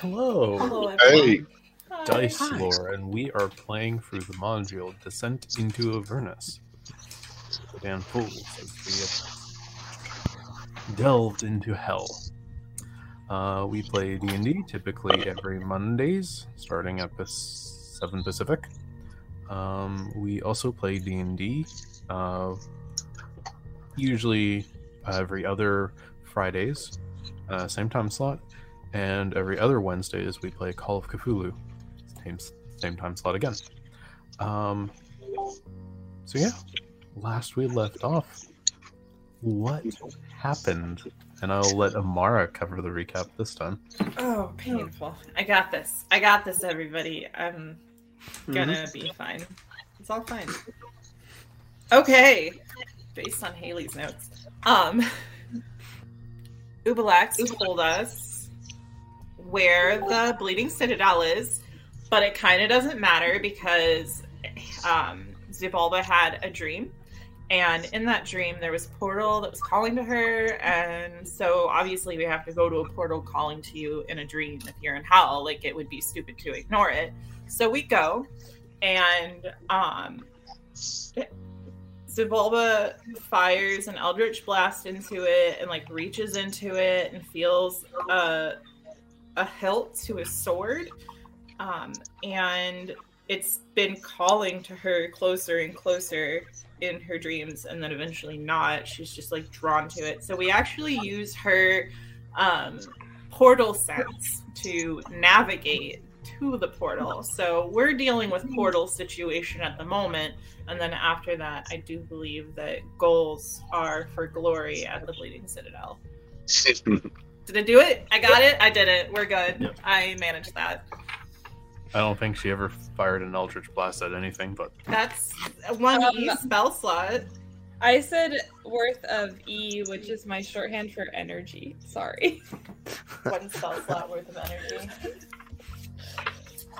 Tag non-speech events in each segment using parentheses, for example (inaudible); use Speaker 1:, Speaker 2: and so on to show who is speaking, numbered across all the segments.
Speaker 1: Hello.
Speaker 2: Hello,
Speaker 3: Hey,
Speaker 1: Dice
Speaker 2: Hi.
Speaker 1: Lore, and we are playing through the module Descent into Avernus. Dan Fools, as we have delved into hell. Uh, we play D&D typically every Mondays, starting at Pas- 7 Pacific. Um, we also play D&D uh, usually every other Fridays, uh, same time slot, and every other Wednesdays we play Call of Cthulhu, same same time slot again. Um, so yeah, last we left off, what happened? And I'll let Amara cover the recap this time.
Speaker 2: Oh, painful. I got this. I got this, everybody. I'm gonna be fine. It's all fine. Okay. Based on Haley's notes. Um Ubalax told us where the Bleeding Citadel is, but it kind of doesn't matter because um, Zibalba had a dream. And in that dream, there was a portal that was calling to her. And so obviously, we have to go to a portal calling to you in a dream if you're in hell. Like, it would be stupid to ignore it. So we go, and um, Zibalba fires an eldritch blast into it and, like, reaches into it and feels a, a hilt to his sword. Um, and it's been calling to her closer and closer in her dreams and then eventually not she's just like drawn to it so we actually use her um portal sense to navigate to the portal so we're dealing with portal situation at the moment and then after that i do believe that goals are for glory at the bleeding citadel did i do it i got it i did it we're good
Speaker 1: Yep.
Speaker 2: i managed that
Speaker 1: I don't think she ever fired an eldritch blast at anything, but
Speaker 2: that's one
Speaker 4: Um,
Speaker 2: e spell slot
Speaker 4: I said worth of E, which is my shorthand for energy. Sorry. (laughs)
Speaker 2: one spell slot worth of energy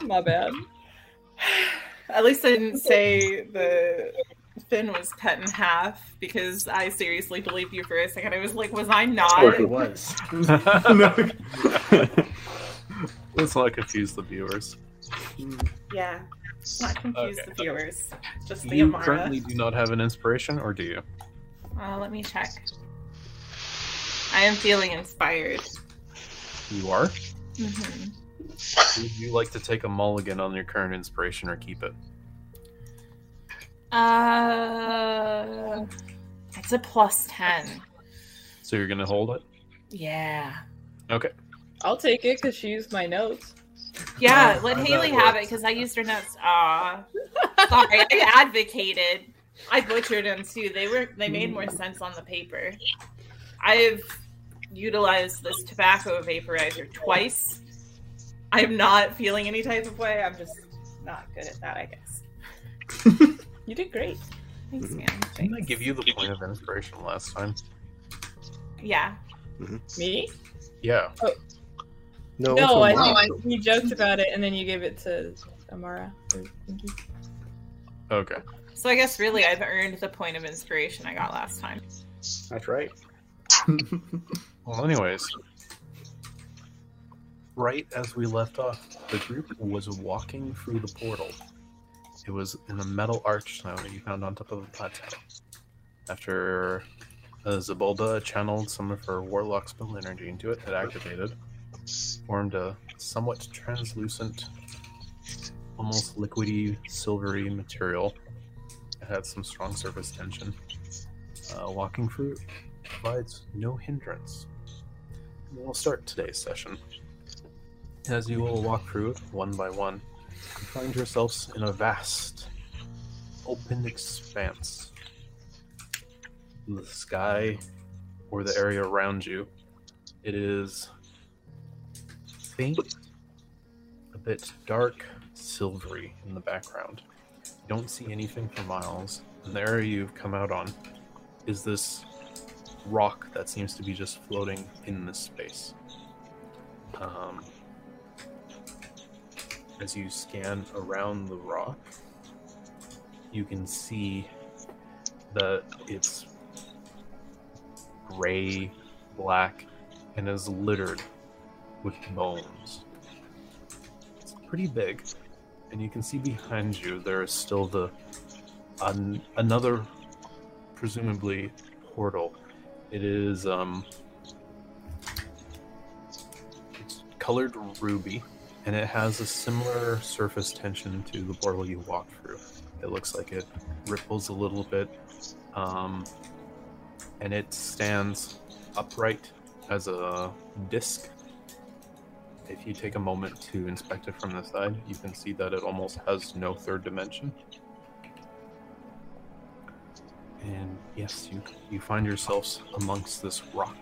Speaker 4: My bad.
Speaker 2: At least I didn't say the Finn was cut in half because I seriously believed you for a second. I was like, was I not?
Speaker 3: Sure.
Speaker 5: was.
Speaker 1: (laughs) let's not confuse the viewers.
Speaker 2: Yeah. Not confuse
Speaker 1: Okay.
Speaker 2: the viewers. Just the
Speaker 1: You
Speaker 2: Amara.
Speaker 1: currently do not have an inspiration, or do you?
Speaker 2: Uh, let me check. I am feeling inspired.
Speaker 1: You are.
Speaker 2: Mhm.
Speaker 1: Would you like to take a mulligan on your current inspiration, or keep it?
Speaker 2: Uh, it's a plus 10.
Speaker 1: So you're gonna hold it.
Speaker 2: Yeah.
Speaker 4: I'll take it because she used my notes.
Speaker 2: Yeah,
Speaker 4: Oh
Speaker 1: Um,
Speaker 2: let
Speaker 1: how'd
Speaker 2: Haley
Speaker 1: that
Speaker 2: have it
Speaker 1: work?
Speaker 2: because I used her notes. Aw. Sorry, I advocated. I butchered them too. They were they made
Speaker 4: Mm.
Speaker 2: more sense on the paper. I've utilized this tobacco vaporizer twice. I'm not feeling any type of way. I'm just not good at that, I guess.
Speaker 4: You did great.
Speaker 2: Thanks,
Speaker 4: Mm-hmm.
Speaker 5: Mhm.
Speaker 2: man.
Speaker 1: Didn't I
Speaker 2: Thanks.
Speaker 1: give you the point of inspiration last time?
Speaker 2: Yeah.
Speaker 4: Me?
Speaker 1: Yeah.
Speaker 5: No,
Speaker 4: no, I
Speaker 5: it's a
Speaker 4: think
Speaker 5: lot.
Speaker 4: we joked about it and then you gave it to Amara.
Speaker 1: Okay.
Speaker 2: So I guess really I've earned the point of inspiration I got last time.
Speaker 5: That's right.
Speaker 1: Well, anyways, right as we left off, the group was walking through the portal. It was in a metal arch now that you found on top of a plateau. After uh, Zabalba channeled some of her warlock spell energy into it, it activated, formed a somewhat translucent, almost liquidy, silvery material. It had some strong surface tension. Uh, walking through, provides no hindrance. And We'll start today's session. As you will walk through it one by one, you find yourselves in a vast, open expanse. The sky or the area around you, it is faint, a bit dark, silvery in the background. You don't see anything for miles, and the area you've come out on is this rock that seems to be just floating in this space. Um, as you scan around the rock, you can see that it's gray, black, and is littered with bones. pretty big, and you can see behind you there is still the an, another, presumably portal. It is um, it's colored ruby, and it has a similar surface tension to the portal you walked through. It looks like it ripples a little bit, um, and it stands upright as a disc. If you take a moment to inspect it from the side, you can see that it almost has no third dimension. And yes, you you find yourselves amongst this rock,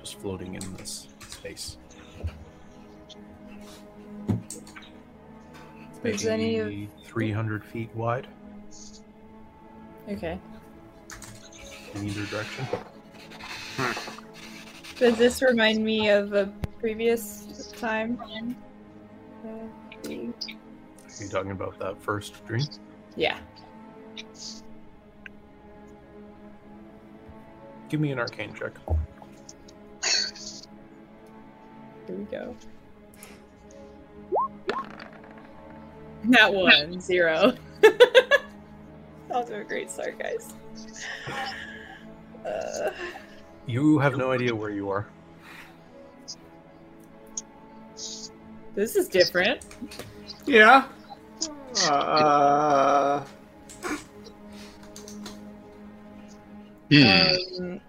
Speaker 1: just floating in this space.
Speaker 4: Is any of-
Speaker 1: 300 feet wide
Speaker 4: Okay.
Speaker 1: in either direction.
Speaker 4: Does this remind me of a previous time?
Speaker 1: Are you talking about that first dream?
Speaker 4: Yeah.
Speaker 1: Give me an arcane check.
Speaker 4: Here we go. Not one, (laughs) zero. Off to a great start, guys. Uh,
Speaker 1: You have no idea where you are.
Speaker 4: this is different.
Speaker 6: Yeah. Uh,
Speaker 7: Hmm.
Speaker 4: Um,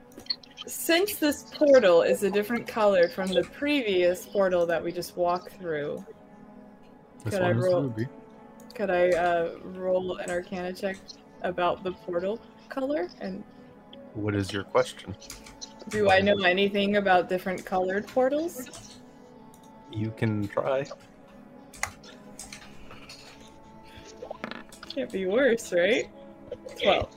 Speaker 4: since this portal is a different color from the previous portal that we just walked through,
Speaker 1: This
Speaker 4: Could I
Speaker 1: one is
Speaker 4: roll-
Speaker 1: ruby.
Speaker 4: could I uh, roll an Arcana check about the portal color? And
Speaker 1: What is your question?
Speaker 4: do I know anything about different colored portals?
Speaker 1: You can try.
Speaker 4: Can't be worse, right? Twelve.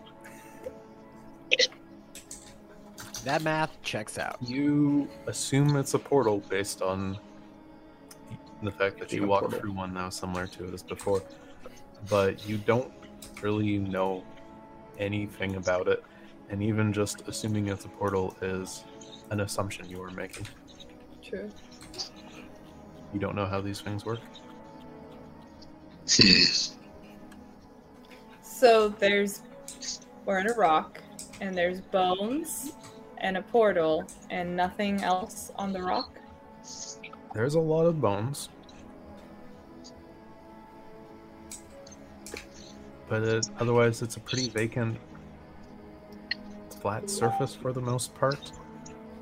Speaker 7: That math checks out.
Speaker 1: You assume it's a portal based on the fact that
Speaker 6: It's
Speaker 1: you
Speaker 6: a
Speaker 1: walked
Speaker 6: portal.
Speaker 1: through one now similar to it as before, but you don't really know anything about it, and even just assuming it's a portal is an assumption you are making.
Speaker 4: True.
Speaker 1: You don't know how these things work.
Speaker 7: Hmm.
Speaker 4: So there's we're in a rock, and there's bones, and a portal, and nothing else on the rock.
Speaker 1: There's a lot of bones. But it, otherwise, it's a pretty vacant, flat surface for the most part.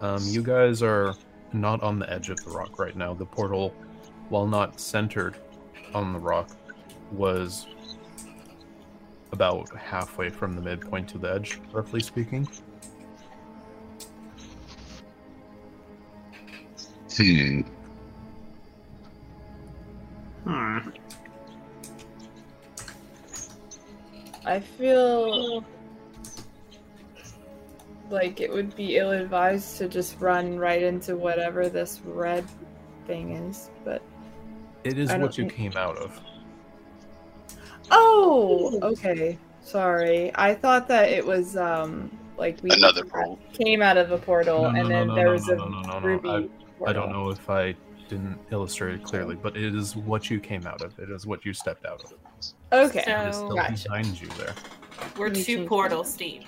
Speaker 1: Um, you guys are not on the edge of the rock right now. The portal, while not centered on the rock, was about halfway from the midpoint to the edge, roughly speaking.
Speaker 7: Hmm.
Speaker 6: hmm.
Speaker 4: I feel like it would be ill advised to just run right into whatever this red thing is, but.
Speaker 1: It is
Speaker 4: I
Speaker 1: what
Speaker 4: don't
Speaker 1: you
Speaker 4: think-
Speaker 1: came out of.
Speaker 4: Oh! Okay. Sorry. I thought that it was, um, like we
Speaker 7: Another roll.
Speaker 4: came out of a portal
Speaker 1: No, no,
Speaker 4: and
Speaker 1: no,
Speaker 4: then
Speaker 1: no,
Speaker 4: there
Speaker 1: no,
Speaker 4: was
Speaker 1: no,
Speaker 4: a
Speaker 1: no, no, no, no.
Speaker 4: ruby.
Speaker 1: I- I
Speaker 4: portal.
Speaker 1: don't know if I didn't illustrate it clearly, but it is what you came out of. It is what you stepped out of.
Speaker 4: Okay.
Speaker 1: It is
Speaker 8: So-
Speaker 1: still
Speaker 4: Gotcha.
Speaker 1: behind you there.
Speaker 8: We're
Speaker 4: Let me
Speaker 8: two
Speaker 4: change
Speaker 8: portals deep.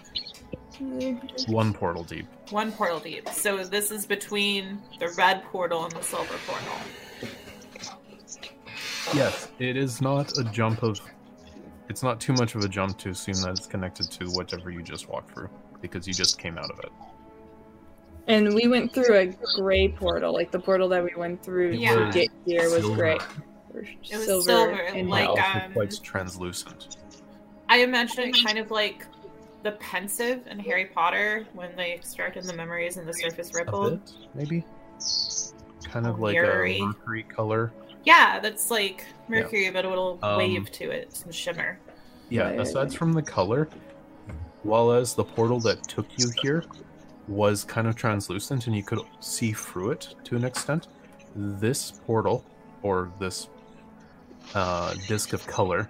Speaker 1: One portal deep.
Speaker 8: One portal deep. So this is between the red portal and the silver portal.
Speaker 1: Yes, it is not a jump of. It's not too much of a jump to assume that it's connected to whatever you just walked through because you just came out of it.
Speaker 4: And we went through a gray portal, like the portal that we went through
Speaker 8: It Yeah.
Speaker 4: to
Speaker 8: was
Speaker 4: get here was
Speaker 1: silver.
Speaker 4: gray.
Speaker 1: It
Speaker 8: It was silver,
Speaker 4: Oh
Speaker 8: Like,
Speaker 1: Like, also
Speaker 8: um,
Speaker 1: quite translucent.
Speaker 8: I imagine it kind of like the pensive in Harry Potter when they extracted the memories and the surface
Speaker 1: A
Speaker 8: rippled.
Speaker 1: bit, maybe? Kind of
Speaker 8: Oh,
Speaker 1: like
Speaker 8: mirrory.
Speaker 1: a mercury color.
Speaker 8: Yeah, that's like Mercury, but a little
Speaker 1: Um,
Speaker 8: wave to it, some shimmer.
Speaker 1: Yeah,
Speaker 4: Right.
Speaker 1: aside from the color, while as the portal that took you here was kind of translucent and you could see through it to an extent, this portal or this uh, disc of color,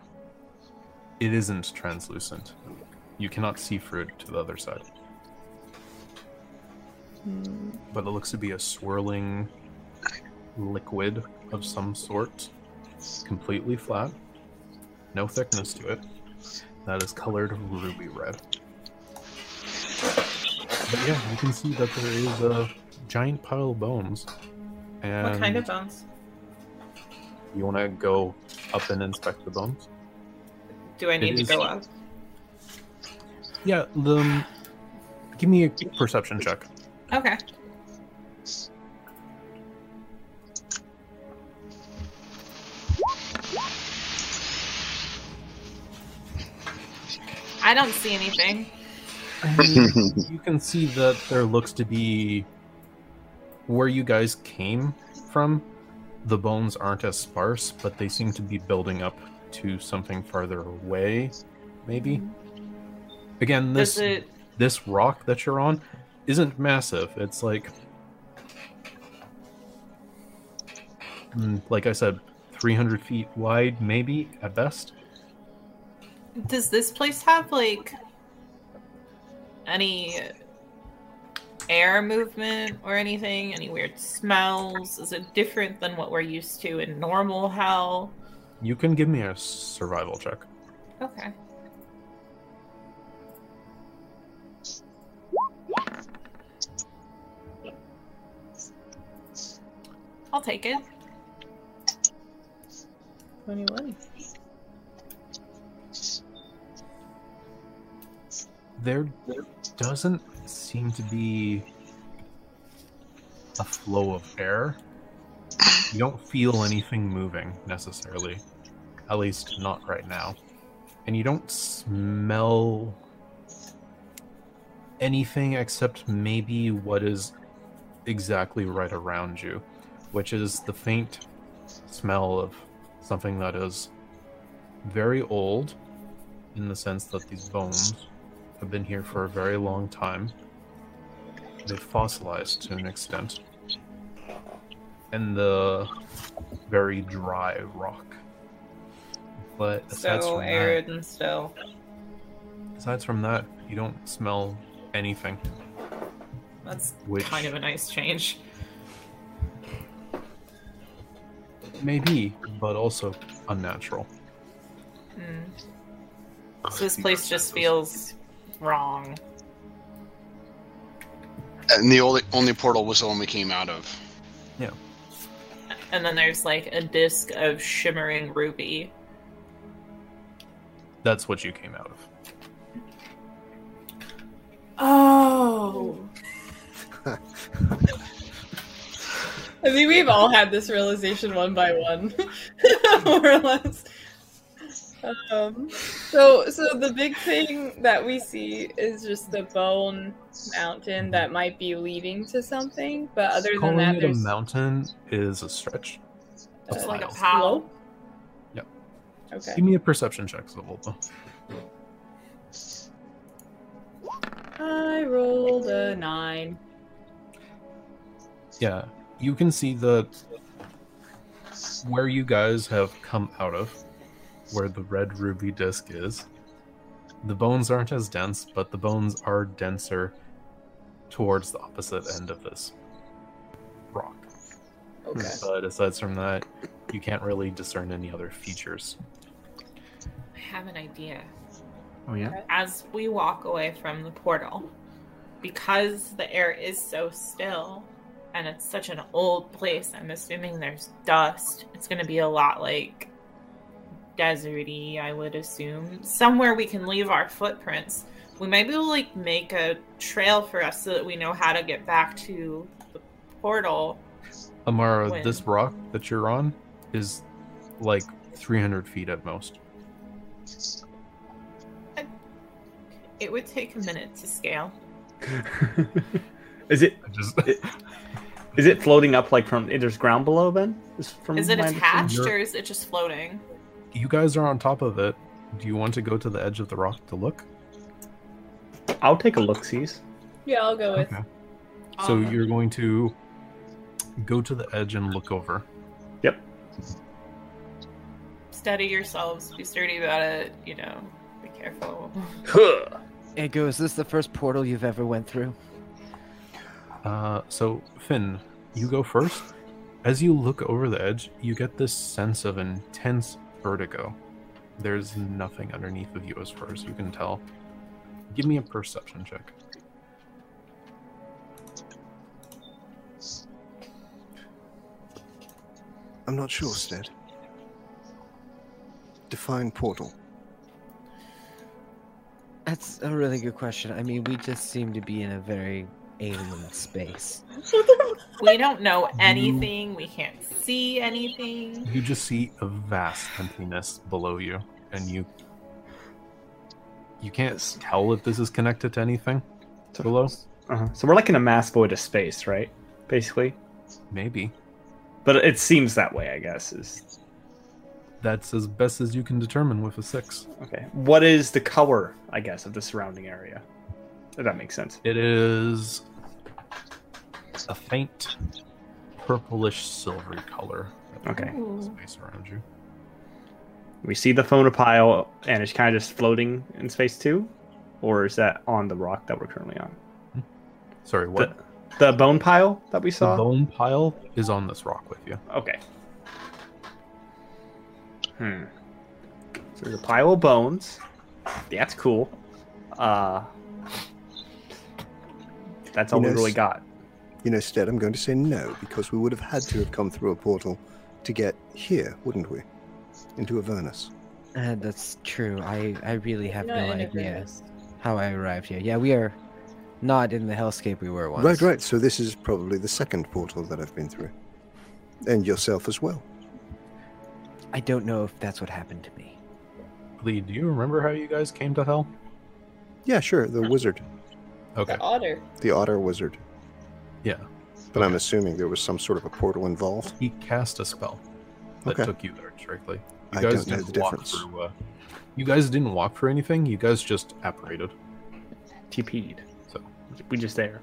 Speaker 1: it isn't translucent. You cannot see through it to the other side,
Speaker 4: Hmm.
Speaker 1: but it looks to be a swirling liquid of some sort It's completely flat, no thickness to it. That is colored ruby red. But yeah, you can see that there is a giant pile of bones. And
Speaker 2: what kind of bones?
Speaker 1: You want to go up and inspect the bones?
Speaker 2: Do I need to
Speaker 1: is-
Speaker 2: go up?
Speaker 1: Yeah. The, give me a perception check.
Speaker 4: Okay.
Speaker 2: I don't see anything.
Speaker 1: you can see that there looks to be where you guys came from. The bones aren't as sparse, but they seem to be building up to something farther away, maybe. Again, this
Speaker 2: Does it?
Speaker 1: this rock that you're on isn't massive. It's like, Mm, like I said, 300 feet wide, maybe at best.
Speaker 2: Does this place have like any air movement or anything? Any weird smells? Is it different than what we're used to in normal hell?
Speaker 1: You can give me a survival check.
Speaker 2: Okay. I'll take it.
Speaker 4: 21.
Speaker 1: there doesn't seem to be a flow of air. You don't feel anything moving necessarily, at least not right now. And you don't smell anything except maybe what is exactly right around you, which is the faint smell of something that is very old in the sense that these bones have been here for a very long time. They've fossilized to an extent. And the very dry rock. But aside
Speaker 2: So
Speaker 1: from
Speaker 2: arid and still.
Speaker 1: that, aside from that, you don't smell anything.
Speaker 2: That's
Speaker 1: Which
Speaker 2: kind of a nice change.
Speaker 1: may be, but also unnatural.
Speaker 2: Mm. So this place just feels wrong.
Speaker 9: And the only only portal was the one we came out of.
Speaker 2: And then there's like a disc of shimmering ruby.
Speaker 1: That's what you came out of.
Speaker 2: Oh.
Speaker 4: I think we've all had this realization one by one, (laughs) more or less. Um, so, so the big thing that we see is just the bone mountain that might be leading to something, but other than
Speaker 1: Calling
Speaker 4: that,
Speaker 1: it a
Speaker 4: there's
Speaker 1: mountain is a stretch.
Speaker 2: It's like a
Speaker 1: Slope.
Speaker 2: pal.
Speaker 4: Okay.
Speaker 1: Give me a perception check, Zavolta.
Speaker 4: I rolled a nine.
Speaker 1: Yeah, you can see the where you guys have come out of, where the red ruby disc is. The bones aren't as dense, but the bones are denser towards the opposite end of this rock.
Speaker 4: Okay.
Speaker 1: But aside from that, you can't really discern any other features.
Speaker 2: I have an idea.
Speaker 1: Oh yeah.
Speaker 2: As we walk away from the portal, because the air is so still and it's such an old place, I'm assuming there's dust. It's going to be a lot like deserty, I would assume. Somewhere we can leave our footprints. We might be able to like make a trail for us so that we know how to get back to the portal.
Speaker 1: Amara,
Speaker 2: When?
Speaker 1: this rock that you're on is like 300 feet at most.
Speaker 2: It would take a minute to scale.
Speaker 10: (laughs) is it
Speaker 1: I just
Speaker 10: is it floating up like from? There's ground below then. Is, from
Speaker 2: Is it
Speaker 10: my
Speaker 2: attached
Speaker 10: understanding?
Speaker 2: or is it just floating?
Speaker 1: (laughs) you guys are on top of it. Do you want to go to the edge of the rock to look?
Speaker 10: I'll take a look. Sees.
Speaker 4: Yeah, I'll go with.
Speaker 1: So
Speaker 2: Um,
Speaker 1: you're going to go to the edge and look over.
Speaker 2: steady yourselves, be sturdy about it, you know, be careful.
Speaker 7: Ego, is this the first portal you've ever went through?
Speaker 1: Uh, so Finn, you go first. As you look over the edge, you get this sense of intense vertigo. There's nothing underneath of you as far as you can tell. Give me a perception check.
Speaker 11: I'm not sure, Stead. Define portal.
Speaker 7: That's a really good question. I mean, we just seem to be in a very alien space.
Speaker 2: We don't know
Speaker 10: Mm.
Speaker 2: anything. We can't see anything.
Speaker 1: You just see a vast emptiness below you, and you you can't s- tell if this is connected to anything below.
Speaker 10: Uh-huh. So we're like in a mass void of space, right? Basically,
Speaker 1: Maybe
Speaker 10: but it seems that way. I guess is
Speaker 1: that's as best as you can determine with a six.
Speaker 10: okay. What is the color? I guess of the surrounding area. If that makes sense.
Speaker 1: It is a faint purplish silvery color.
Speaker 10: Okay.
Speaker 1: Space around you.
Speaker 10: We see the phone pile, and it's kind of just floating in space too, or is that on the rock that we're currently on?
Speaker 1: Sorry, what?
Speaker 10: The bone pile that we
Speaker 1: The
Speaker 10: saw.
Speaker 1: bone pile is on this rock with you.
Speaker 10: Okay. Hmm. So there's a pile of bones. That's cool. Uh. That's all
Speaker 11: You
Speaker 10: we
Speaker 11: know,
Speaker 10: really
Speaker 11: s-
Speaker 10: got.
Speaker 11: You know, Stead, I'm going to say no, because we would have had to have come through a portal to get here, wouldn't we? Into Avernus.
Speaker 7: Uh, that's true. I, I really have
Speaker 4: Not
Speaker 7: no
Speaker 4: in
Speaker 7: idea
Speaker 4: Avernus.
Speaker 7: how I arrived here. Yeah, we are not in the hellscape we were once.
Speaker 11: Right, right. So this is probably the second portal that I've been through. And yourself as well.
Speaker 7: I don't know if that's what happened to me.
Speaker 1: Lee, do you remember how you guys came to hell?
Speaker 11: Yeah, sure. The wizard.
Speaker 1: Okay.
Speaker 4: The otter.
Speaker 11: The otter wizard.
Speaker 1: Yeah.
Speaker 11: But I'm assuming there was some sort of a portal involved.
Speaker 1: He cast a spell that
Speaker 11: Okay.
Speaker 1: took you there directly. You
Speaker 11: I
Speaker 1: guys
Speaker 11: don't know
Speaker 1: didn't
Speaker 11: the
Speaker 1: walk
Speaker 11: difference.
Speaker 1: through. Uh, you guys didn't walk through anything. You guys just apparated.
Speaker 10: TP'd.
Speaker 1: So.
Speaker 10: we just there.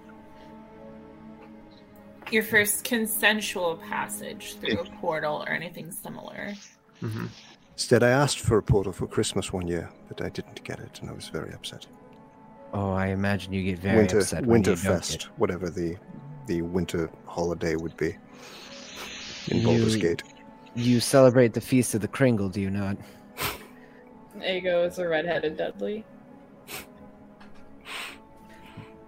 Speaker 2: Your first consensual passage through
Speaker 10: (laughs)
Speaker 2: a portal or anything similar.
Speaker 1: Mm-hmm.
Speaker 10: hmm
Speaker 11: Instead, I asked for a portal for Christmas one year, but I didn't get it, and I was very upset.
Speaker 7: Oh, I imagine you get very
Speaker 11: winter
Speaker 7: upset when you don't
Speaker 11: Winterfest, whatever the the winter holiday would be in
Speaker 7: You-
Speaker 11: Baldur's Gate.
Speaker 7: get- You celebrate the feast of the Kringle, do you not?
Speaker 4: Ego is a redheaded Dudley.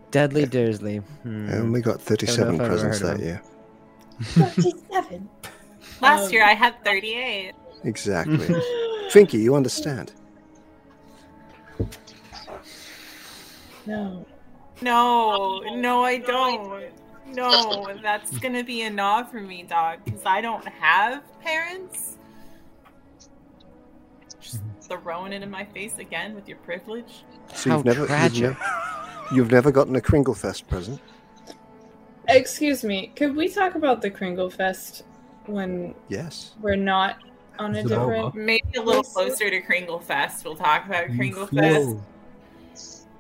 Speaker 7: Dudley Dursley. Hmm.
Speaker 11: I only got 37
Speaker 7: I've ever
Speaker 11: presents
Speaker 7: heard
Speaker 11: that
Speaker 7: of
Speaker 11: year.
Speaker 4: Thirty-seven.
Speaker 2: Last
Speaker 4: Um,
Speaker 2: year I had 38.
Speaker 7: (laughs)
Speaker 11: Exactly. Finky, you understand.
Speaker 4: no.
Speaker 2: No, no, I don't. No,
Speaker 10: (laughs)
Speaker 2: that's gonna be a no for me, dog, because I don't have parents. Just
Speaker 10: Mm-hmm.
Speaker 2: throwing it in my face again with your privilege.
Speaker 11: So
Speaker 7: How
Speaker 11: you've never
Speaker 7: tragic.
Speaker 11: You've, never, you've never gotten a Kringle Fest present.
Speaker 4: Excuse me. Could we talk about the Kringle Fest when
Speaker 11: Yes.
Speaker 4: we're not on a
Speaker 1: Zaboba.
Speaker 4: different?
Speaker 2: Maybe a little closer to Kringle Fest. We'll talk about Kringle
Speaker 1: You
Speaker 2: Fest.
Speaker 1: feel-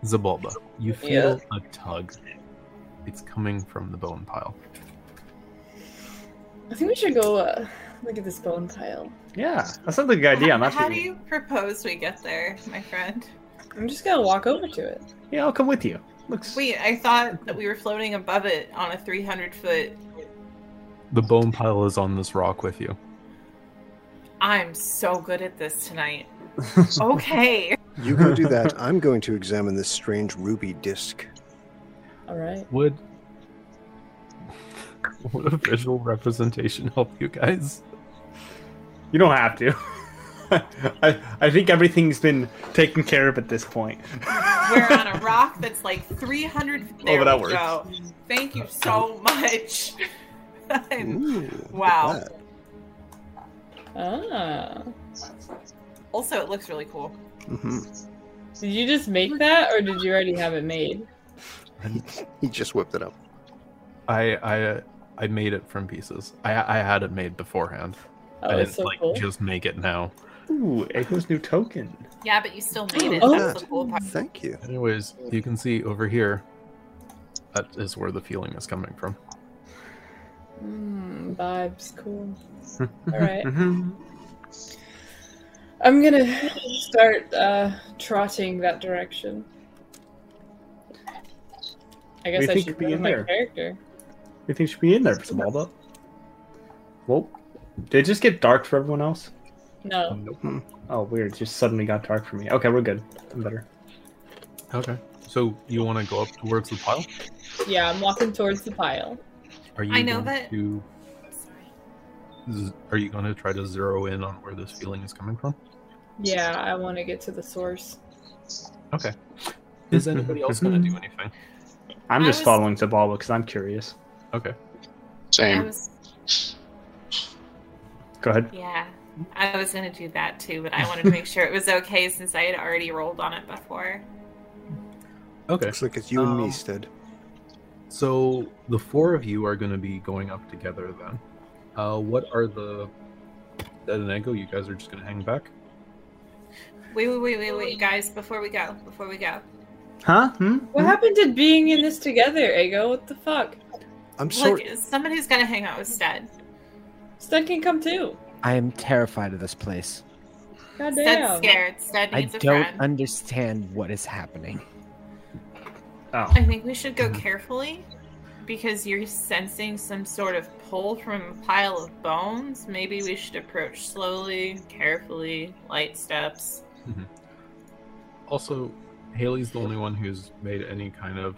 Speaker 1: Zabulba, you feel a tug. It's coming from the bone pile.
Speaker 4: I think we should go uh, look at this bone pile.
Speaker 10: Yeah, that sounds like a good idea. I'm not
Speaker 2: How
Speaker 10: sure.
Speaker 2: do you propose we get there, my friend?
Speaker 4: I'm just gonna walk over to it.
Speaker 10: Yeah, I'll come with you. Looks.
Speaker 2: Wait, I thought that we were floating above it on a 300 foot.
Speaker 1: The bone pile is on this rock with you.
Speaker 2: I'm so good at this tonight. Okay.
Speaker 11: You go do
Speaker 7: (laughs)
Speaker 11: that. I'm going to examine this strange ruby disc.
Speaker 4: All right.
Speaker 1: Would (laughs) would a visual representation help you guys?
Speaker 10: (laughs) You don't have to. (laughs) I, I think everything's been taken care of at this point.
Speaker 2: We're on a rock that's like 300. There
Speaker 10: but that
Speaker 2: we
Speaker 10: works.
Speaker 2: go. Thank you so much. I'm-
Speaker 11: Ooh, look at
Speaker 2: Wow.
Speaker 11: that.
Speaker 4: Ah.
Speaker 2: (laughs) also, it looks really cool.
Speaker 11: Mhm.
Speaker 4: Did you just make that, or did you already have it made?
Speaker 11: He just whipped it up.
Speaker 1: I I I made it from pieces. I I had it made beforehand. I
Speaker 4: Oh,
Speaker 1: didn't
Speaker 4: it's so
Speaker 1: like
Speaker 4: cool.
Speaker 1: just make it now.
Speaker 10: (laughs) Ooh, Echo's new token.
Speaker 2: Yeah, but you still made it.
Speaker 4: Oh.
Speaker 2: That's the cool part.
Speaker 11: Thank you.
Speaker 1: Anyways, you can see over here. That is where the feeling is coming from.
Speaker 4: Mm,
Speaker 1: (laughs)
Speaker 4: vibes, cool. All right.
Speaker 1: Mm-hmm.
Speaker 10: Mhm.
Speaker 4: I'm gonna start uh, trotting that direction. I guess
Speaker 10: We
Speaker 4: I
Speaker 10: think
Speaker 4: should
Speaker 10: be
Speaker 4: be
Speaker 10: in
Speaker 4: my
Speaker 10: there.
Speaker 4: character.
Speaker 10: We think should be in there, Zabalba.
Speaker 6: Well, did it just get dark for everyone else?
Speaker 4: No.
Speaker 6: Hmm. Oh, weird. It just suddenly got dark for me. Okay, we're good. I'm better.
Speaker 1: Okay. So you want to go up towards the pile?
Speaker 4: Yeah, I'm walking towards the pile.
Speaker 1: Are you
Speaker 2: I know
Speaker 1: going
Speaker 2: that-
Speaker 1: to
Speaker 2: I'm sorry.
Speaker 1: z- are you going to try to zero in on where this feeling is coming from?
Speaker 4: Yeah, I want to get to the source.
Speaker 1: Is anybody else going (laughs) to do anything?
Speaker 6: I'm
Speaker 2: I
Speaker 6: just
Speaker 2: was-
Speaker 6: following Zabalba because I'm curious.
Speaker 1: Okay.
Speaker 2: I
Speaker 5: Same.
Speaker 2: was,
Speaker 6: Go ahead.
Speaker 2: yeah, I was gonna do that too, but I wanted to make sure it was okay since I had already rolled on it before.
Speaker 1: Okay.
Speaker 11: Looks like it's you and me,
Speaker 1: Um,
Speaker 11: Stead.
Speaker 1: So the four of you are going to be going up together then. Uh, what are the Dead and Ego? You guys are just going to hang back.
Speaker 2: Wait, wait, wait, wait, wait, guys! Before we go, before we go,
Speaker 6: Huh? Hmm?
Speaker 4: What happened to being in this together, Ego? What the fuck?
Speaker 11: I'm
Speaker 2: look,
Speaker 11: sorry.
Speaker 2: someone who's gonna hang out with Stead.
Speaker 4: Stud can come too.
Speaker 7: I am terrified of this place.
Speaker 4: God
Speaker 2: Stead's
Speaker 4: damn.
Speaker 2: scared. Stead
Speaker 7: I
Speaker 2: needs a
Speaker 7: don't
Speaker 2: friend.
Speaker 7: understand what is happening.
Speaker 6: Oh.
Speaker 2: I think we should go carefully because you're sensing some sort of pull from a pile of bones. Maybe we should approach slowly, carefully, light steps.
Speaker 1: Also, Haley's the only one who's made any kind of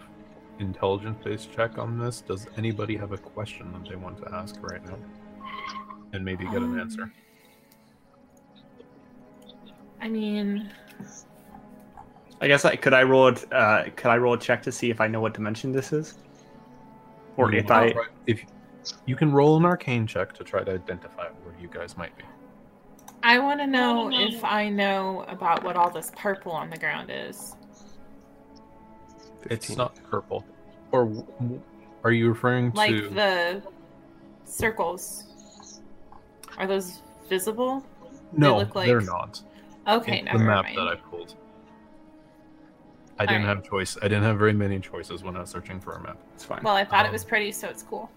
Speaker 1: intelligence based check on this. Does anybody have a question that they want to ask right now? And maybe get an
Speaker 2: Um,
Speaker 1: answer.
Speaker 2: I mean,
Speaker 6: I guess I could I roll a, uh, could I roll a check to see if I know what dimension this is, or
Speaker 1: You
Speaker 6: if
Speaker 1: wanna
Speaker 6: I
Speaker 1: try- if you can roll an arcane check to try to identify where you guys might be.
Speaker 2: I want to know if I know about what all this purple on the ground is.
Speaker 1: It's
Speaker 11: 15.
Speaker 1: not purple. Or w- w- are you referring to
Speaker 2: Like the circles. Are those visible?
Speaker 1: No,
Speaker 2: look like-
Speaker 1: they're not.
Speaker 2: Okay,
Speaker 1: It's the
Speaker 2: never
Speaker 1: map
Speaker 2: mind.
Speaker 1: that I pulled. I didn't
Speaker 2: Alright.
Speaker 1: have choice. I didn't have very many choices when I was searching for a map.
Speaker 6: it's fine.
Speaker 2: Well, I thought
Speaker 1: um,
Speaker 2: it was pretty, so it's cool.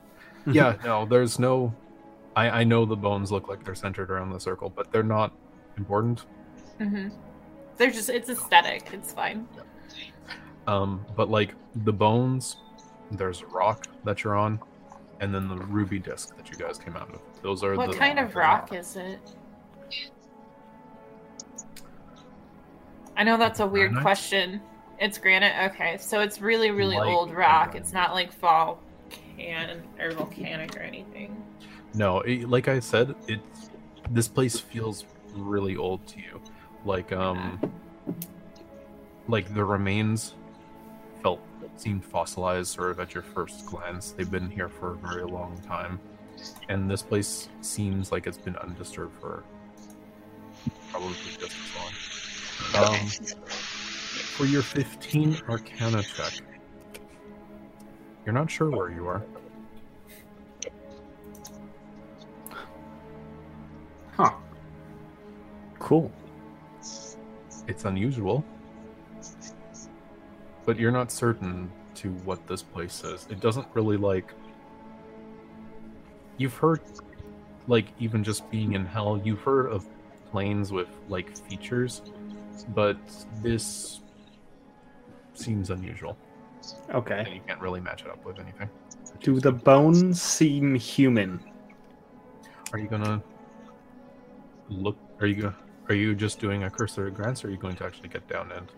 Speaker 1: yeah, no, there's no. I, I know the bones look like they're centered around the circle, but they're not important.
Speaker 2: hmm They're just, it's aesthetic. It's fine.
Speaker 1: Um, but like the bones, there's a rock that you're on, and then the ruby disc that you guys came out of. Those are
Speaker 2: What
Speaker 1: the
Speaker 2: kind of rock is it? I know that's a weird
Speaker 1: Granite?
Speaker 2: question. It's granite. Okay, so it's really, really
Speaker 1: Light
Speaker 2: old rock.
Speaker 1: granite.
Speaker 2: It's not like volcan or volcanic or anything.
Speaker 1: No, it, like I said, it's this place feels really old to you. Like um like the remains felt seemed fossilized sort of at your first glance. They've been here for a very long time. And this place seems like it's been undisturbed for probably just as long. Um, for your 15 Arcana check, you're not sure where you are.
Speaker 6: huh. Cool.
Speaker 1: It's unusual. But you're not certain to what this place is. It doesn't really like. You've heard, like, even just being in hell, you've heard of planes with, like, features, but this seems unusual. And
Speaker 6: Okay.
Speaker 1: you can't really match it up with anything.
Speaker 6: Do the bones seem human?
Speaker 1: Are you gonna look? Are you gonna. Are you just doing a cursory glance, or are you going to actually get down and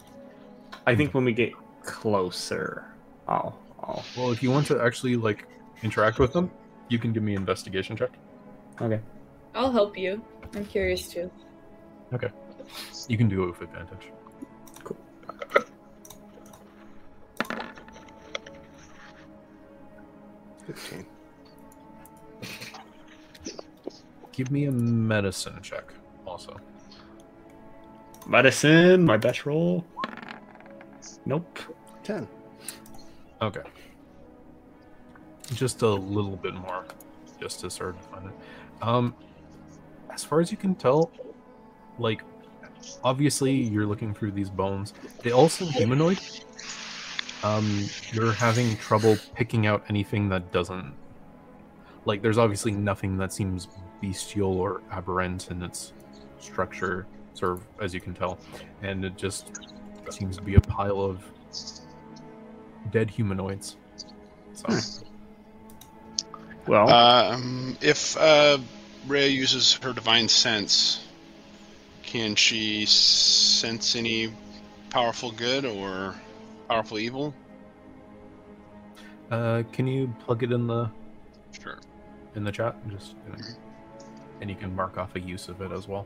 Speaker 6: I think when we get closer, I'll I'll
Speaker 1: Well, if you want to actually like interact with them, you can give me an investigation check.
Speaker 4: I'll help you. I'm curious too.
Speaker 1: You can do it with advantage.
Speaker 6: Cool.
Speaker 11: Fifteen.
Speaker 1: Give me a medicine check also.
Speaker 6: medicine. My best roll. Nope.
Speaker 11: Ten.
Speaker 1: Okay. Just a little bit more, just to sort of find it. Um, as far as you can tell, like obviously you're looking through these bones. They all seem humanoid. Um, you're having trouble picking out anything that doesn't. Like, there's obviously nothing that seems bestial or aberrant in its structure, sort of as you can tell, and it just seems to be a pile of dead humanoids. So,
Speaker 6: Well,
Speaker 10: Oh.
Speaker 5: Um, if uh, Rhea uses her divine sense, can she sense any powerful good or powerful evil?
Speaker 1: Uh, can you plug it in the
Speaker 5: Sure.
Speaker 1: in the chat? Just you know, and you can mark off a use of it as well.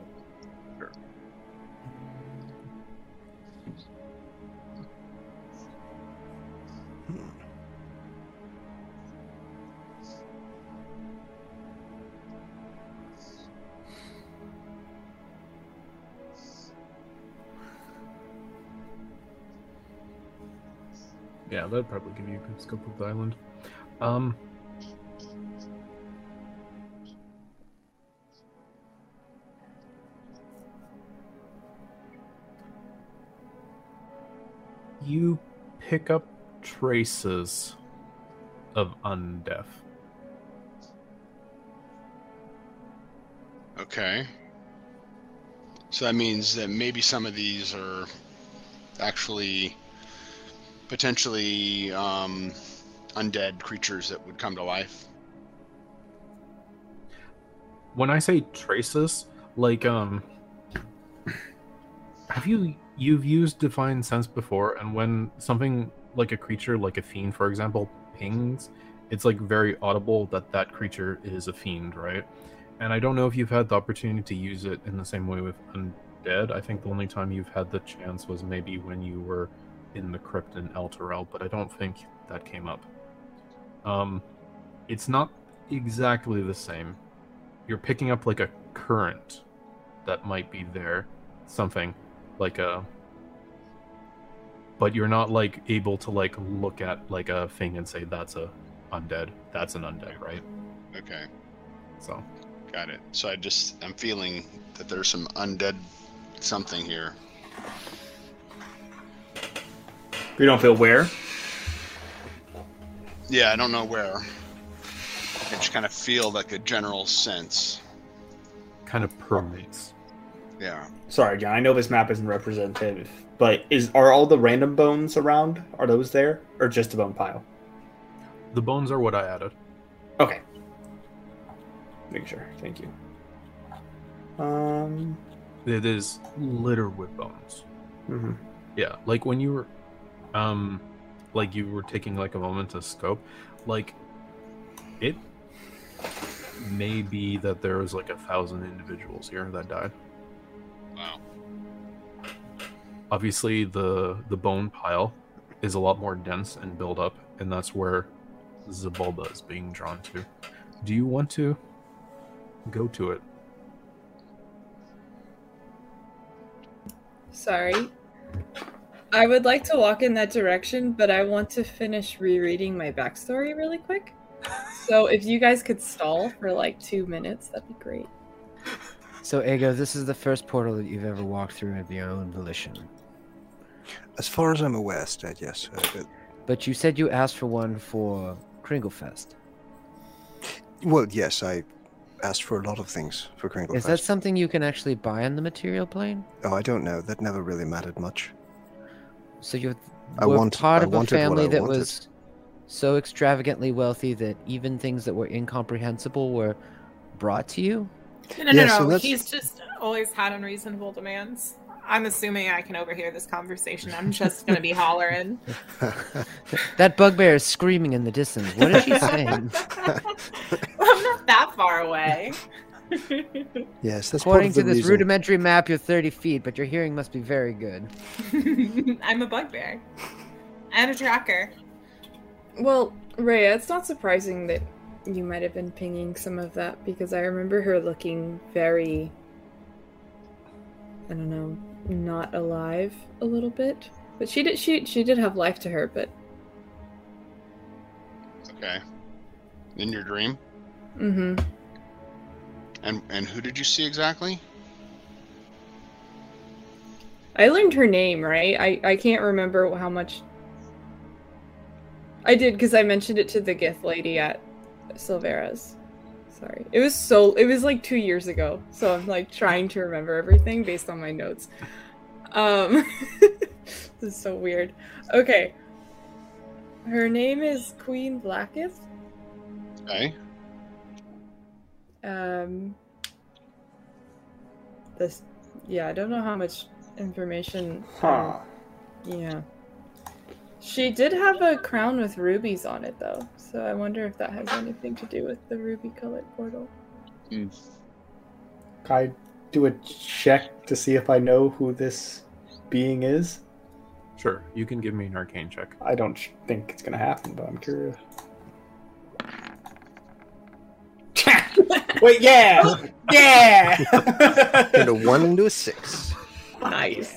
Speaker 1: Hmm. Yeah, that'd probably give you a good scope of the island. Um. You pick up traces of undeath.
Speaker 5: Okay. So that means that maybe some of these are actually potentially um, undead creatures that would come to life.
Speaker 1: When I say traces, like um have you you've used divine sense before and when something like a creature like a fiend for example pings, it's like very audible that that creature is a fiend, right? And I don't know if you've had the opportunity to use it in the same way with undead. I think the only time you've had the chance was maybe when you were in the crypt in El Terrell, but I don't think that came up. Um, it's not exactly the same. You're picking up like a current that might be there, something like a. But you're not like able to like look at like a thing and say that's a undead, that's an undead, right?
Speaker 5: Okay.
Speaker 1: So
Speaker 5: Got it. So I just I'm feeling that there's some undead something here.
Speaker 6: we don't feel where.
Speaker 5: Yeah, I don't know where. I just kind of feel like a general sense.
Speaker 1: kind of permeates.
Speaker 5: Yeah.
Speaker 6: Sorry, John. I know this map isn't representative, but is are all the random bones around? Are those there, or just a bone pile?
Speaker 1: The bones are what I added.
Speaker 6: Okay. Make sure. Thank you. Um.
Speaker 1: It is littered with bones.
Speaker 6: mhm.
Speaker 1: Yeah, like when you were, um, like you were taking like a moment to scope, like it may be that there was like a thousand individuals here that died.
Speaker 5: Wow.
Speaker 1: Obviously, the the bone pile is a lot more dense and build up, and that's where Zabulba is being drawn to. Do you want to go to it?
Speaker 4: Sorry. I would like to walk in that direction, but I want to finish rereading my backstory really quick. So if you guys could stall for like two minutes, that'd be great.
Speaker 7: So, Ego, this is the first portal that you've ever walked through of your own volition.
Speaker 11: As far as I'm aware, Stead, yes. Uh, but-
Speaker 7: But you said you asked for one for Kringlefest.
Speaker 11: well, yes, I asked for a lot of things for Kringle
Speaker 7: Is that
Speaker 11: Fest.
Speaker 7: something you can actually buy on the material plane?
Speaker 11: Oh, I don't know. That never really mattered much.
Speaker 7: So you
Speaker 11: I
Speaker 7: were
Speaker 11: want-
Speaker 7: part
Speaker 11: I
Speaker 7: of a
Speaker 11: wanted what I
Speaker 7: family that
Speaker 11: wanted.
Speaker 7: was so extravagantly wealthy that even things that were incomprehensible were brought to you.
Speaker 2: No, no,
Speaker 11: Yeah,
Speaker 2: no.
Speaker 11: so
Speaker 2: no.
Speaker 11: that's-
Speaker 2: He's just always had unreasonable demands. I'm assuming I can overhear this conversation. I'm just going to be hollering.
Speaker 7: That bugbear is screaming in the distance. What is (laughs)
Speaker 2: (laughs)
Speaker 7: she saying?
Speaker 2: I'm not that far away.
Speaker 11: (laughs)
Speaker 2: (laughs)
Speaker 11: yes, that's part
Speaker 7: According
Speaker 11: of the
Speaker 7: to this
Speaker 11: reason.
Speaker 7: rudimentary map, you're 30 feet, but your hearing must be very good.
Speaker 2: (laughs) I'm a bugbear. And a tracker.
Speaker 4: Well, Rhea, it's not surprising that you might have been pinging some of that because I remember her looking very, I don't know, not alive a little bit. But she did she she did have life to her, but
Speaker 5: Okay. In your dream.
Speaker 4: mm-hmm.
Speaker 5: And and who did you see exactly?
Speaker 4: I learned her name, right? I I can't remember how much. I did because I mentioned it to the gift lady at Silvera's. Sorry, it was so it was like two years ago, so I'm like trying to remember everything based on my notes. Um, (laughs) this is so weird. Okay, her name is Queen Blacketh.
Speaker 5: Okay.
Speaker 4: Um, this, yeah, I don't know how much information. um,
Speaker 6: Huh.
Speaker 4: Yeah. She did have a crown with rubies on it, though, so I wonder if that has anything to do with the ruby colored portal.
Speaker 10: Can I do a check to see if I know who this being is?
Speaker 1: Sure, you can give me an arcane check.
Speaker 10: I don't sh- think it's gonna happen, but
Speaker 4: (laughs)
Speaker 10: I'm curious. Wait, yeah,
Speaker 11: And
Speaker 10: yeah. (laughs)
Speaker 11: a one into
Speaker 7: (laughs)
Speaker 11: a six.
Speaker 4: Nice.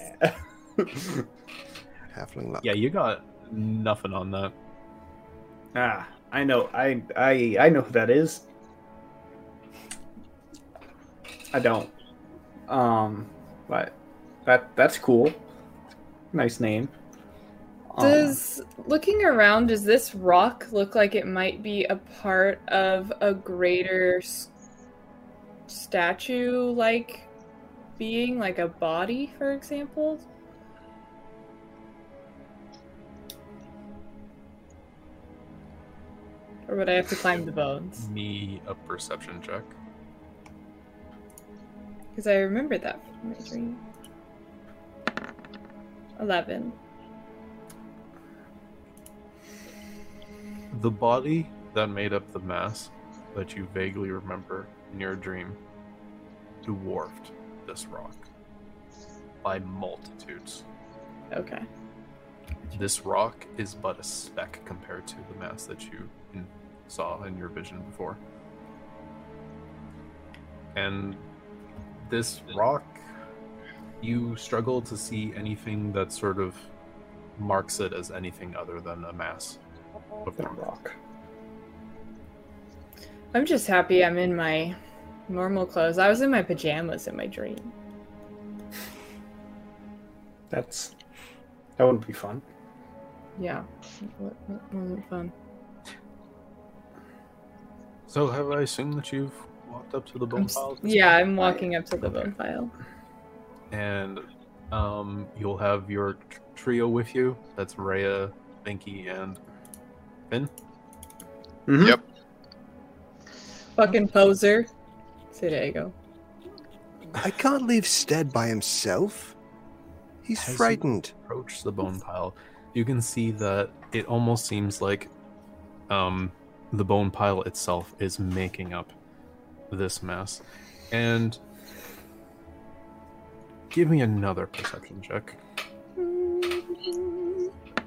Speaker 11: Halfling luck.
Speaker 1: Yeah, you got nothing on that.
Speaker 10: ah, I know. I I I know who that is. I don't. Um, but that that's cool. Nice name. Um,
Speaker 4: Does looking around, does this rock look like it might be a part of a greater s- statue like being, like a body, for example? Or would I have to climb the bones?
Speaker 1: Me a perception check.
Speaker 4: Because I remember that from my dream. 11.
Speaker 1: The body that made up the mass that you vaguely remember in your dream dwarfed this rock by multitudes.
Speaker 4: Okay.
Speaker 1: This rock is but a speck compared to the mass that you in- saw in your vision before. And this rock, you struggle to see anything that sort of marks it as anything other than a mass of
Speaker 10: That
Speaker 1: rock.
Speaker 10: rock.
Speaker 4: I'm just happy I'm in my normal clothes. I was in my pajamas in my dream.
Speaker 10: That's that wouldn't be (laughs) fun.
Speaker 4: Yeah, that that wasn't fun.
Speaker 1: So have I seen that you've walked up to the bone
Speaker 4: I'm s-
Speaker 1: pile?
Speaker 4: yeah, I'm walking up to the bone pile.
Speaker 1: And um, you'll have your t- trio with you. That's Rhea, Binky, and Finn.
Speaker 6: Mhm.
Speaker 5: Yep.
Speaker 4: Fucking poser. See, there you go.
Speaker 11: I can't leave Stead by himself. He's
Speaker 1: Has he- (laughs)
Speaker 11: frightened.
Speaker 1: Approach the bone pile. You can see that it almost seems like um, the bone pile itself is making up this mess. And give me another perception check.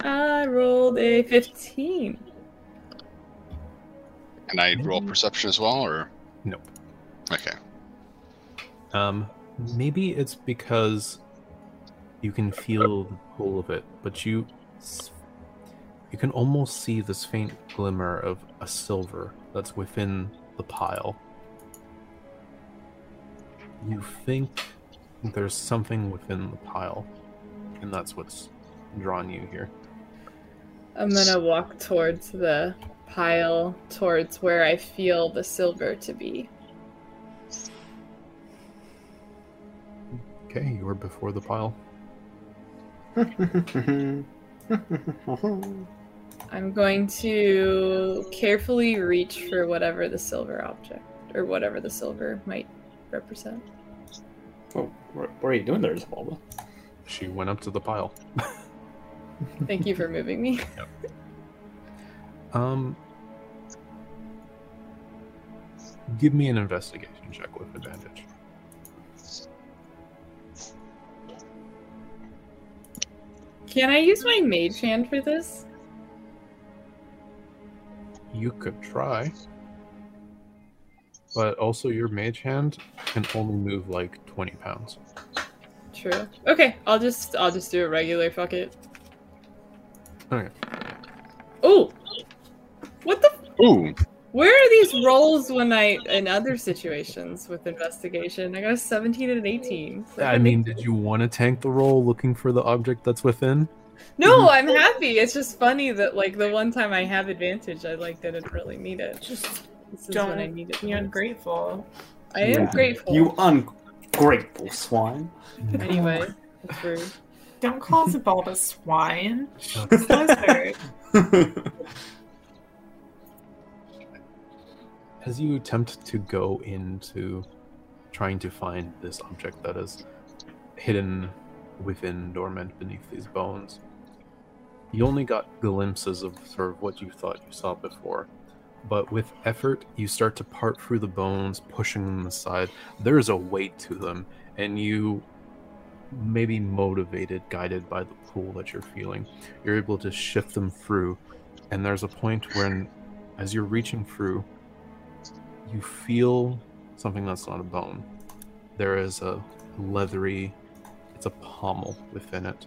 Speaker 4: I rolled a 15.
Speaker 5: And I roll perception as well, or
Speaker 1: Nope.
Speaker 5: okay.
Speaker 1: Um, maybe it's because you can feel the pull of it, but you s- you can almost see this faint glimmer of a silver that's within the pile. You think there's something within the pile, and that's what's drawn you here.
Speaker 4: I'm gonna walk towards the pile, towards where I feel the silver to be.
Speaker 1: Okay, you are before the pile.
Speaker 4: I'm going to carefully reach for whatever the silver object or whatever the silver might represent.
Speaker 10: Oh, what, what are you doing there, Zabalba?
Speaker 1: She went up to the pile.
Speaker 4: Thank
Speaker 1: (laughs)
Speaker 4: you for moving me.
Speaker 1: Um, give me an investigation check with advantage.
Speaker 4: Can I use my mage hand for this?
Speaker 1: You could try. But also, your mage hand can only move like 20 pounds.
Speaker 4: True. Okay, I'll just I'll just do a regular. Fuck it.
Speaker 1: Okay.
Speaker 4: Oh, what the?
Speaker 5: Ooh,
Speaker 4: Where are these rolls when I in other situations with investigation? I got a 17 and an 18. So
Speaker 1: I mean, did you want to tank the roll looking for the object that's within?
Speaker 4: no, I'm happy. It's just funny that like the one time I have advantage, I like didn't really need it.
Speaker 2: Just
Speaker 4: This is when I
Speaker 2: don't
Speaker 4: need it.
Speaker 2: be
Speaker 4: most.
Speaker 2: ungrateful.
Speaker 4: I am
Speaker 10: Yeah.
Speaker 4: grateful.
Speaker 10: You ungrateful swine.
Speaker 4: Anyway, that's rude.
Speaker 2: Don't call Zabalba swine.
Speaker 1: Okay.
Speaker 2: Lizard.
Speaker 1: as you attempt to go into trying to find this object that is hidden within dormant beneath these bones, you only got glimpses of sort of what you thought you saw before. But with effort, you start to part through the bones, pushing them aside. There is a weight to them, and you, maybe motivated, guided by the pull that you're feeling, you're able to shift them through. And there's a point when, as you're reaching through, you feel something that's not a bone. There is a leathery, it's a pommel within it.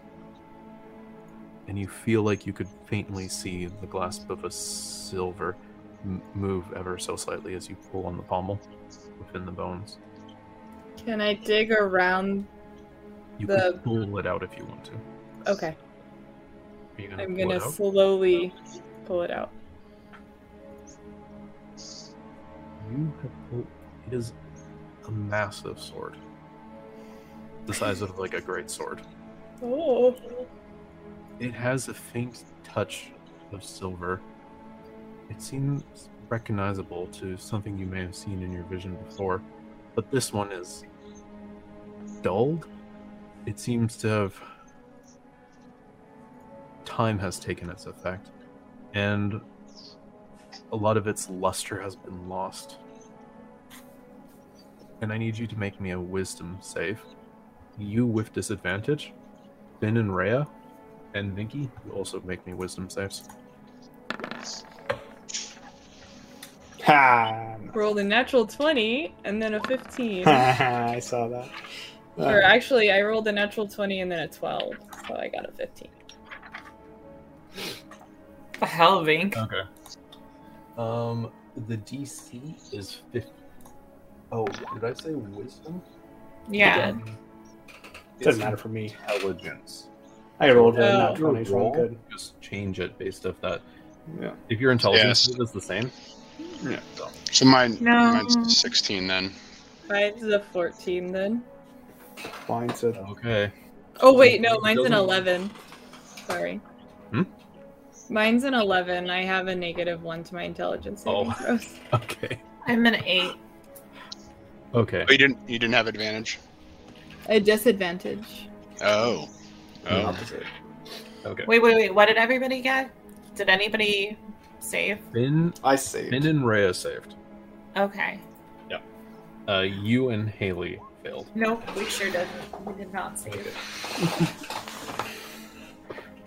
Speaker 1: And you feel like you could faintly see the grasp of a silver m- move ever so slightly as you pull on the pommel within the bones.
Speaker 4: Can I dig around?
Speaker 1: You
Speaker 4: The-
Speaker 1: can pull it out if you want to.
Speaker 4: Okay,
Speaker 1: Are you gonna
Speaker 4: I'm
Speaker 1: pull
Speaker 4: gonna
Speaker 1: it out?
Speaker 4: slowly pull it out.
Speaker 1: You have pulled. It is a massive sword, the size of like a great sword.
Speaker 4: Oh,
Speaker 1: It has a faint touch of silver. It seems recognizable to something you may have seen in your vision before, but this one is dulled. It seems to have. Time has taken its effect, and a lot of its luster has been lost. And I need you to make me a wisdom save. You with disadvantage, Ben and Rhea, and Vinky will also make me wisdom saves.
Speaker 10: Ha! (laughs)
Speaker 4: rolled a natural twenty and then a
Speaker 6: (laughs)
Speaker 4: fifteen.
Speaker 10: I saw that.
Speaker 4: Or
Speaker 10: Uh,
Speaker 4: actually, I rolled a natural 20 and then a 12, so I got a 15.
Speaker 2: The hell, Vink?
Speaker 1: Okay. Um, the DC is 50. Oh, did I say wisdom?
Speaker 2: Yeah.
Speaker 10: doesn't matter for me.
Speaker 1: Intelligence.
Speaker 10: I rolled a
Speaker 4: Oh.
Speaker 10: nat 20, so I'm
Speaker 1: Roll,
Speaker 10: good.
Speaker 1: Just change it based off that.
Speaker 6: Yeah.
Speaker 1: If your intelligence
Speaker 5: Yes.
Speaker 1: is the same,
Speaker 5: So mine,
Speaker 2: No.
Speaker 5: mine's 16 then.
Speaker 4: Mine's a 14 then.
Speaker 10: Mine's a
Speaker 1: okay. (laughs)
Speaker 4: Oh, wait, no, mine's an
Speaker 1: Doesn't-
Speaker 4: 11. Sorry.
Speaker 1: Hmm?
Speaker 4: Mine's an 11. I have a negative 1 to my intelligence. saving
Speaker 1: Oh.
Speaker 4: throws.
Speaker 1: Okay.
Speaker 2: I'm an eight.
Speaker 1: Okay.
Speaker 5: Oh, you didn't. You didn't have advantage.
Speaker 4: A disadvantage.
Speaker 5: Oh. Oh.
Speaker 10: opposite.
Speaker 1: Okay.
Speaker 2: Wait, wait, wait. What did everybody get? Did anybody save?
Speaker 1: Ben,
Speaker 10: I saved.
Speaker 1: ben and Rhea saved.
Speaker 2: Okay.
Speaker 1: Uh, you and Haley failed.
Speaker 2: Nope, we sure did. We did not save.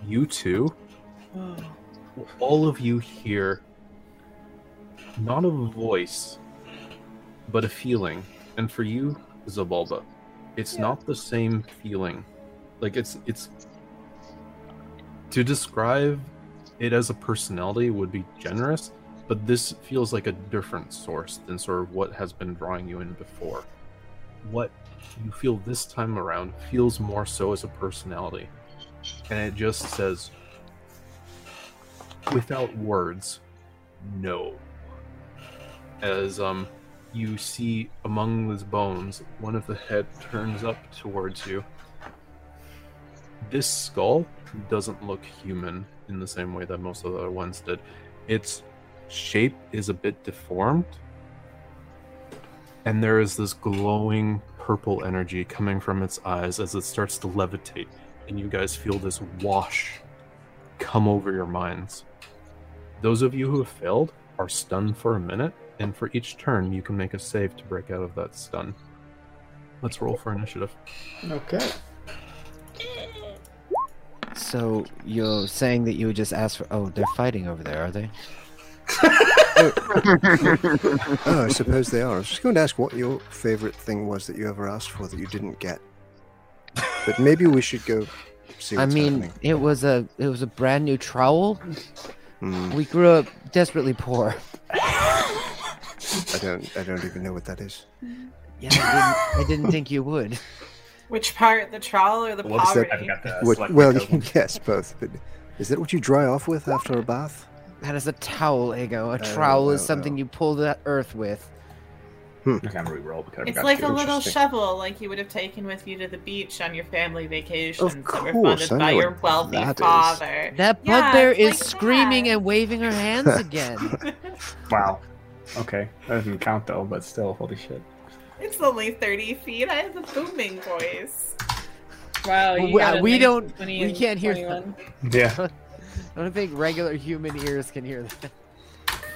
Speaker 1: You two, all of you hear not a voice, but a feeling. And for you, Zabalba, it's not the same feeling. Like it's it's to describe it as a personality would be generous, but this feels like a different source than sort of what has been drawing you in before. What you feel this time around feels more so as a personality and it just says without words no as um you see among these bones one of the head turns up towards you this skull doesn't look human in the same way that most of the other ones did its shape is a bit deformed and there is this glowing purple energy coming from its eyes as it starts to levitate and you guys feel this wash come over your minds. Those of you who have failed are stunned for a minute, and for each turn, you can make a save to break out of that stun. Let's roll for initiative.
Speaker 10: Okay.
Speaker 7: So you're saying that you would just ask for? Oh, they're fighting over there, are they?
Speaker 11: Oh, I suppose they are. I was just going to ask what your favorite thing was that you ever asked for that you didn't get. But maybe we should go see
Speaker 7: I
Speaker 11: what's
Speaker 7: mean,
Speaker 11: happening.
Speaker 7: it was a it was a brand new trowel.
Speaker 11: Hmm,
Speaker 7: We grew up desperately poor.
Speaker 11: I don't. I don't even know what that is.
Speaker 7: (laughs) Yeah, I didn't, I didn't think you would.
Speaker 2: Which part? The trowel or the
Speaker 6: What is that?
Speaker 2: poverty?
Speaker 6: I've got
Speaker 11: (laughs)
Speaker 6: the
Speaker 11: What-
Speaker 6: select
Speaker 11: well,
Speaker 6: code.
Speaker 11: yes, both. But is that what you dry off with after a bath?
Speaker 7: That is a towel, Ego. A
Speaker 11: Oh,
Speaker 7: trowel is
Speaker 11: oh,
Speaker 7: something
Speaker 11: oh.
Speaker 7: you pull the earth with.
Speaker 6: Okay, I'm gonna reroll because I've
Speaker 2: It's
Speaker 6: got
Speaker 2: like
Speaker 6: two.
Speaker 2: a little
Speaker 11: Interesting.
Speaker 2: shovel, like you would have taken with you to the beach on your family vacations
Speaker 11: Of
Speaker 2: that were
Speaker 11: course,
Speaker 2: funded
Speaker 11: I
Speaker 2: by
Speaker 11: know
Speaker 2: your
Speaker 11: what
Speaker 2: wealthy
Speaker 11: that is.
Speaker 2: father.
Speaker 7: That
Speaker 2: Yeah,
Speaker 7: bugbear
Speaker 2: it's
Speaker 7: is
Speaker 2: like
Speaker 7: screaming (laughs)
Speaker 2: that.
Speaker 7: and waving her hands again.
Speaker 6: Wow. Okay, that doesn't count though, but still, holy shit.
Speaker 2: It's only 30 feet. I have a booming voice.
Speaker 4: Wow, you
Speaker 7: We-
Speaker 4: got a
Speaker 7: we
Speaker 4: nice
Speaker 7: don't-
Speaker 4: 20
Speaker 7: we
Speaker 4: and
Speaker 7: can't hear
Speaker 4: 21.
Speaker 6: Yeah.
Speaker 7: I don't think regular human ears can hear that.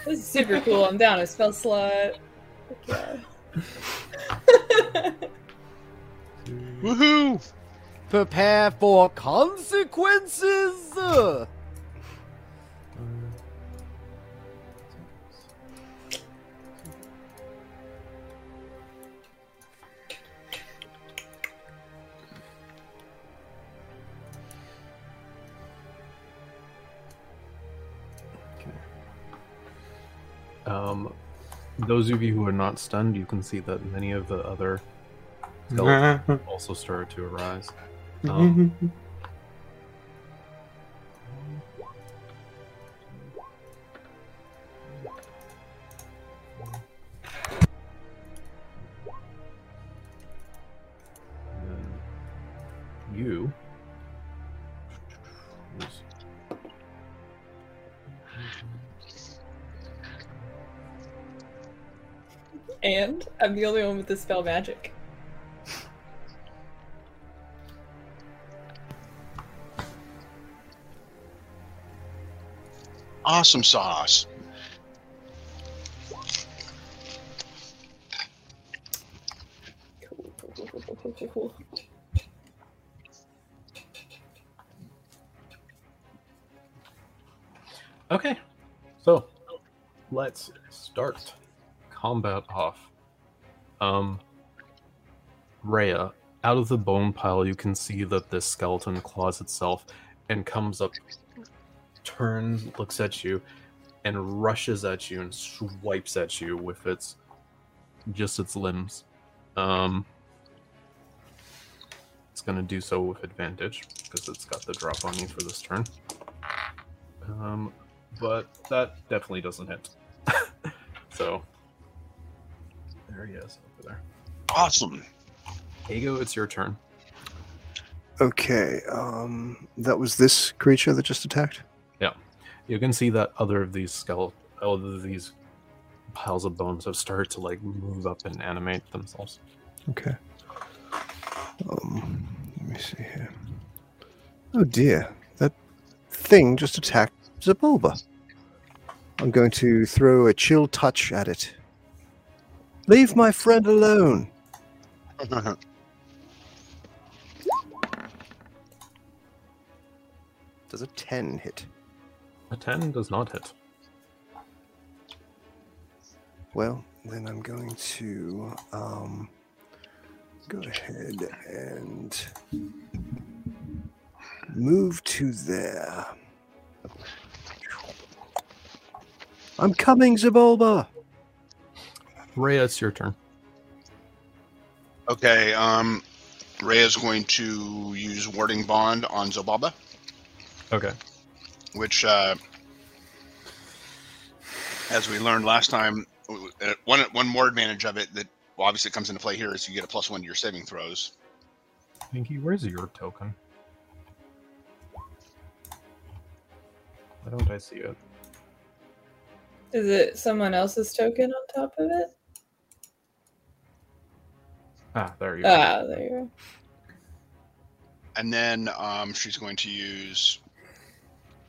Speaker 4: This is super cool. I'm down a spell slot. Heck yeah.
Speaker 5: Woohoo!
Speaker 7: Prepare for consequences. Ugh.
Speaker 1: Um, those of you who are not stunned, you can see that many of the other skeletons
Speaker 6: (laughs) Mhm.
Speaker 1: also start to arise.
Speaker 10: Mm-hmm.
Speaker 1: Um, and then you.
Speaker 4: and I'm the only one with the spell magic.
Speaker 5: Awesome sauce.
Speaker 4: Cool, cool, cool, cool, cool, cool, cool.
Speaker 1: Okay, so let's start combat off. Um, Rhea, out of the bone pile, you can see that this skeleton claws itself and comes up, turns, looks at you, and rushes at you and swipes at you with its just its limbs. Um, it's gonna do so with advantage because it's got the drop on you for this turn. Um, but that definitely doesn't hit. (laughs) so there he is over there.
Speaker 5: Awesome.
Speaker 1: Hago, it's your turn.
Speaker 11: Okay, um, that was this creature that just attacked.
Speaker 1: You can see that other of these skull, other of these piles of bones have started to like move up and animate themselves.
Speaker 11: Okay. Um, let me see here. Oh dear, that thing just attacked Zabulba. I'm going to throw a chill touch at it. Leave my friend alone. Does a 10 hit?
Speaker 1: A ten does not hit.
Speaker 11: Well, then I'm going to um, go ahead and move to there. I'm coming, Zabolba.
Speaker 1: Rhea, it's your turn.
Speaker 5: Okay, um, Ray is going to use Warding Bond on Zobaba,
Speaker 1: Okay.
Speaker 5: which, uh, as we learned last time, w- uh, one one more advantage of it that well, obviously comes into play here is you get a plus one to your saving throws.
Speaker 1: Pinky, where's your token? Why don't I see it?
Speaker 4: Is it someone else's token on top of it?
Speaker 1: Ah, there you go.
Speaker 4: Ah, there you go.
Speaker 5: And then um, she's going to use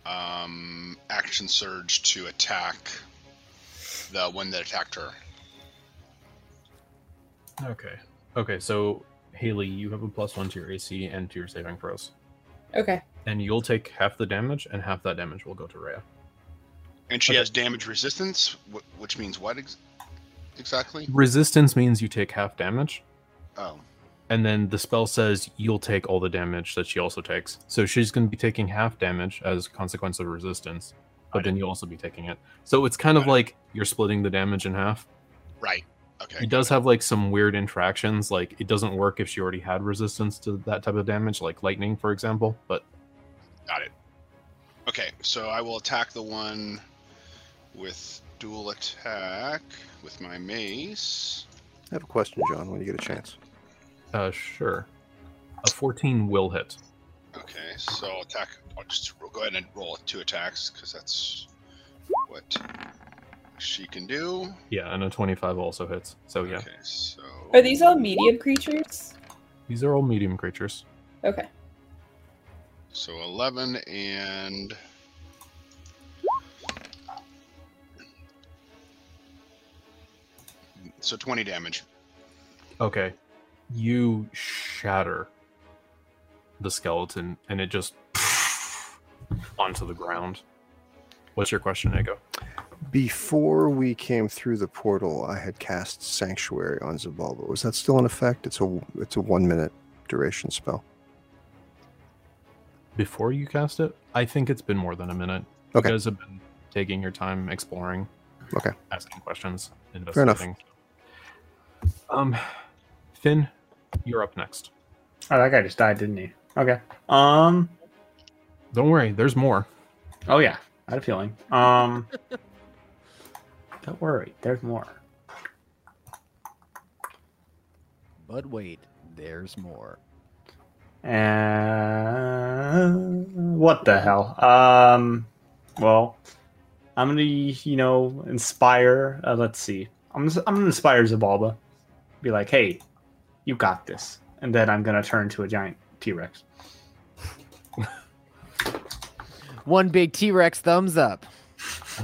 Speaker 5: um, Action Surge to attack the one that attacked her.
Speaker 1: Okay. Okay, so Haley, you have a plus one to your AC and to your saving throws.
Speaker 4: Okay.
Speaker 1: and you'll take half the damage, and half that damage will go to Rhea.
Speaker 5: And she
Speaker 1: Okay.
Speaker 5: has damage resistance, wh- which means what ex- exactly?
Speaker 1: Resistance means you take half damage,
Speaker 5: Oh,
Speaker 1: and then the spell says you'll take all the damage that she also takes. So she's going to be taking half damage as consequence of resistance, but then you'll also be taking it. So it's kind of
Speaker 5: Got it.
Speaker 1: like you're splitting the damage in half.
Speaker 5: right. Okay.
Speaker 1: It does have like some weird interactions, like it doesn't work if she already had resistance to that type of damage, like lightning, for example. But
Speaker 5: Okay, so I will attack the one with dual attack with my mace.
Speaker 11: I have a question, John, when you get a chance.
Speaker 1: uh, sure, a 14 will hit.
Speaker 5: Okay, so I'll attack. I'll just ro- go ahead and roll two attacks because that's what I she can do.
Speaker 1: Yeah, and a 25 also hits. So Oh, yeah,
Speaker 5: Okay, so
Speaker 4: Are these all medium creatures?
Speaker 1: these are all medium creatures.
Speaker 4: Okay.
Speaker 5: so eleven and so twenty damage.
Speaker 1: Okay, you shatter the skeleton, and it just (laughs) onto the ground. What's your question, Ego?
Speaker 11: Before we came through the portal, I had cast Sanctuary on Zabalba. Was that still in effect? It's a it's a one minute duration spell.
Speaker 1: Before you cast it, I think it's been more than a minute.
Speaker 11: Okay.
Speaker 1: You guys have been taking your time exploring,
Speaker 11: Okay.
Speaker 1: asking questions,
Speaker 11: enough.
Speaker 1: investigating. Um, Finn, you're up next.
Speaker 6: Oh, that guy just died, didn't he? Okay. Um.
Speaker 1: Don't worry, there's more.
Speaker 6: Oh yeah, I had a feeling. Um. don't worry, there's more.
Speaker 12: But wait, there's more.
Speaker 6: And what the hell? Um. Well, I'm gonna you know inspire. Uh, let's see. I'm gonna- I'm gonna inspire Zabalba. Be like, hey, you got this. And then I'm gonna turn to a giant T Rex.
Speaker 7: One big T Rex thumbs up.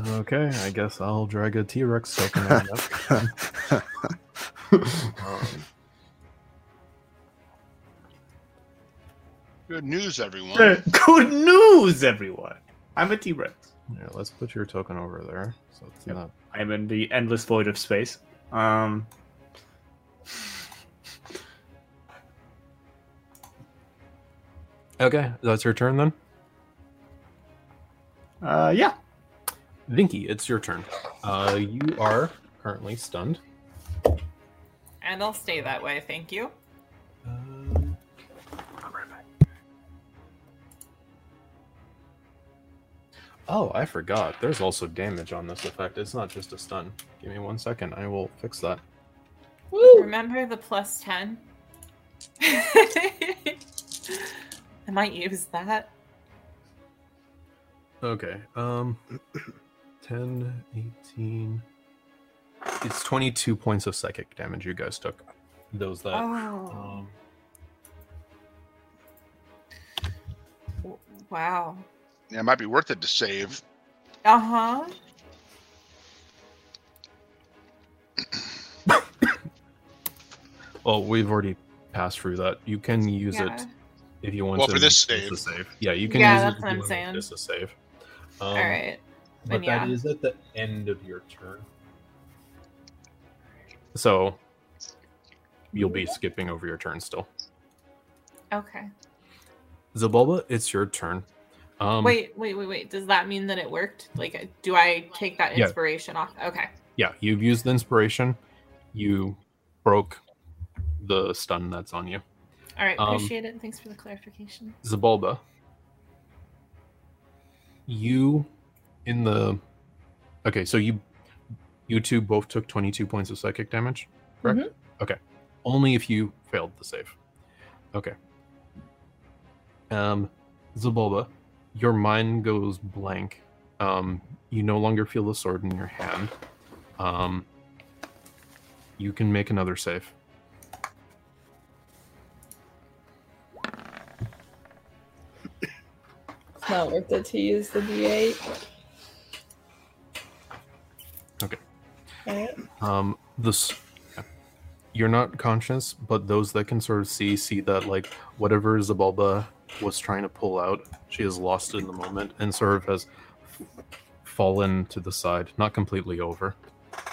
Speaker 1: Okay, I guess I'll drag a T Rex token.
Speaker 11: (laughs)
Speaker 1: Um,
Speaker 5: Good news, everyone.
Speaker 6: (laughs) Good news, everyone. I'm a T Rex.
Speaker 1: Here, let's put your token over there. So it's
Speaker 6: Yep.
Speaker 1: not.
Speaker 6: I'm in the endless void of space. Um.
Speaker 1: Okay, that's your turn then.
Speaker 6: Uh. Yeah.
Speaker 1: Vinky, it's your turn. Uh, you are currently stunned.
Speaker 2: And I'll stay that way, thank you.
Speaker 1: Um, Oh, I forgot. There's also damage on this effect. It's not just a stun. Give me one second. I will fix that.
Speaker 4: Woo!
Speaker 2: Remember the plus (laughs) 10? I might use that.
Speaker 1: Okay. Um (clears throat) 10, 18. It's 22 points of psychic damage you guys took. Those that
Speaker 2: Oh,
Speaker 1: um
Speaker 2: w- wow.
Speaker 5: Yeah, it might be worth it to save.
Speaker 2: Uh huh.
Speaker 1: well, we've already passed through that. You can use it
Speaker 2: Yeah.
Speaker 1: if you want
Speaker 5: Well,
Speaker 1: to.
Speaker 5: for this
Speaker 1: make this a save. Yeah, you can
Speaker 2: Yeah,
Speaker 1: use it
Speaker 2: that's
Speaker 1: if
Speaker 2: what
Speaker 1: you
Speaker 2: I'm
Speaker 1: want to make
Speaker 2: saying.
Speaker 1: this a save. Um,
Speaker 2: All right.
Speaker 1: But
Speaker 2: Then
Speaker 1: that
Speaker 2: yeah.
Speaker 1: is at the end of your turn. So you'll be skipping over your turn still.
Speaker 2: Okay.
Speaker 1: Zabulba, it's your turn. Um,
Speaker 2: wait, wait, wait, wait. Does that mean that it worked? Like, uh, do I take that
Speaker 1: Yeah.
Speaker 2: inspiration off? Okay.
Speaker 1: Yeah, you've used the inspiration. You broke the stun that's on you.
Speaker 2: All right.
Speaker 1: Um,
Speaker 2: Appreciate it. Thanks for the clarification.
Speaker 1: Zabulba, you in the okay, so you you two both took twenty two points of psychic damage, correct? Okay, only if you failed the save. Okay. Um, Zabulba, your mind goes blank. Um, you no longer feel the sword in your hand. Um, you can make another save.
Speaker 4: It's not worth it to use the D8.
Speaker 1: Okay.
Speaker 4: Alright.
Speaker 1: Um, this you're not conscious, but those that can sort of see see that like whatever Zabalba was trying to pull out, she has lost it in the moment and sort of has fallen to the side, not completely over.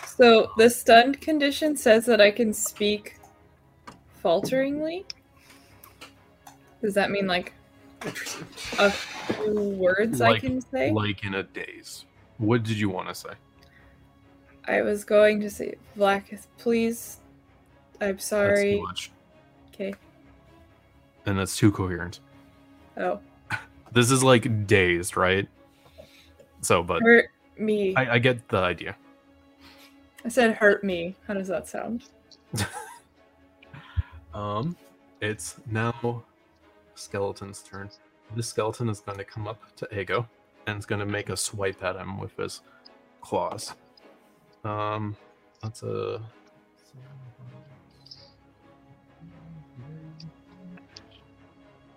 Speaker 4: So the stunned condition says that I can speak falteringly. Does that mean like a few words I
Speaker 1: Like-
Speaker 4: can say?
Speaker 1: Like in a daze. What did you want to say?
Speaker 4: I was going to say, Blacketh, please. I'm
Speaker 1: That's too
Speaker 4: sorry.
Speaker 1: much.
Speaker 4: Okay.
Speaker 1: And that's too coherent.
Speaker 4: Oh,
Speaker 1: This is like dazed, right? So but
Speaker 4: hurt me. I,
Speaker 1: I, I get the idea.
Speaker 4: said hurt me. How does that sound?
Speaker 1: Um, it's now Skeleton's turn. This skeleton is going to come up to Ego and is going to make a swipe at him with his claws. Um, that's a.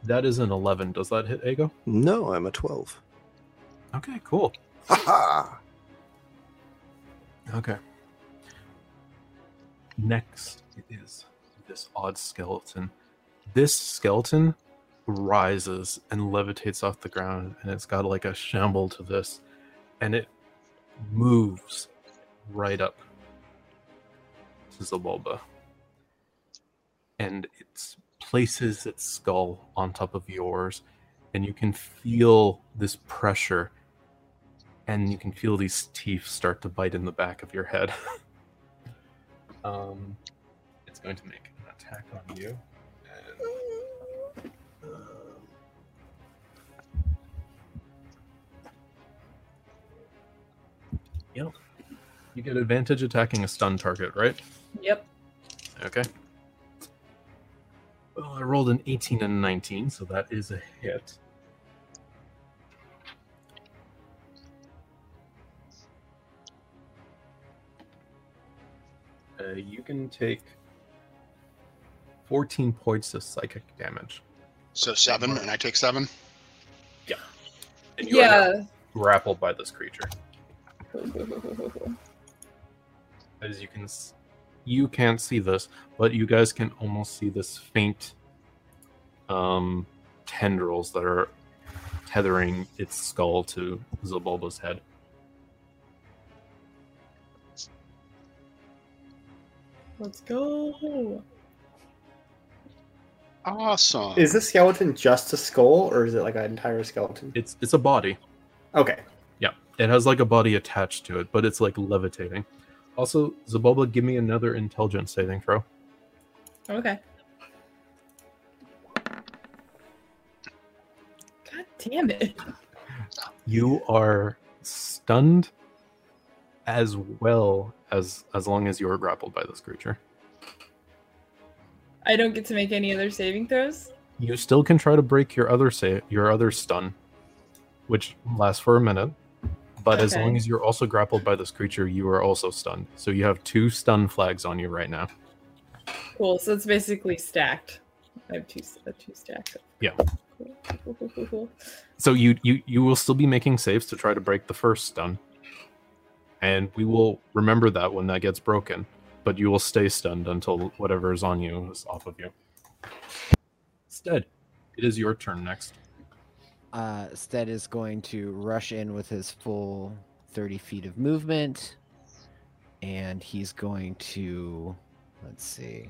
Speaker 1: That is an 11. Does that hit Ego?
Speaker 11: No, I'm a 12.
Speaker 1: Okay, cool.
Speaker 11: Ha ha!
Speaker 1: Okay. Next it is this odd skeleton. This skeleton rises and levitates off the ground, and it's got like a shamble to this, and it moves right up to Zabulba. And it places its skull on top of yours, and you can feel this pressure, and you can feel these teeth start to bite in the back of your head. (laughs) um, it's going to make an attack on you. and, um, Yep. You get advantage attacking a stun target, right?
Speaker 8: Yep.
Speaker 1: Okay. Well, I rolled an 18 and a 19, so that is a hit. Uh, you can take 14 points of psychic damage.
Speaker 5: So seven, and I take seven.
Speaker 1: And you are
Speaker 4: Yeah.
Speaker 1: grappled by this creature. as you can s- you can't see this but you guys can almost see this faint um tendrils that are tethering its skull to Zabulba's head
Speaker 4: (laughs) Let's go.
Speaker 5: Awesome.
Speaker 10: Is this skeleton just a skull, or is it like an entire skeleton?
Speaker 1: it's it's a body
Speaker 10: Okay.
Speaker 1: it has like a body attached to it but it's like levitating also Zabulba give me another intelligence saving throw
Speaker 4: Okay. God damn it.
Speaker 1: you are stunned as well as as long as you are grappled by this creature
Speaker 4: I don't get to make any other saving throws.
Speaker 1: you still can try to break your other say your other stun which lasts for a minute but as
Speaker 4: Okay.
Speaker 1: long as you're also grappled by this creature you are also stunned so you have two stun flags on you right now
Speaker 4: Cool. So it's basically stacked. I have two, uh, two stacked.
Speaker 1: Yeah.
Speaker 4: Cool, cool, cool, cool, cool.
Speaker 1: so you you you will still be making saves to try to break the first stun and we will remember that when that gets broken but you will stay stunned until whatever is on you is off of you instead it is your turn next
Speaker 7: Uh, Stead is going to rush in with his full 30 feet of movement. And he's going to. Let's see.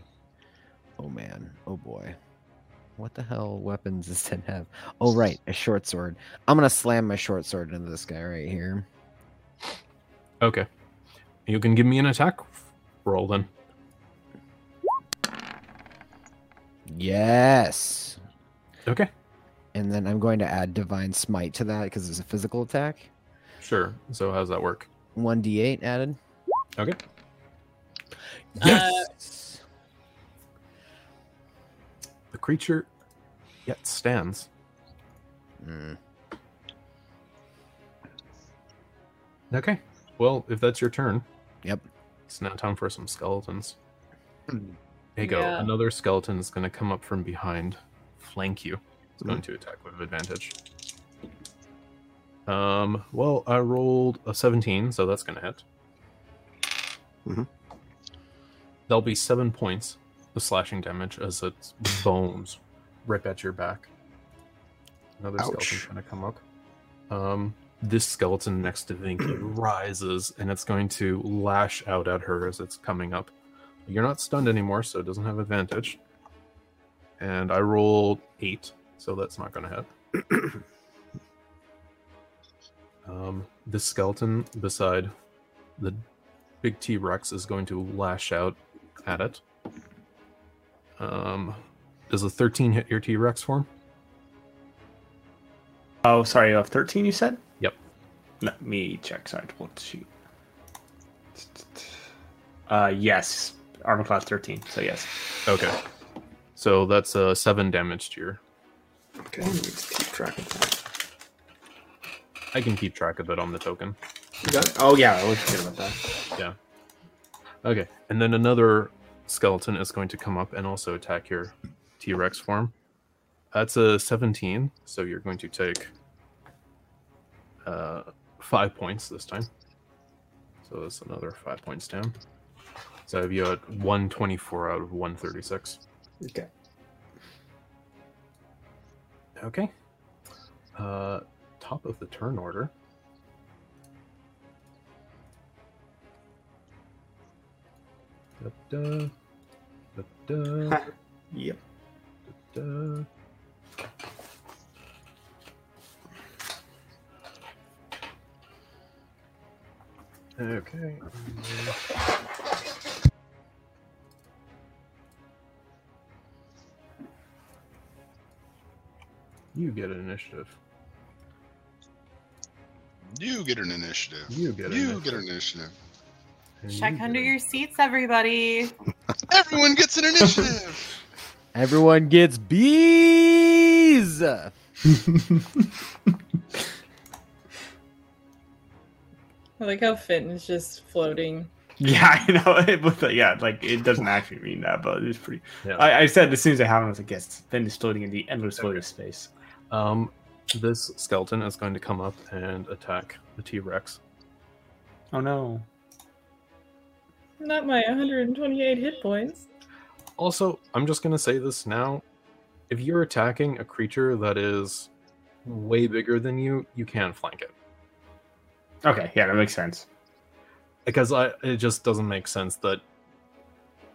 Speaker 7: Oh man. Oh boy. What the hell weapons does Stead have? Oh, right. A short sword. I'm going to slam my short sword into this guy right here.
Speaker 1: okay you can give me an attack roll then
Speaker 7: Yes.
Speaker 1: okay
Speaker 7: And then I'm going to add Divine Smite to that because it's a physical attack.
Speaker 1: Sure. So how does that work?
Speaker 7: 1d8 added.
Speaker 1: Okay.
Speaker 7: Yes.
Speaker 1: The creature yet stands.
Speaker 7: Mm.
Speaker 1: Okay. Well, if that's your turn.
Speaker 7: Yep.
Speaker 1: It's now time for some (clears throat) skeletons. Ego,
Speaker 4: Yeah.
Speaker 1: another skeleton is going to come up from behind, flank you. It's going to attack with advantage. Um. Well, I rolled a 17, so that's going to hit.
Speaker 11: Mhm.
Speaker 1: There'll be seven points of slashing damage as its bones rip at your back. Another skeleton's
Speaker 11: Ouch.
Speaker 1: going to come up. Um, this skeleton next to Vinky rises, and it's going to lash out at her as it's coming up. You're not stunned anymore, so it doesn't have advantage. And I rolled eight, so that's not going to hit. um, this skeleton beside the big T Rex is going to lash out at it. Um, does a 13 hit your T Rex form?
Speaker 6: Oh, sorry, you have 13, you said?
Speaker 1: Yep.
Speaker 6: Let me check. Sorry, to pull the sheet. Uh, yes. Armor class 13, so yes.
Speaker 1: Okay. So that's uh, seven damage to your.
Speaker 6: Okay, let me just keep track of that.
Speaker 1: I can keep track of it on the token.
Speaker 6: You got it? Oh, yeah, I was forget about that.
Speaker 1: Yeah. Okay, and then another skeleton is going to come up and also attack your T Rex form. That's a 17, so you're going to take uh, five points this time. So that's another five points down. So I have you at 124 out of 136.
Speaker 10: Okay.
Speaker 1: Okay. Uh, top of the turn order. Da-da, da-da,
Speaker 10: Yep.
Speaker 1: da-da. Okay. You get an initiative.
Speaker 5: You get an initiative.
Speaker 1: You get an
Speaker 5: You
Speaker 1: initiative.
Speaker 5: get an initiative.
Speaker 1: and you
Speaker 2: Check
Speaker 1: get
Speaker 2: under
Speaker 1: an-
Speaker 2: your seats, everybody.
Speaker 5: Everyone gets
Speaker 1: (laughs)
Speaker 5: an initiative.
Speaker 7: Everyone gets bees.
Speaker 4: I like how Finn is just floating.
Speaker 6: (laughs) Yeah, I know. It was like, yeah, like it
Speaker 1: (laughs)
Speaker 6: doesn't actually mean that, but it's pretty.
Speaker 1: Yeah.
Speaker 6: I, I said as soon as I have it, I was like, yes, Finn is floating in the endless void of space.
Speaker 1: Um, this skeleton is going to come up and attack the T Rex.
Speaker 6: Oh no.
Speaker 4: Not my 128 hit points.
Speaker 1: Also, I'm just going to say this now. If you're attacking a creature that is way bigger than you, you can flank it.
Speaker 6: Okay, yeah, that makes sense.
Speaker 1: Because I, it just doesn't make sense that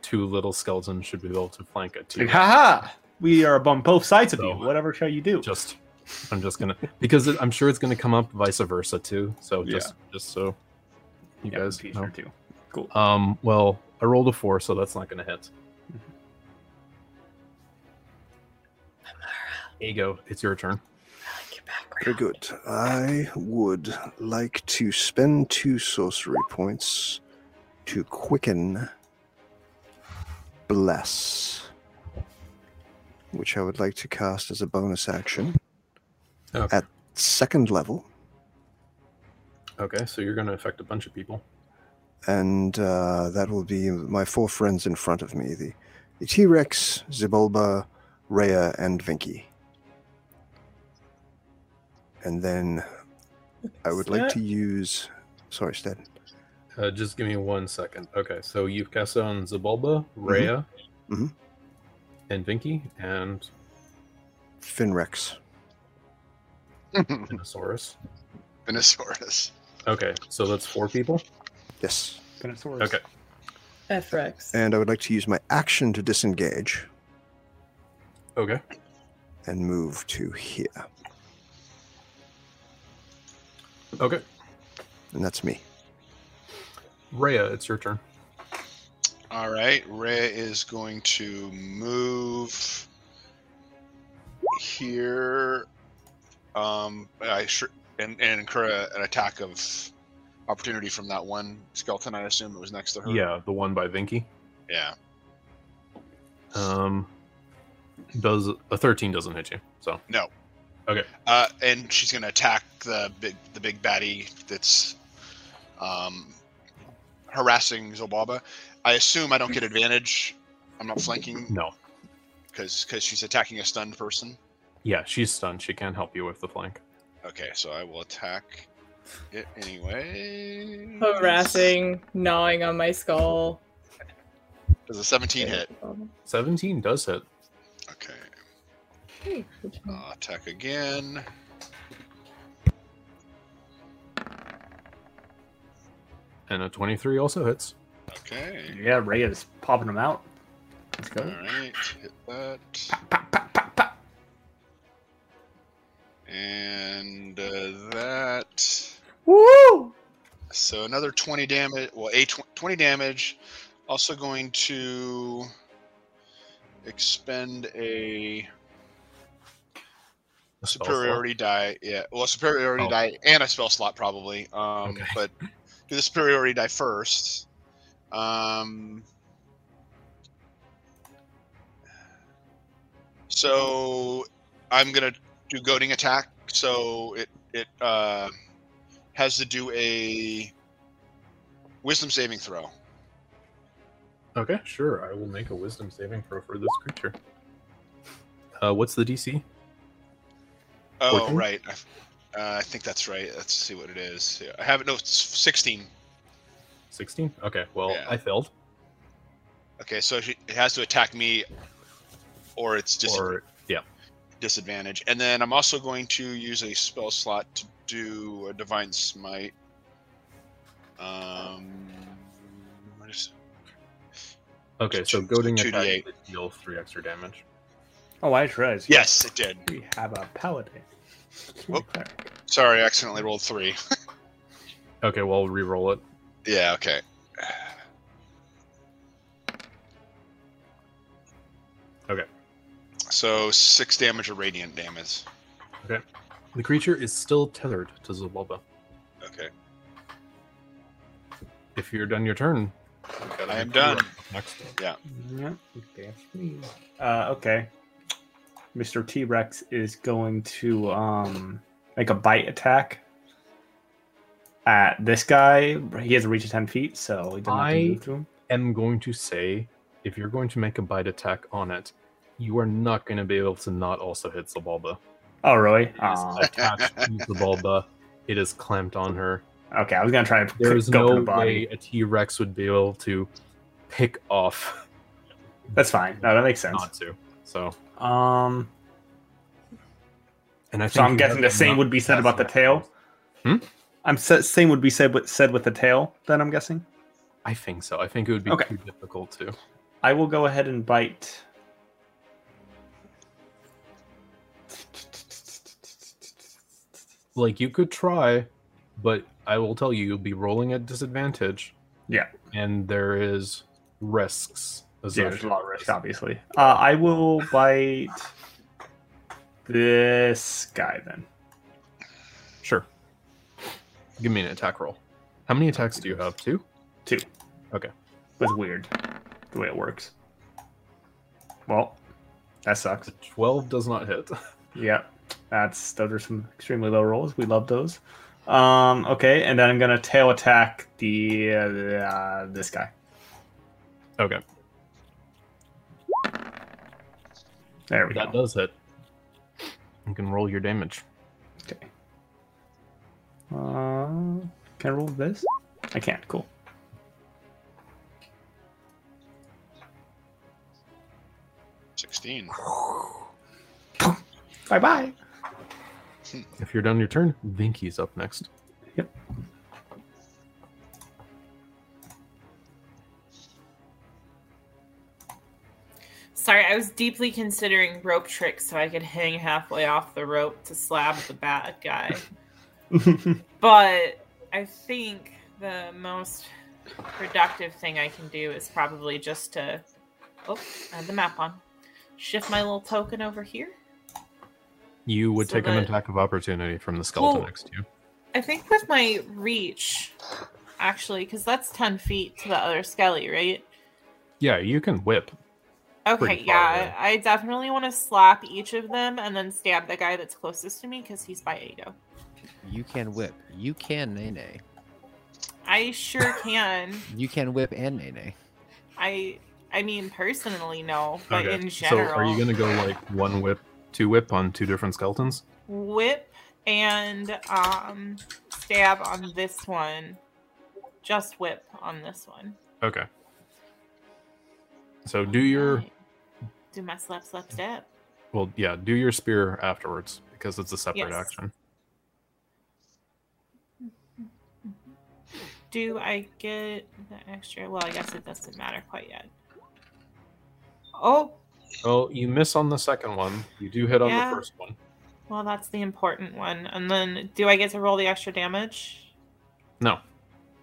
Speaker 1: two little skeletons should be able to flank a T
Speaker 6: Like,
Speaker 1: Rex.
Speaker 6: haha, we are on both sides of you.
Speaker 1: So-
Speaker 6: Whatever shall you do?
Speaker 1: Just, I'm just going to, because it, I'm sure it's going to come up vice versa too. So just, just so you
Speaker 6: Yeah,
Speaker 1: guys
Speaker 6: peace
Speaker 1: know.
Speaker 6: or two. Cool.
Speaker 1: Um, well, I rolled a four, so that's not going to hit.
Speaker 6: Mm-hmm.
Speaker 1: Ego, it's your turn.
Speaker 11: Very good. I would like to spend two sorcery points to quicken Bless, which I would like to cast as a bonus action.
Speaker 1: Okay.
Speaker 11: At second level,
Speaker 1: Okay, so you're going to affect a bunch of people.
Speaker 11: and uh, that will be my four friends in front of me the, the T Rex, Zibolba, Rhea, and Vinky. And then I would like to use. Sorry, Stead.
Speaker 1: Uh, just give me one second. Okay, so you've cast on Zabulba, Rhea,
Speaker 11: Mhm.
Speaker 1: and Vinky, and
Speaker 11: Finrex.
Speaker 1: Dinosaurus.
Speaker 5: Venusaurus.
Speaker 1: Okay, so that's four people.
Speaker 11: Yes.
Speaker 6: Venusaurus.
Speaker 1: Okay.
Speaker 4: F Rex.
Speaker 11: And I would like to use my action to disengage
Speaker 1: Okay.
Speaker 11: and move to here.
Speaker 1: Okay.
Speaker 11: And that's me.
Speaker 1: Rhea, it's your turn.
Speaker 5: All right, Ray is going to move here. Um, I sh- and and incur a, an attack of opportunity from that one skeleton. I assume it was next to her.
Speaker 1: Yeah, the one by Vinky.
Speaker 5: Yeah.
Speaker 1: Um, does a thirteen doesn't hit you? So
Speaker 5: Uh, and she's going to attack the big the big baddie that's um, harassing Zobaba. I assume I don't get advantage. I'm not flanking
Speaker 1: no.
Speaker 5: because because she's attacking a stunned person.
Speaker 1: Yeah, she's stunned. She can't help you with the flank.
Speaker 5: Okay, so I will attack it anyway.
Speaker 4: Harassing, gnawing on my skull. Oh,
Speaker 5: Does a 17 hit?
Speaker 1: Seventeen does hit.
Speaker 5: Okay, I'll attack again.
Speaker 1: And a 23 also hits.
Speaker 5: Okay,
Speaker 6: Yeah, Ray is popping them out. Let's
Speaker 5: all
Speaker 6: go.
Speaker 5: right, hit that.
Speaker 6: Pop, pop, pop, pop.
Speaker 5: And uh, that.
Speaker 6: Woo!
Speaker 5: So another 20 damage. Well, a tw- 20 damage. Also going to expend a
Speaker 1: A spell slot.
Speaker 5: superiority die. Yeah. Well, a superiority
Speaker 1: Oh.
Speaker 5: die and a spell slot probably. Um,
Speaker 1: Okay.
Speaker 5: But do the superiority die first. Um, so I'm gonna do goading attack. So it it uh, has to do a wisdom saving throw.
Speaker 1: Okay, sure. I will make a wisdom saving throw for this creature. Uh, what's the DC?
Speaker 5: Oh,
Speaker 1: 14?
Speaker 5: right. I, uh, I think that's right. Let's see what it is. Yeah, I have it. No, it's 16.
Speaker 1: 16? Okay, well,
Speaker 5: Yeah.
Speaker 1: I failed.
Speaker 5: Okay, so she, it has to attack me, or it's dis-
Speaker 1: Or, yeah.
Speaker 5: disadvantage. And then I'm also going to use a spell slot to do a divine smite. Um, what is-
Speaker 1: Okay, so
Speaker 5: Two-
Speaker 1: goading
Speaker 5: two
Speaker 1: attack
Speaker 5: D8.
Speaker 1: would deal 3 extra damage.
Speaker 6: Oh, I tried.
Speaker 5: yes, it did.
Speaker 6: We have a paladin.
Speaker 5: Whoop. Sorry, I accidentally rolled three.
Speaker 1: Okay, well, re-roll it.
Speaker 5: Yeah. Okay.
Speaker 1: Okay.
Speaker 5: So six damage or radiant damage.
Speaker 1: The creature is still tethered to Zabulba.
Speaker 5: Okay.
Speaker 1: If you're done your turn,
Speaker 5: I am done.
Speaker 1: next.
Speaker 6: Yep. Okay. Uh, okay. Mr. T Rex is going to um make a bite attack at this guy. He has a reach of ten feet, so he doesn't have
Speaker 1: I-
Speaker 6: to move to him.
Speaker 1: am going to say if you're going to make a bite attack on it, you are not going to be able to not also hit Zabalba.
Speaker 6: Oh, really?
Speaker 1: It is
Speaker 6: Aw,
Speaker 1: attached to Zabalba. It is clamped on her.
Speaker 6: okay, I was gonna try and
Speaker 1: There is
Speaker 6: go for
Speaker 1: no
Speaker 6: the body.
Speaker 1: way a T Rex would be able to pick off
Speaker 6: That's fine. No, that makes sense.
Speaker 1: Natsu. So,
Speaker 6: Um,
Speaker 1: and I
Speaker 6: So I'm
Speaker 1: you
Speaker 6: guessing
Speaker 1: have
Speaker 6: the same
Speaker 1: not
Speaker 6: would be said about the
Speaker 1: cast
Speaker 6: tail?
Speaker 1: that.
Speaker 6: I'm sa- same would be said with said with the tail. Then I'm guessing.
Speaker 1: I think so. I think it would be
Speaker 6: Okay.
Speaker 1: too difficult to.
Speaker 6: I will go ahead and bite.
Speaker 1: Like you could try, but I will tell you, you'll be rolling at disadvantage.
Speaker 6: Yeah.
Speaker 1: and there is risks.
Speaker 6: Yeah, there's a
Speaker 1: associated
Speaker 6: lot of
Speaker 1: with
Speaker 6: risk,
Speaker 1: this.
Speaker 6: obviously. Uh, I will bite this guy then.
Speaker 1: Sure. Give me an attack roll. How many attacks do you have? Two?
Speaker 6: Two.
Speaker 1: Okay.
Speaker 6: That's weird, the way it works. Well, that sucks.
Speaker 1: 12 does not hit.
Speaker 6: Yep. That's those are some extremely low rolls. We love those. Um, okay, and then I'm gonna tail attack the uh, this guy.
Speaker 1: Okay.
Speaker 6: There we
Speaker 1: That
Speaker 6: go.
Speaker 1: does hit. You can roll your damage.
Speaker 6: Okay. Uh, can I roll this? I can't. Cool.
Speaker 5: Sixteen.
Speaker 6: Bye bye.
Speaker 1: If you're done your turn, Vinky's up next.
Speaker 2: Sorry, I was deeply considering rope tricks so I could hang halfway off the rope to slab the bad
Speaker 4: (laughs)
Speaker 2: guy. but I think the most productive thing I can do is probably just to. Oh, I had the map on. Shift my little token over here.
Speaker 1: You would
Speaker 2: So
Speaker 1: take an
Speaker 2: that-
Speaker 1: attack of opportunity from the skeleton
Speaker 2: Cool.
Speaker 1: next to you.
Speaker 2: I think with my reach, actually, because that's 10 feet to the other skelly, right?
Speaker 1: Yeah, you can whip.
Speaker 2: Okay,
Speaker 1: pretty far
Speaker 2: yeah,
Speaker 1: away.
Speaker 2: I definitely want to slap each of them and then stab the guy that's closest to me because he's by Ado.
Speaker 7: You can whip. You can nene.
Speaker 2: I sure
Speaker 1: (laughs)
Speaker 2: can.
Speaker 7: You can whip and nene.
Speaker 2: I, I mean, personally, no, but in
Speaker 1: So
Speaker 2: general,
Speaker 1: are you going to go like one whip, two whip on two different skeletons?
Speaker 2: whip and um stab on this one, just whip on this one.
Speaker 1: Okay. So do your
Speaker 2: Alright. do my slap, slap, stab.
Speaker 1: well, yeah, do your spear afterwards because it's a separate
Speaker 2: Yes.
Speaker 1: action.
Speaker 2: Do I get the extra? Well, I guess it doesn't matter quite yet. Oh,
Speaker 1: Oh, you miss on the second one. You do hit on
Speaker 2: Yeah.
Speaker 1: the first one.
Speaker 2: Well, that's the important one. And then, do I get to roll the extra damage?
Speaker 1: No,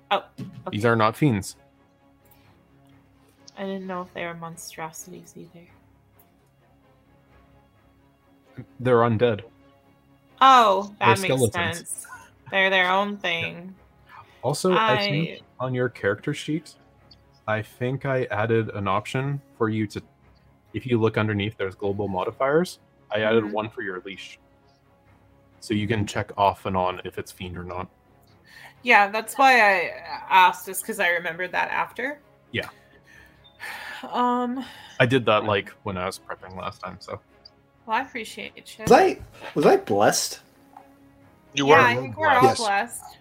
Speaker 2: Oh,
Speaker 1: these are not fiends.
Speaker 2: I didn't know if they were monstrosities either.
Speaker 1: They're undead.
Speaker 2: Oh, that
Speaker 1: They're
Speaker 2: makes
Speaker 1: skeletons.
Speaker 2: sense. They're their own thing.
Speaker 1: Also, I... think
Speaker 2: I
Speaker 1: on your character sheet, I think I added an option for you to, if you look underneath, there's global modifiers. I added
Speaker 2: Mhm.
Speaker 1: one for your leash, so you can check off and on if it's fiend or not.
Speaker 2: yeah, that's why I asked, is because I remembered that after.
Speaker 1: Yeah.
Speaker 2: Um,
Speaker 1: I did that like when I was prepping last time, so
Speaker 2: well, I appreciate it. Chip.
Speaker 10: Was I was I blessed?
Speaker 5: You
Speaker 2: yeah,
Speaker 5: were.
Speaker 2: I think we're all
Speaker 11: Yes.
Speaker 2: blessed.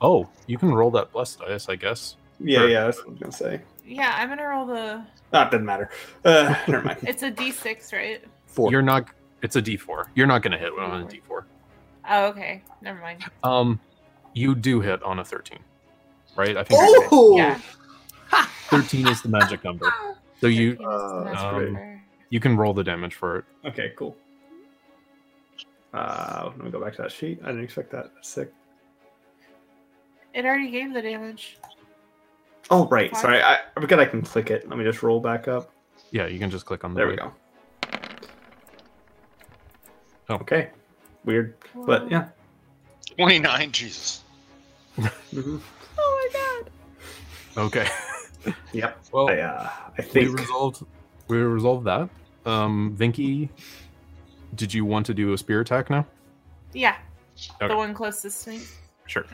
Speaker 1: Oh, you can roll that blessed dice, I guess.
Speaker 10: Yeah,
Speaker 1: Sure.
Speaker 10: yeah, that's what I was gonna say.
Speaker 2: Yeah, I'm gonna roll the.
Speaker 6: Ah,
Speaker 10: That doesn't matter.
Speaker 6: (laughs)
Speaker 10: Uh, never mind.
Speaker 2: It's a D6, right?
Speaker 11: Four.
Speaker 1: You're not it's a D four. You're not gonna hit on a D four.
Speaker 2: Oh, okay. Never mind.
Speaker 1: Um you do hit on a thirteen. Right? I think
Speaker 10: Oh,
Speaker 2: Yeah.
Speaker 1: thirteen is the magic number. So
Speaker 2: (laughs)
Speaker 1: you
Speaker 10: Uh,
Speaker 2: That's
Speaker 1: um,
Speaker 2: proper.
Speaker 1: you can roll the damage for it.
Speaker 6: Okay, cool. Uh, let me go back to that sheet. I didn't expect that. That's sick.
Speaker 2: It already gave the damage.
Speaker 6: Oh, right. Sorry, I, I forgot I can click it. Let me just roll back up.
Speaker 1: Yeah, you can just click on the
Speaker 6: There we
Speaker 1: die.
Speaker 6: go.
Speaker 1: Oh.
Speaker 6: Okay. Weird, but yeah.
Speaker 5: Twenty nine. (laughs) Jesus.
Speaker 6: hmm
Speaker 2: Oh my god.
Speaker 1: Okay.
Speaker 6: (laughs) Yep.
Speaker 1: Well
Speaker 6: I, uh, I
Speaker 1: we
Speaker 6: think.
Speaker 1: resolved we resolved that. Um Vinky did you want to do a spear attack now?
Speaker 2: Yeah.
Speaker 1: Okay.
Speaker 2: The one closest to me.
Speaker 1: Sure.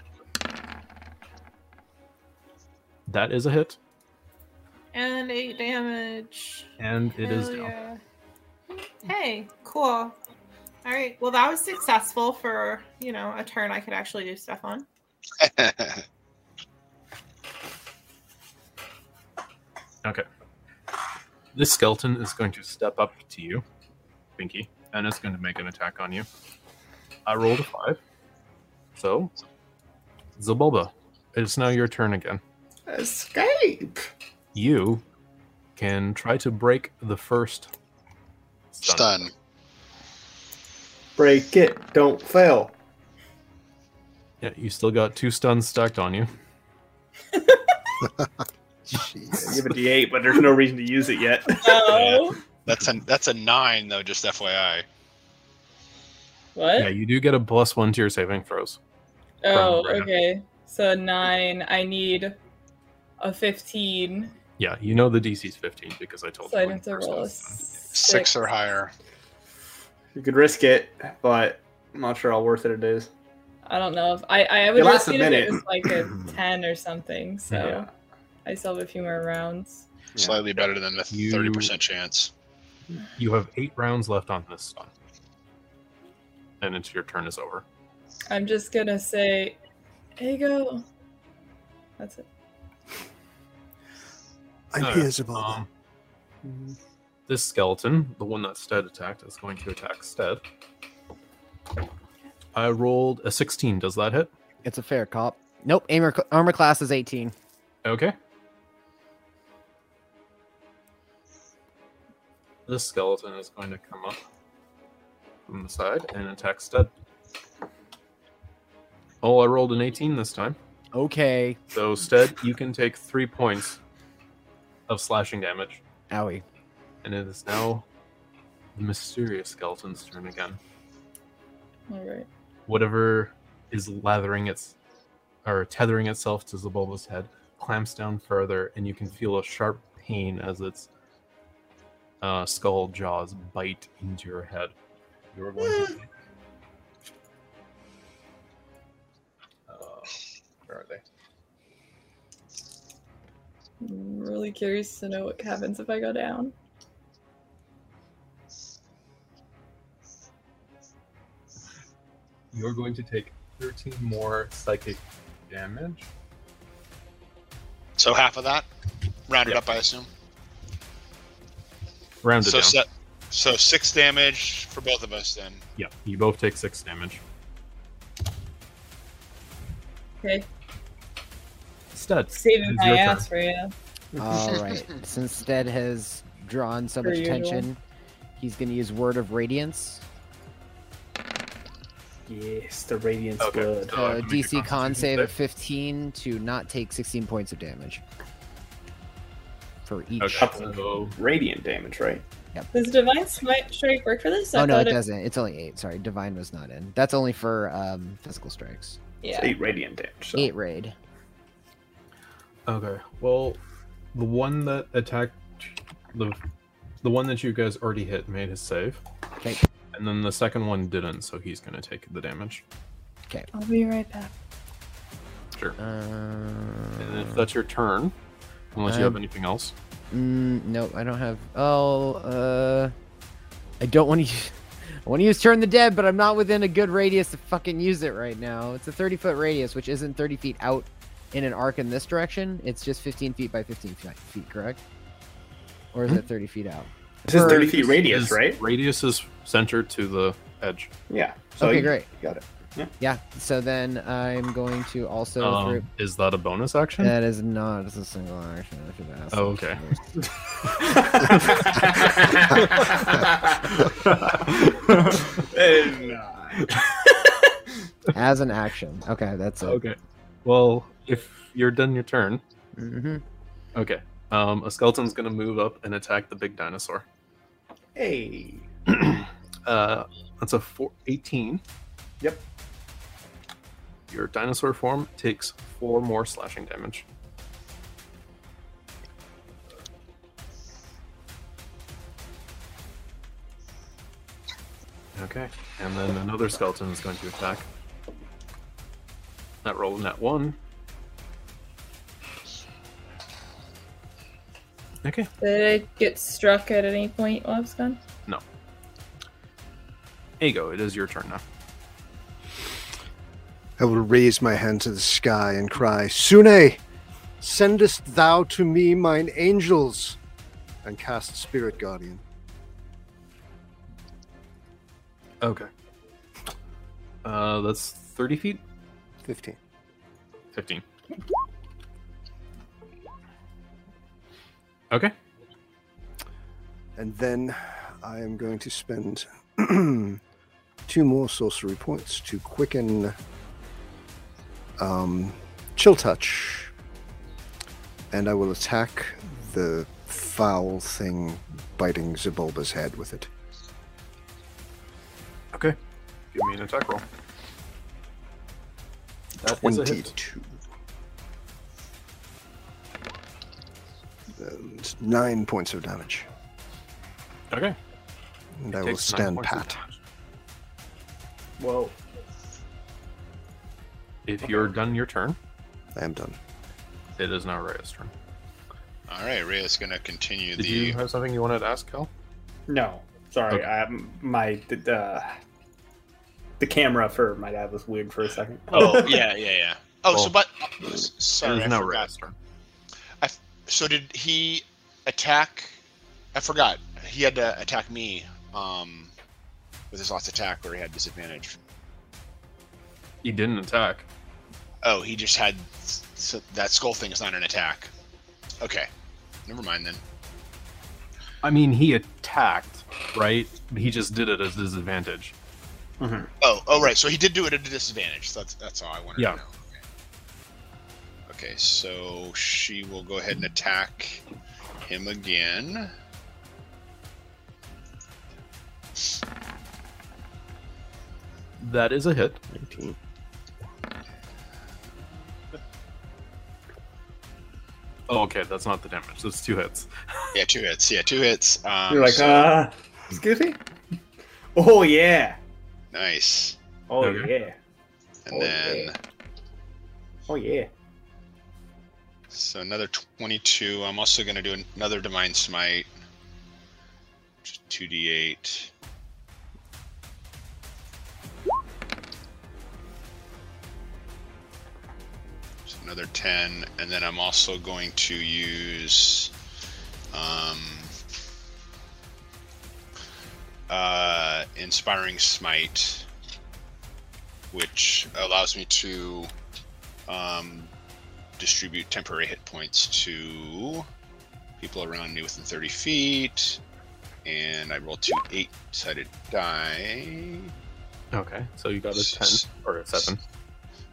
Speaker 1: That is a hit,
Speaker 2: And eight damage.
Speaker 1: and it is
Speaker 2: Hell
Speaker 1: down.
Speaker 2: yeah. Hey, cool. All right. Well, that was successful for, you know, a turn I could actually do stuff on.
Speaker 1: This skeleton is going to step up to you, Binky, and it's going to make an attack on you. I rolled a five. So, Zabulba, it's now your turn again.
Speaker 10: escape.
Speaker 1: You can try to break the first stun.
Speaker 5: Stun.
Speaker 10: Break it. Don't fail.
Speaker 1: Yeah, you still got two stuns stacked on you.
Speaker 6: I give it D eight, but there's no reason to use it yet.
Speaker 4: No.
Speaker 5: That's a that's a nine though. Just FYI.
Speaker 4: What?
Speaker 1: Yeah, you do get a plus one to your saving throws.
Speaker 4: oh,
Speaker 1: Right.
Speaker 4: okay. So a nine. I need a fifteen.
Speaker 1: Yeah, you know the DC's 15 because I told
Speaker 4: So
Speaker 1: you.
Speaker 4: I'd
Speaker 1: when
Speaker 4: have to
Speaker 1: first I
Speaker 4: roll a
Speaker 1: was done.
Speaker 4: six,
Speaker 5: Six or higher.
Speaker 6: You could risk it, but I'm not sure how worth it it is.
Speaker 4: I don't know if I I would
Speaker 6: It lasts
Speaker 4: just
Speaker 6: a
Speaker 4: need if
Speaker 6: minute.
Speaker 4: it was like a ten or something. So I still have a few more rounds.
Speaker 6: Yeah.
Speaker 5: Slightly better than the
Speaker 1: You-
Speaker 5: thirty percent chance.
Speaker 1: You have eight rounds left on this stun. And it's your turn is over.
Speaker 4: I'm just gonna say, "Hey, go." That's it.
Speaker 11: (laughs) I'm
Speaker 1: Uh,
Speaker 11: here, Zabulba.
Speaker 1: Um, this skeleton, the one that Stead attacked, is going to attack Stead. I rolled a 16. Does that hit?
Speaker 7: It's a fair cop. Nope. Armor, armor class is 18.
Speaker 1: Okay. This skeleton is going to come up from the side and attack Stead. Oh, I rolled an 18 this time.
Speaker 7: Okay.
Speaker 1: So, Stead, you can take three points of slashing damage.
Speaker 4: (laughs)
Speaker 7: Owie.
Speaker 1: And it is now the mysterious skeleton's turn again.
Speaker 4: All right.
Speaker 1: Whatever is lathering its or tethering itself to Zabulba's head clamps down further, and you can feel a sharp pain as its uh, skull jaws bite into your head. You're going
Speaker 4: Hmm.
Speaker 1: to. Uh, where are they?
Speaker 4: I'm really curious to know what happens if I go down.
Speaker 1: You're going to take 13 more psychic damage.
Speaker 5: So half of that, rounded
Speaker 1: Yeah.
Speaker 5: up, I assume.
Speaker 1: Rounded
Speaker 5: So
Speaker 1: down.
Speaker 5: se- so six damage for both of us then.
Speaker 1: Yeah, you both take six damage.
Speaker 4: Okay,
Speaker 1: Stud.
Speaker 4: saving
Speaker 1: It's
Speaker 4: my
Speaker 1: your turn.
Speaker 4: ass for you.
Speaker 7: All right. Since Stead has drawn so
Speaker 4: Per
Speaker 7: much
Speaker 4: usual.
Speaker 7: attention, he's going to use Word of Radiance.
Speaker 6: Yes, the radiance
Speaker 1: Okay.
Speaker 6: blood.
Speaker 1: So Oh, I
Speaker 7: Uh,
Speaker 1: can make a
Speaker 7: DC con
Speaker 1: constitution
Speaker 7: save
Speaker 1: save?
Speaker 7: of 15 to not take 16 points of damage for each.
Speaker 1: Okay, so
Speaker 6: Radiant damage, right?
Speaker 4: Does divine smite strike work for this? I
Speaker 7: Oh no,
Speaker 4: thought
Speaker 7: it doesn't. It's only eight. Sorry, divine was not in. That's only for um, physical strikes.
Speaker 6: It's
Speaker 4: Yeah.
Speaker 6: eight radiant damage. So.
Speaker 7: Eight raid.
Speaker 1: Okay. Well, the one that attacked the the one that you guys already hit made his save.
Speaker 7: Okay.
Speaker 1: And then the second one didn't, so he's gonna take the damage.
Speaker 4: I'll be right back.
Speaker 1: Sure.
Speaker 7: Um, Uh,
Speaker 1: And if that's your turn, unless you have
Speaker 7: I'm-
Speaker 1: anything else.
Speaker 7: Mm, nope, I don't have. Oh, uh, I don't want to. Use, I want to use Turn the Dead, but I'm not within a good radius to fucking use it right now. It's a 30 foot radius, which isn't 30 feet out in an arc in this direction. It's just 15 feet by 15 fe- feet, correct? Or is it 30 feet out?
Speaker 6: This is
Speaker 7: Or-
Speaker 6: 30 feet radius,
Speaker 1: Is-
Speaker 6: right?
Speaker 1: Radius is center to the edge.
Speaker 6: Yeah.
Speaker 7: Okay,
Speaker 6: you-
Speaker 7: great.
Speaker 6: Got it.
Speaker 7: Yeah. So then I'm going to also. through-
Speaker 1: Um, is that a bonus action?
Speaker 7: That is not it's a single action. I should ask.
Speaker 1: Oh, okay.
Speaker 6: (laughs) And, uh, (laughs)
Speaker 7: As an action. Okay, that's
Speaker 1: (laughs)
Speaker 7: it.
Speaker 1: Okay. Well, if you're done your turn,
Speaker 7: hmm
Speaker 1: okay. Um, a skeleton's gonna move up and attack the big dinosaur.
Speaker 6: hey.
Speaker 1: Uh, that's a four, 18.
Speaker 6: Yep.
Speaker 1: Your dinosaur form takes four more slashing damage. Okay, and then another skeleton is going to attack. That roll in that one. Okay,
Speaker 4: Did I get struck at any point while I was gone?
Speaker 1: Ago, it is your turn now.
Speaker 11: I will raise my hand to the sky and cry, Sune, sendest thou to me mine angels? And cast Spirit Guardian.
Speaker 1: Okay. Uh, that's 30 feet?
Speaker 11: 15.
Speaker 1: 15. Okay.
Speaker 11: And then I am going to spend (clears throat) two more sorcery points to quicken um, Chill Touch. And I will attack the foul thing biting Zabulba's head with it.
Speaker 1: Okay. Give me an attack roll. That is a hit.
Speaker 11: 22. And nine points of damage.
Speaker 1: Okay.
Speaker 11: And I will
Speaker 1: Takes nine
Speaker 11: stand
Speaker 1: points of
Speaker 11: pat.
Speaker 1: damage.
Speaker 10: Whoa.
Speaker 1: If you're done your turn,
Speaker 11: I am done.
Speaker 1: it is now Raya's turn.
Speaker 5: All right, Rhea's gonna continue
Speaker 1: Did
Speaker 5: the.
Speaker 1: you have something you wanted to ask, Cal?
Speaker 6: No, sorry. I my the uh, the camera for my dad was weird for a second.
Speaker 5: Oh
Speaker 1: (laughs)
Speaker 5: yeah, yeah, yeah. Oh,
Speaker 1: Well,
Speaker 5: so but
Speaker 1: it
Speaker 5: sorry,
Speaker 1: is
Speaker 5: I
Speaker 1: now
Speaker 5: forgot.
Speaker 1: Raya's turn.
Speaker 5: So did he attack? I forgot. He had to attack me um, with his last attack, where he had disadvantage.
Speaker 1: He didn't attack.
Speaker 5: Oh, he just had so that skull thing is not an attack. Okay, never mind then.
Speaker 1: I mean, he attacked, right? He just did it as disadvantage.
Speaker 5: Oh, oh right. So he did do it at a disadvantage. That's that's all I wanted
Speaker 1: Yeah.
Speaker 5: to know. Okay. Okay, so she will go ahead and attack him again.
Speaker 1: That is a hit.
Speaker 11: 19.
Speaker 1: Oh, okay. That's not the damage. That's two hits.
Speaker 5: Yeah, two hits. Yeah, two hits. Um,
Speaker 6: You're like,
Speaker 5: so-
Speaker 6: uh, excuse me. Oh yeah.
Speaker 5: nice.
Speaker 6: Oh
Speaker 1: Okay.
Speaker 6: yeah.
Speaker 5: And
Speaker 6: Oh,
Speaker 5: then
Speaker 6: yeah. Oh yeah.
Speaker 5: so another twenty-two. I'm also going to do another divine smite. Just two d8. So another ten, and then I'm also going to use. Um, uh, inspiring smite which allows me to um, distribute temporary hit points to people around me within 30 feet. And I roll two eight sided die.
Speaker 1: Okay. So you got a 10
Speaker 5: S-
Speaker 1: or a 7.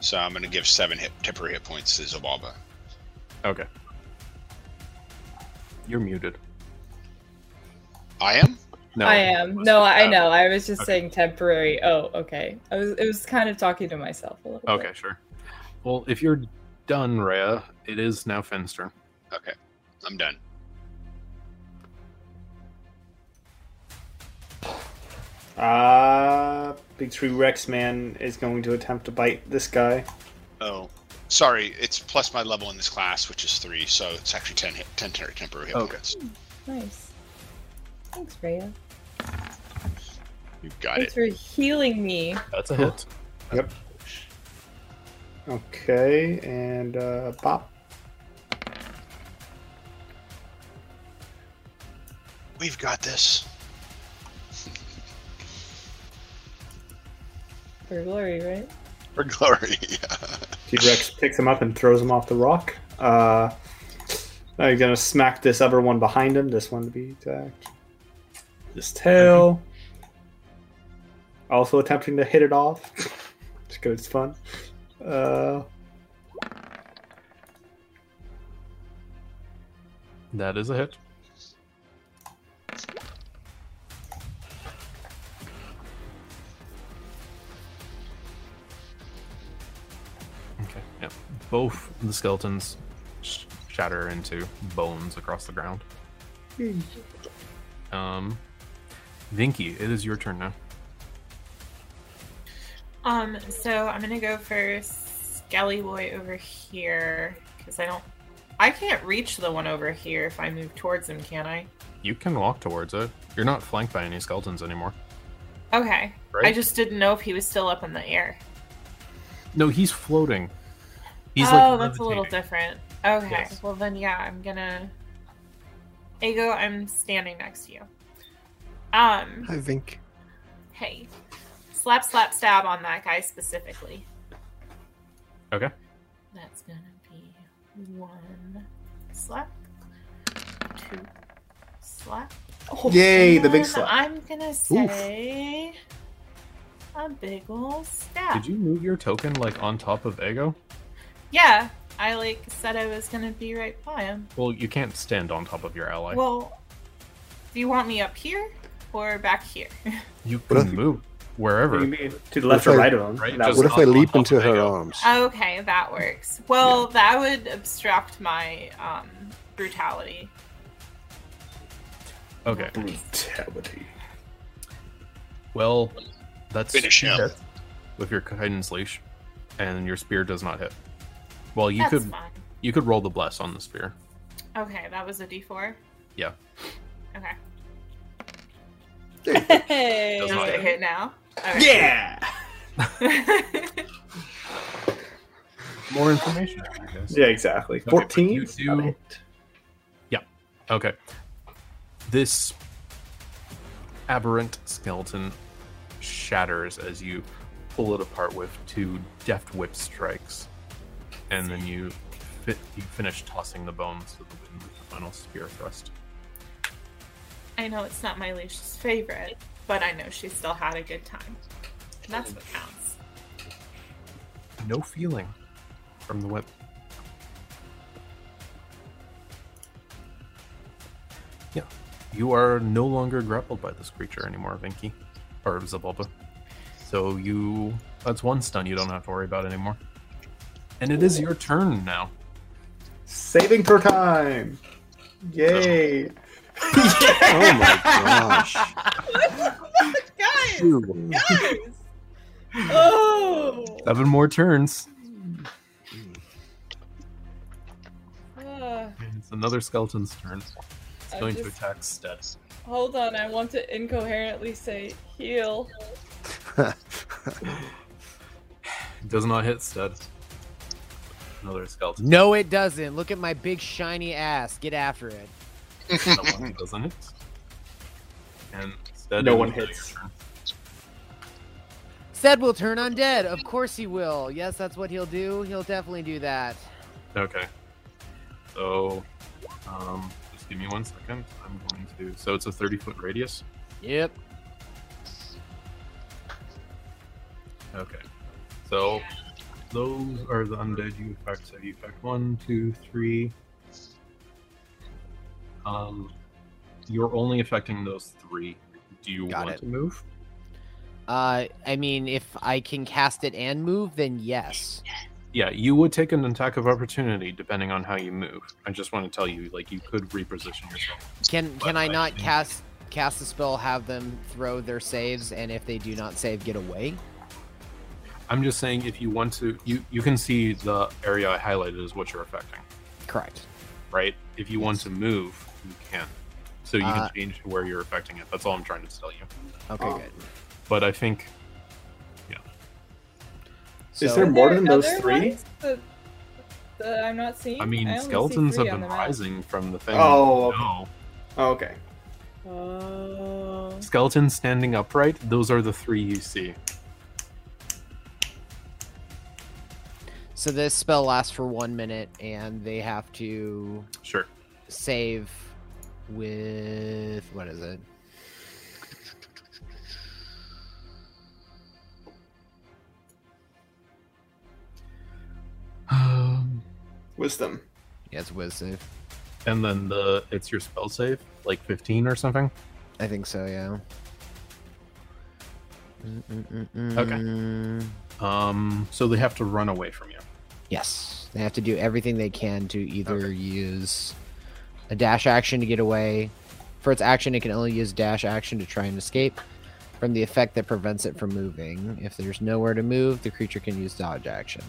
Speaker 5: So I'm going to give seven hit, temporary hit points to Zabalba.
Speaker 1: Okay. You're muted.
Speaker 5: I am?
Speaker 1: No,
Speaker 4: I am. No, I
Speaker 1: Uh,
Speaker 4: know. I was just
Speaker 1: okay.
Speaker 4: saying temporary. Oh, okay. I was. It was kind of talking to myself a little.
Speaker 1: Okay, sure. Well, if you're done, Rhea, it is now Finn's turn.
Speaker 5: Okay. I'm done.
Speaker 6: Uh, big tree Rex man is going to attempt to bite this guy.
Speaker 5: Oh. Sorry, it's plus my level in this class, which is three, so it's actually 10, hit, 10 ter- temporary hit
Speaker 1: Okay.
Speaker 5: points.
Speaker 4: Nice. Thanks, Raya.
Speaker 5: You got
Speaker 4: Thanks
Speaker 5: it.
Speaker 4: for healing me.
Speaker 1: That's a hit.
Speaker 10: Okay, and uh, pop.
Speaker 5: We've got this.
Speaker 4: For glory, right?
Speaker 5: For glory. (laughs) yeah.
Speaker 10: T Rex picks him up and throws him off the rock. Uh, now you're gonna smack this other one behind him. This one to be attacked. This tail. Also attempting to hit it off. Just 'cause it's fun. Uh,
Speaker 1: That is a hit. Okay. Yep. Both the skeletons sh- shatter into bones across the ground.
Speaker 2: Hmm.
Speaker 1: Um, Vinky, it is your turn now.
Speaker 2: Um, so I'm gonna go for Skellyboy over here because I don't, I can't reach the one over here if I move towards him, can I?
Speaker 1: You can walk towards it. You're not flanked by any skeletons anymore,
Speaker 2: Okay.
Speaker 1: right?
Speaker 2: I just didn't know if he was still up in the air.
Speaker 1: No, he's floating. He's
Speaker 2: oh,
Speaker 1: like
Speaker 2: that's a little
Speaker 1: levitating.
Speaker 2: different. Okay.
Speaker 1: Yes.
Speaker 2: Well then, yeah, I'm gonna. Ego, I'm standing next to you. Um.
Speaker 11: Hi, Vink.
Speaker 2: Hey. Slap, slap, stab on that guy specifically.
Speaker 1: Okay.
Speaker 2: That's gonna be one slap, two slap.
Speaker 10: Oh, yay, the big
Speaker 2: and
Speaker 10: slap.
Speaker 2: I'm gonna say a big ol' stab.
Speaker 1: Did you move your token like on top of Ego?
Speaker 2: Yeah, I like said I was gonna be right by him.
Speaker 1: Well, you can't stand on top of your ally.
Speaker 2: Well, do you want me up here or back here?
Speaker 1: you
Speaker 11: What
Speaker 1: can
Speaker 11: if-
Speaker 1: move wherever.
Speaker 10: You can be to the left
Speaker 11: What
Speaker 10: or
Speaker 11: if I-
Speaker 10: right of him.
Speaker 1: Right,
Speaker 10: That
Speaker 1: just-
Speaker 11: What if
Speaker 1: on-
Speaker 11: I
Speaker 1: on
Speaker 11: leap
Speaker 1: top
Speaker 11: into
Speaker 1: of
Speaker 11: her
Speaker 1: Ego.
Speaker 11: arms?
Speaker 2: Okay, that works. Well, that would obstruct my um, brutality.
Speaker 1: Okay.
Speaker 10: would- brutality.
Speaker 1: Well, that's
Speaker 5: Finish him.
Speaker 1: hit with your guidance leash, and your spear does not hit. Well, you
Speaker 2: That's
Speaker 1: could
Speaker 2: fine.
Speaker 1: you could roll the bless on the spear.
Speaker 2: Okay, that was a D4.
Speaker 1: Yeah.
Speaker 2: Okay.
Speaker 4: Hey.
Speaker 1: Does
Speaker 2: Does
Speaker 1: not
Speaker 2: it
Speaker 1: hit.
Speaker 2: hit now?
Speaker 10: Yeah.
Speaker 2: Yeah.
Speaker 1: More information. I guess.
Speaker 10: Yeah, exactly.
Speaker 1: but
Speaker 10: Fourteen.
Speaker 1: you do-
Speaker 10: Got it.
Speaker 1: Okay. This aberrant skeleton shatters as you pull it apart with two deft whip strikes, and then you fit, you finish tossing the bones to the wind with the final spear thrust.
Speaker 2: (laughs) I know it's not my leash's favorite, but I know she still had a good time. And that's what counts.
Speaker 1: No feeling from the whip. Yeah, you are no longer grappled by this creature anymore, Vinky, or Zabulba. So you, that's one stun you don't have to worry about anymore. And it is your turn now.
Speaker 10: Saving throw time. Yay.
Speaker 11: Oh my gosh.
Speaker 4: Guys,
Speaker 11: Ew.
Speaker 4: guys. Oh.
Speaker 2: (sighs)
Speaker 1: Seven more turns.
Speaker 2: Uh,
Speaker 4: Ugh.
Speaker 1: It's another skeleton's turn. It's
Speaker 4: I
Speaker 1: going to
Speaker 4: just-
Speaker 1: attack Steps.
Speaker 4: Hold on, I want to incoherently say heal.
Speaker 1: It does not hit Stud. Another skeleton.
Speaker 7: No, it doesn't. Look at my big shiny ass. Get after it.
Speaker 1: (laughs) doesn't it? And Stud
Speaker 10: No
Speaker 1: it
Speaker 10: one
Speaker 1: is now your
Speaker 10: hits.
Speaker 1: turn.
Speaker 7: Said will turn undead. Of course he will. Yes, that's what he'll do. He'll definitely do that.
Speaker 1: Okay. So, um, just give me one second. I'm going to. So it's a 30 foot radius.
Speaker 7: Yep.
Speaker 1: Okay. So those are the undead you affect. So you affect one, two, three. Um, you're only affecting those three. Do you
Speaker 7: Got
Speaker 1: want
Speaker 7: it.
Speaker 1: to move?
Speaker 7: Uh, I mean, if I can cast it and move, then yes.
Speaker 1: Yeah, you would take an attack of opportunity depending on how you move. I just want to tell you, like, you could reposition yourself.
Speaker 7: Can can I
Speaker 1: But I
Speaker 7: not
Speaker 1: think-
Speaker 7: cast cast a spell? Have them throw their saves, and if they do not save, get away.
Speaker 1: I'm just saying if you want to, you you can see the area I highlighted is what you're affecting,
Speaker 7: Correct.
Speaker 1: right? If you want to move, you can. So you can
Speaker 7: Uh,
Speaker 1: change to where you're affecting it. That's all I'm trying to tell you.
Speaker 7: Okay,
Speaker 10: Oh.
Speaker 7: good.
Speaker 1: But I think
Speaker 7: So,
Speaker 10: Is there more than those
Speaker 4: other
Speaker 10: three?
Speaker 4: ones That, that I'm not seeing.
Speaker 1: I mean
Speaker 4: only see
Speaker 1: skeletons have
Speaker 4: three on
Speaker 1: been
Speaker 4: the map.
Speaker 1: rising from the thing.
Speaker 10: Oh, okay.
Speaker 1: no.
Speaker 10: Oh, okay.
Speaker 4: Oh.
Speaker 1: Skeletons standing upright, those are the three you see.
Speaker 7: so this spell lasts for one minute, and they have to
Speaker 1: Sure.
Speaker 7: save with what is it?
Speaker 1: Um,
Speaker 10: Wisdom.
Speaker 7: Yeah, it's whiz save.
Speaker 1: and then the it's your spell save, like 15 or something.
Speaker 7: I think so. Yeah. Okay.
Speaker 1: Um, so they have to run away from you.
Speaker 7: Yes, they have to do everything they can to either use a dash action to get away. For its action, it can only use dash action to try and escape from the effect that prevents it from moving. If there's nowhere to move, the creature can use dodge action.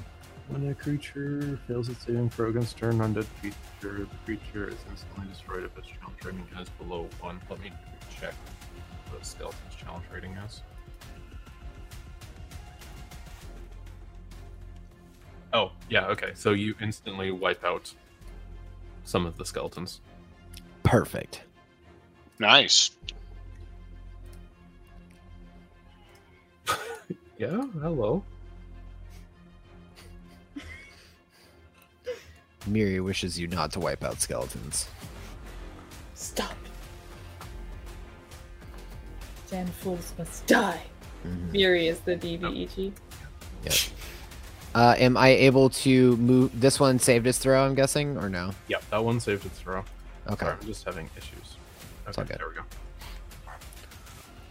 Speaker 1: When a creature fails its saving throw against turn undead creature, the creature is instantly destroyed if its challenge rating is below one. Let me check what skeleton's challenge rating is. Oh, yeah, okay. So you instantly wipe out some of the
Speaker 7: (laughs)
Speaker 1: skeletons.
Speaker 7: Perfect.
Speaker 5: Nice.
Speaker 1: Yeah, hello.
Speaker 7: Miri wishes you not to wipe out skeletons.
Speaker 4: Stop. Damn fools must die. Fury is the E DBEG.
Speaker 7: Uh, am I able to move? This one saved its throw, I'm guessing, or no?
Speaker 1: Yeah, that one saved its throw.
Speaker 7: Okay.
Speaker 1: Sorry, I'm just having issues. Okay,
Speaker 7: all good.
Speaker 1: there we go.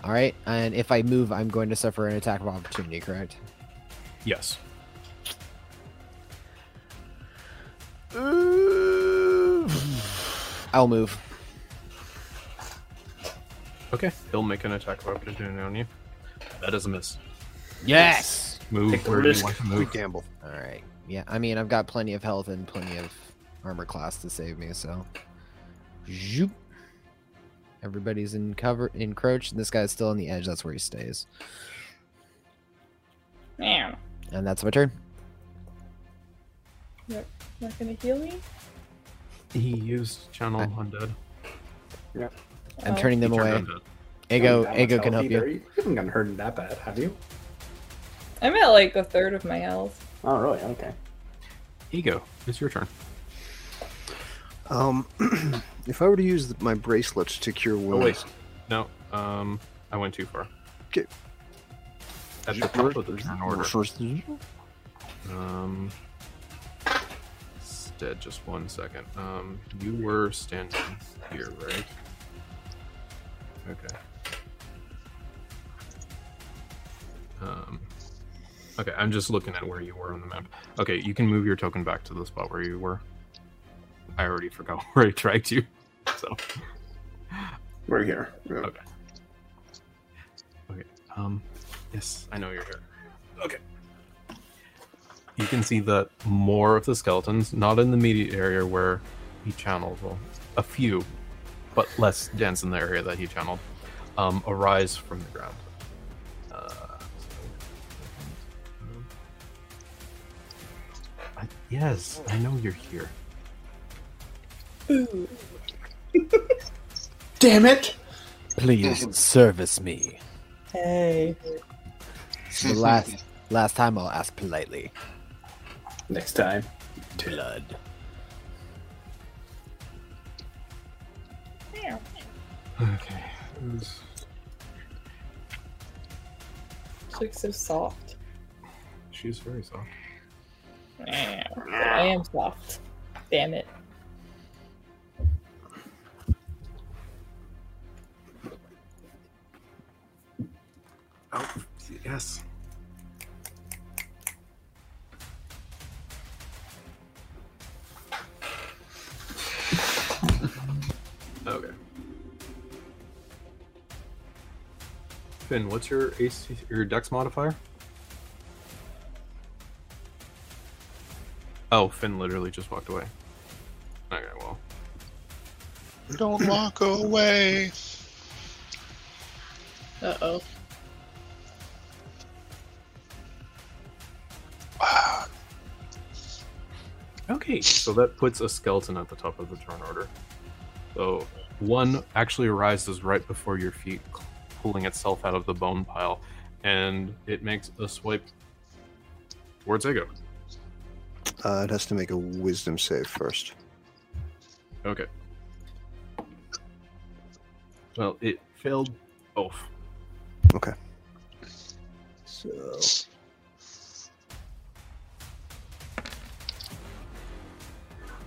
Speaker 7: All right. And if I move, I'm going to suffer an attack of opportunity, correct?
Speaker 1: Yes.
Speaker 7: I'll move.
Speaker 1: Okay, he'll make an attack of opportunity on you. That is a miss.
Speaker 7: Yes.
Speaker 1: Move
Speaker 10: Take the
Speaker 1: where you
Speaker 10: risk.
Speaker 1: want to
Speaker 11: We
Speaker 1: move.
Speaker 11: gamble.
Speaker 7: All right. Yeah. I mean, I've got plenty of health and plenty of armor class to save me, so. Zoop. Everybody's in cover, encroached, and this guy's still on the edge. That's where he stays.
Speaker 8: Man.
Speaker 7: And that's my turn.
Speaker 4: Not gonna heal me?
Speaker 1: He used channel
Speaker 7: I-
Speaker 1: undead.
Speaker 7: I'm
Speaker 4: Oh.
Speaker 7: turning them
Speaker 1: Uh, He turned
Speaker 7: away.
Speaker 1: undead.
Speaker 7: Ego,
Speaker 10: Not that
Speaker 7: Ego
Speaker 10: much
Speaker 7: can
Speaker 10: health
Speaker 7: help you.
Speaker 10: either. haven't gotten hurt that bad, have you?
Speaker 4: I'm at like a third of my health.
Speaker 10: Oh, really? Okay.
Speaker 1: Ego, it's your turn.
Speaker 11: Um, (clears throat) if I were to use my bracelet to cure
Speaker 1: Oh wait,
Speaker 11: wounds,
Speaker 1: no. Um, I went too far.
Speaker 11: 'Kay.
Speaker 1: At the top of the turn order.
Speaker 11: First- uh,
Speaker 1: Um, stead, just one second. Um, you were standing here, right? Okay. Um, okay, I'm just looking at where you were on the map. Okay, you can move your token back to the spot where you were. I already forgot (laughs) where I tracked you. So,
Speaker 10: We're here. We're-
Speaker 1: Okay. um, yes, I know you're here. Okay. You can see that more of the skeletons, not in the immediate area where he channeled, well, a few, but less dense in the area that he channeled, um, arise from the ground. Uh, so- I, yes, I know you're here.
Speaker 4: Ooh.
Speaker 10: Damn it!
Speaker 7: Please service me.
Speaker 4: Hey.
Speaker 7: It's the last, last time I'll ask politely.
Speaker 10: Next time.
Speaker 7: Blood.
Speaker 1: Okay.
Speaker 4: She looks so soft.
Speaker 1: She's very soft.
Speaker 4: I am soft. Damn it.
Speaker 1: Oh, yes. okay. Finn, what's your AC, your Dex modifier? Oh, Finn literally just walked away. Okay, well.
Speaker 5: Don't walk away.
Speaker 4: Uh oh.
Speaker 1: Okay, so that puts a skeleton at the top of the turn order. So one actually arises right before your feet, pulling itself out of the bone pile, and it makes a swipe towards Ego.
Speaker 11: Uh, it has to make a wisdom save first.
Speaker 1: Okay. Well, it failed both.
Speaker 11: So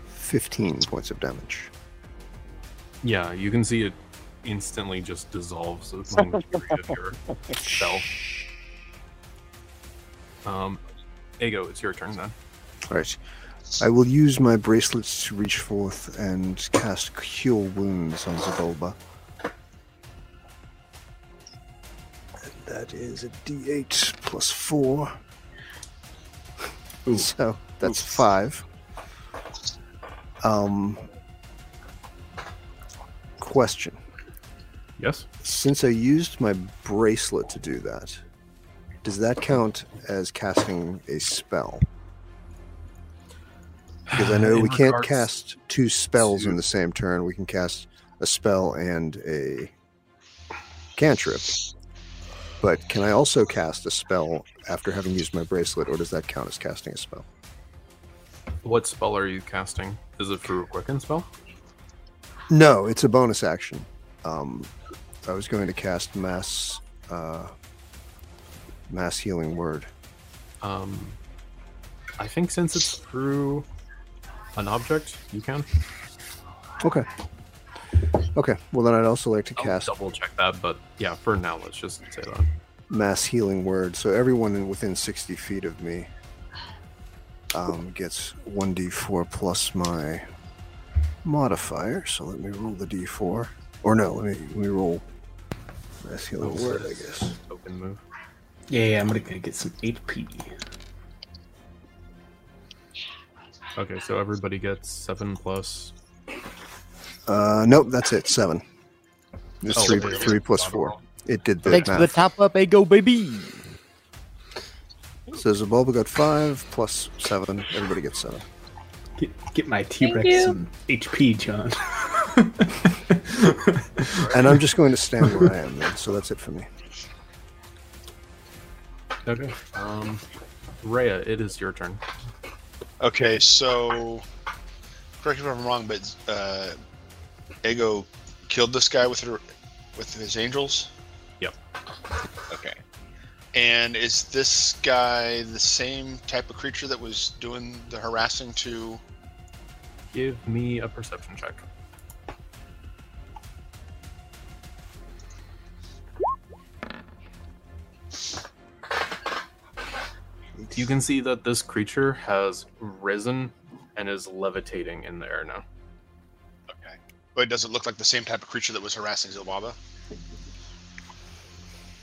Speaker 11: fifteen points of damage.
Speaker 1: Yeah, you can see it instantly just dissolves as long as you read (laughs) your spell. Um, Ego, it's your turn then.
Speaker 11: All right. I will use my bracelets to reach forth and cast Cure Wounds on Zabolba. And that is a d8 plus 4. So that's 5. Um, question.
Speaker 1: Yes.
Speaker 11: Since I used my bracelet to do that, does that count as casting a spell? Because I
Speaker 1: (sighs)
Speaker 11: know
Speaker 1: In
Speaker 11: we can't
Speaker 1: regards-
Speaker 11: cast two spells
Speaker 1: to-
Speaker 11: in the same turn. We can cast a spell and a cantrip. But can I also cast a spell after having used my bracelet, or does that count as casting a spell?
Speaker 1: What spell are you casting? Is it through a quicken spell?
Speaker 11: No, it's a bonus action. Um, I was going to cast mass uh, mass healing word.
Speaker 1: Um, I think since it's through an object, you can.
Speaker 11: Okay. Okay. Well, then I'd also like to
Speaker 1: I'll
Speaker 11: cast
Speaker 1: double check that, but yeah, for now, let's just say that.
Speaker 11: mass healing word, so everyone in- within sixty feet of me um, gets one d4 plus my modifier. So let me roll the d4, or no, let me let me roll mass healing word. I guess.
Speaker 1: Open move.
Speaker 6: Yeah, I'm gonna go get some HP.
Speaker 1: Okay, so everybody gets seven plus.
Speaker 11: Uh, nope, that's it. Seven. Just
Speaker 1: Oh,
Speaker 11: three,
Speaker 1: there you go.
Speaker 11: three plus four. It did the
Speaker 12: Thanks for the
Speaker 11: math.
Speaker 12: top up, Ego baby.
Speaker 11: So Zabulba got five plus seven. Everybody gets seven.
Speaker 6: Get, get my T Rex
Speaker 4: you.
Speaker 6: some
Speaker 10: (laughs)
Speaker 6: HP, John.
Speaker 11: And I'm just going to stand where I am then. So that's it for me.
Speaker 1: Okay. Um, Rhea, it is your turn.
Speaker 5: Okay, so correct me if I'm wrong, but uh, Ego killed this guy with her with his angels.
Speaker 1: Yep.
Speaker 5: Okay. And is this guy the same type of creature that was doing the harassing to?
Speaker 1: Give me a perception check. You can see that this creature has risen and is levitating in the air now.
Speaker 5: Okay. But does it look like the same type of creature that was harassing Zilbaba?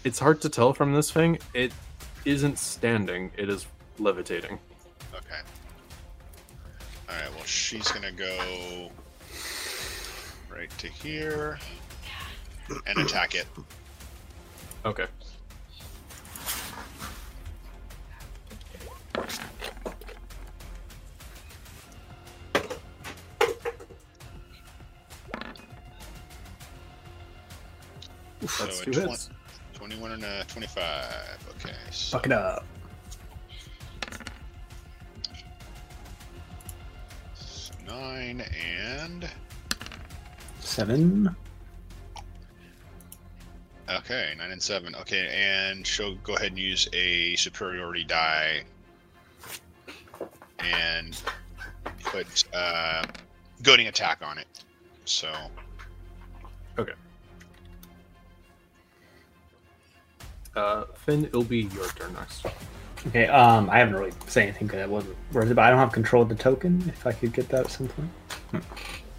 Speaker 1: It's hard to tell from this thing. It isn't standing, it is levitating.
Speaker 5: Okay. All right. Well, she's gonna go right to here and attack it.
Speaker 1: Okay. That's
Speaker 5: so
Speaker 1: two
Speaker 5: a twen-
Speaker 1: hits.
Speaker 5: 21 and a 25. Okay. So
Speaker 6: Fuck it up.
Speaker 5: nine and.
Speaker 6: Seven.
Speaker 5: Okay, nine and seven. Okay, and she'll go ahead and use a superiority die and put uh, goading attack on it. So.
Speaker 1: Okay. Uh, Finn, it'll be your turn next.
Speaker 6: Okay, um, I haven't really said anything because I wasn't worried about. I don't have control of the token. If I could get that at some point.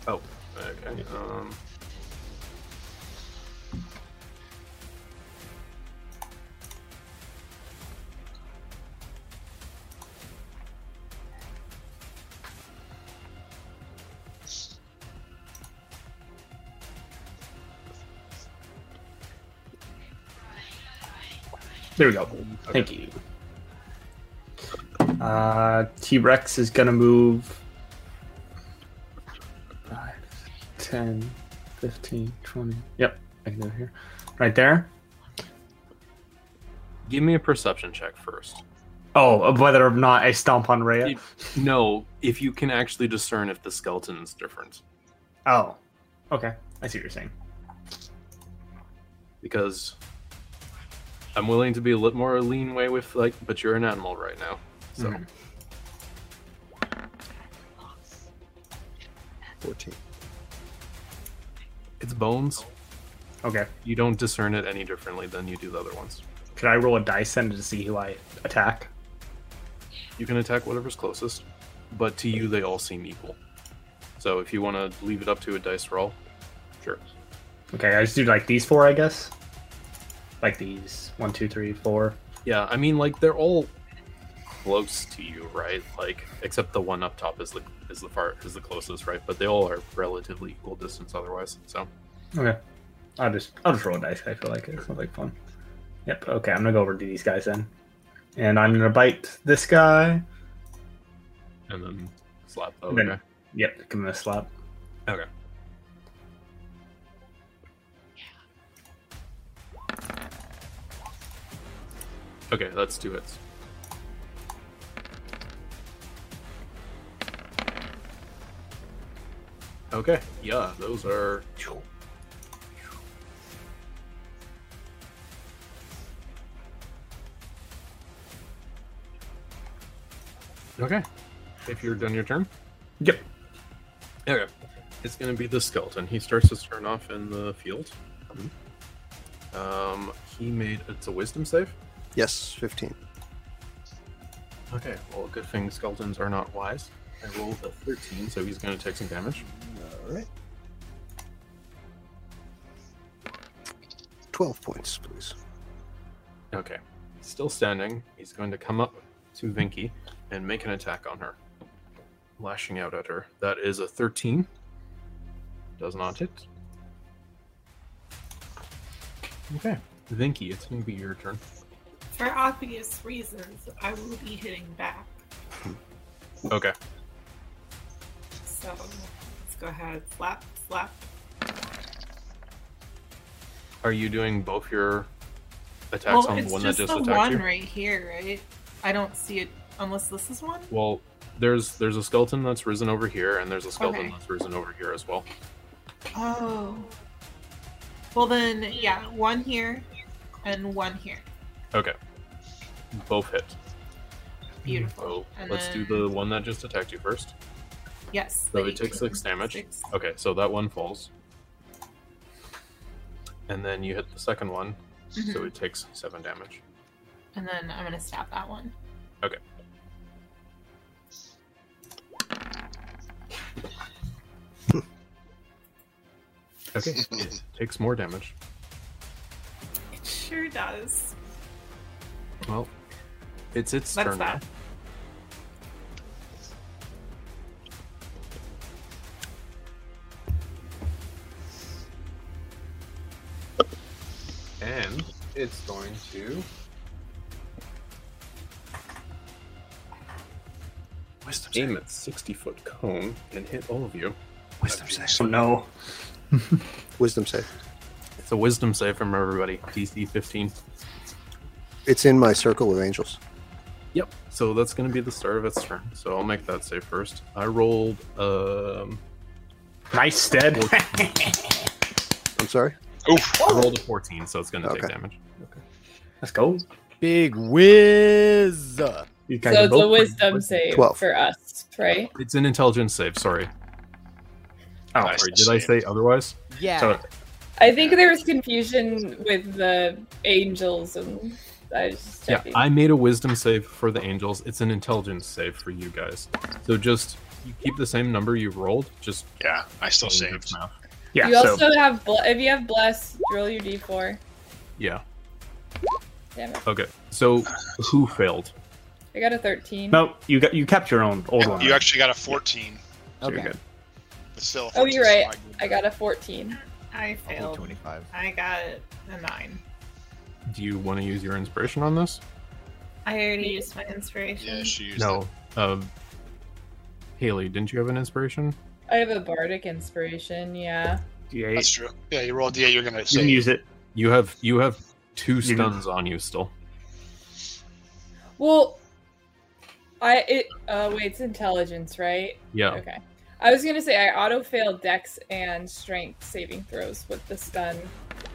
Speaker 1: Oh, okay. Um,
Speaker 6: There we go. Thank you. Uh, T Rex is gonna move. 5, 10, 15, 20. Yep, I can do it here. Right there.
Speaker 1: Give me a perception check first.
Speaker 6: Oh, of whether or not I stomp on Rhea.
Speaker 1: If- no, if you can actually discern if the skeleton is different,
Speaker 6: Oh, okay. I see what you're saying.
Speaker 1: because I'm willing to be a little more lean way with like, but you're an animal right now, so.
Speaker 6: Mhm.
Speaker 11: 14.
Speaker 1: It's bones.
Speaker 6: Okay.
Speaker 1: You don't discern it any differently than you do the other ones.
Speaker 6: Could I roll a dice then to see who I attack?
Speaker 1: You can attack whatever's closest, but to you they all seem equal. So if you want to leave it up to a dice roll, sure.
Speaker 6: Okay, I just do like these four, I guess. Like these one, two, three, four.
Speaker 1: Yeah, I mean like they're all close to you, right? Like except the one up top is the is the far is the closest, right? But they all are relatively equal distance otherwise. So
Speaker 6: Okay, I'll just I'll just roll a dice. I feel like it sounds like fun. Yep. Okay, I'm gonna go over to these guys then, and I'm gonna bite this guy.
Speaker 1: and then slap. Oh,
Speaker 6: And then-
Speaker 1: okay.
Speaker 6: Yep, give him a slap.
Speaker 1: Okay. Okay, that's two hits. Okay, yeah, those are. Okay, if you're done your turn.
Speaker 6: Yep.
Speaker 1: Okay. It's going to be the skeleton. He starts his turn off in the field. Um, he made it's a wisdom save.
Speaker 11: Yes, 15.
Speaker 1: Okay. Well, good thing skeletons are not wise. I rolled a 13, so he's going to take some damage.
Speaker 11: All right. 12 points, please.
Speaker 1: Okay. Still standing, he's going to come up to Vinky and make an attack on her, lashing out at her. That is a 13. Does not hit. Okay. Vinky, it's going to be your turn.
Speaker 8: For obvious reasons, I will be hitting back.
Speaker 1: Okay.
Speaker 8: So let's go ahead. Slap, slap.
Speaker 1: Are you doing both your attacks
Speaker 2: Well,
Speaker 1: on
Speaker 2: it's
Speaker 1: the one
Speaker 2: just
Speaker 1: that just
Speaker 2: the
Speaker 1: attacked
Speaker 2: one
Speaker 1: you?
Speaker 2: right here, right? I don't see it unless this is one.
Speaker 1: Well, there's there's a skeleton that's risen over here, and there's a skeleton
Speaker 2: Okay.
Speaker 1: that's risen over here as well.
Speaker 2: Oh. Well then, yeah, one here and one here.
Speaker 1: Okay, both hit.
Speaker 2: Beautiful.
Speaker 1: So
Speaker 2: And
Speaker 1: Oh, let's do
Speaker 2: then-
Speaker 1: the one that just attacked you first.
Speaker 2: Yes.
Speaker 1: So
Speaker 2: the
Speaker 1: it takes
Speaker 2: 18,
Speaker 1: six damage.
Speaker 2: six.
Speaker 1: Okay, so that one falls, and then you hit the second one, so
Speaker 2: Mhm.
Speaker 1: it takes seven damage.
Speaker 2: And then I'm gonna stab that one.
Speaker 1: Okay. (laughs) Okay, it takes more damage.
Speaker 8: It sure does.
Speaker 1: Well, it's its
Speaker 8: That's
Speaker 1: turn now.
Speaker 8: that.
Speaker 1: And it's going to.
Speaker 11: Wisdom
Speaker 1: Aim at 60 foot cone and hit all of you.
Speaker 11: Wisdom save.
Speaker 6: So no.
Speaker 11: Wisdom save.
Speaker 1: It's a wisdom save from everybody. DC 15.
Speaker 11: It's in my circle of angels.
Speaker 1: Yep. So that's going to be the start of its turn. So I'll make that save first. I rolled um,
Speaker 6: Nice stead.
Speaker 11: I'm sorry?
Speaker 6: Oh,
Speaker 1: I
Speaker 5: Oh!
Speaker 1: rolled a 14, so it's going to take
Speaker 11: Okay.
Speaker 1: damage.
Speaker 6: (laughs) Let's go.
Speaker 12: Big whiz.
Speaker 6: These guys
Speaker 4: So
Speaker 6: are
Speaker 4: it's a
Speaker 6: both-
Speaker 4: wisdom save
Speaker 11: Twelve.
Speaker 4: for us, right?
Speaker 1: It's an intelligence save. Sorry.
Speaker 6: Oh,
Speaker 1: Sorry, Did I say otherwise?
Speaker 12: Yeah.
Speaker 6: So-
Speaker 4: I think there was confusion with the angels, and I was just
Speaker 1: Yeah,
Speaker 4: checking.
Speaker 1: I made a wisdom save for the angels. It's an intelligence save for you guys. So just you keep the same number you rolled. Just
Speaker 5: Yeah, I still saved.
Speaker 6: yeah.
Speaker 4: you
Speaker 6: so
Speaker 4: also have bl- if you have bless, roll your d4.
Speaker 1: Yeah.
Speaker 4: Damn it!
Speaker 1: Okay. So who failed?
Speaker 4: I got a 13.
Speaker 6: no, you got you kept your own old one.
Speaker 5: You actually got a 14.
Speaker 6: So you're
Speaker 12: Okay.
Speaker 6: good.
Speaker 5: But still,
Speaker 4: Oh,
Speaker 5: 14
Speaker 4: you're
Speaker 5: is
Speaker 4: right.
Speaker 5: not good.
Speaker 4: I got a 14.
Speaker 8: I
Speaker 12: I'll take
Speaker 8: failed.
Speaker 12: 25.
Speaker 8: I got a nine.
Speaker 1: Do you want to use your inspiration on this?
Speaker 8: I already used my inspiration.
Speaker 5: Yeah, she used
Speaker 1: No. Uh, Haley, didn't you have an inspiration?
Speaker 4: I have a bardic inspiration. Yeah.
Speaker 5: it. That's
Speaker 6: D8.
Speaker 5: true. Yeah, you roll a D8, you're gonna
Speaker 6: You can
Speaker 5: say
Speaker 6: use it.
Speaker 1: You have you have two
Speaker 6: You-
Speaker 1: stuns on you still.
Speaker 4: Well, I it. Uh, wait, it's intelligence, right?
Speaker 1: Yeah.
Speaker 4: Okay. I was gonna say I auto failed Dex and Strength saving throws with the stun,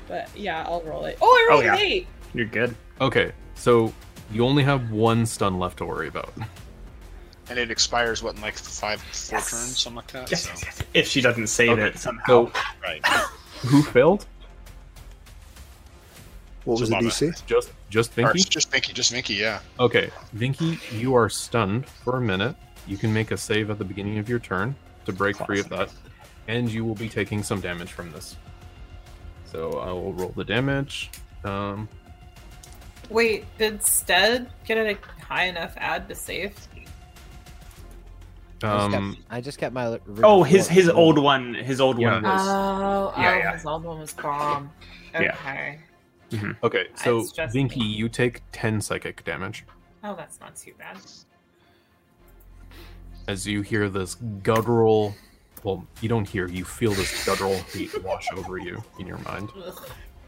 Speaker 4: but yeah, I'll roll it. Oh, I
Speaker 6: Oh,
Speaker 4: rolled
Speaker 6: yeah.
Speaker 4: an eight.
Speaker 6: You're good.
Speaker 1: Okay, so you only have one stun left to worry about.
Speaker 5: and it expires what in like five four turns, something like that.
Speaker 6: Yes,
Speaker 5: so.
Speaker 6: yes, yes. If she doesn't save
Speaker 1: Okay,
Speaker 6: it somehow.
Speaker 1: So
Speaker 5: Right.
Speaker 1: who failed?
Speaker 11: What was the
Speaker 5: Zababa.
Speaker 11: DC?
Speaker 1: Just just
Speaker 5: Or
Speaker 1: Vinky.
Speaker 5: just Vinky, just Vinky, yeah.
Speaker 1: Okay, Vinky, you are stunned for a minute. You can make a save at the beginning of your turn to break free of that, and you will be taking some damage from this. So I will roll the damage. Um,
Speaker 2: Wait, did Stead get a high enough ad to save?
Speaker 7: I, just
Speaker 1: um,
Speaker 7: kept, I just kept my. li- original
Speaker 6: Oh, his his
Speaker 7: roll.
Speaker 6: old one, his old
Speaker 1: Yeah.
Speaker 6: one was.
Speaker 2: Oh,
Speaker 6: Yeah,
Speaker 2: oh,
Speaker 6: yeah.
Speaker 2: his old one was bomb. Okay.
Speaker 6: Yeah.
Speaker 1: okay, so
Speaker 2: It's just
Speaker 1: Vinky,
Speaker 2: me.
Speaker 1: you take ten psychic damage
Speaker 2: Oh, that's not too bad.
Speaker 1: as you hear this guttural. Well, you don't hear. You feel this guttural heat wash over you in your mind.
Speaker 2: Ugh.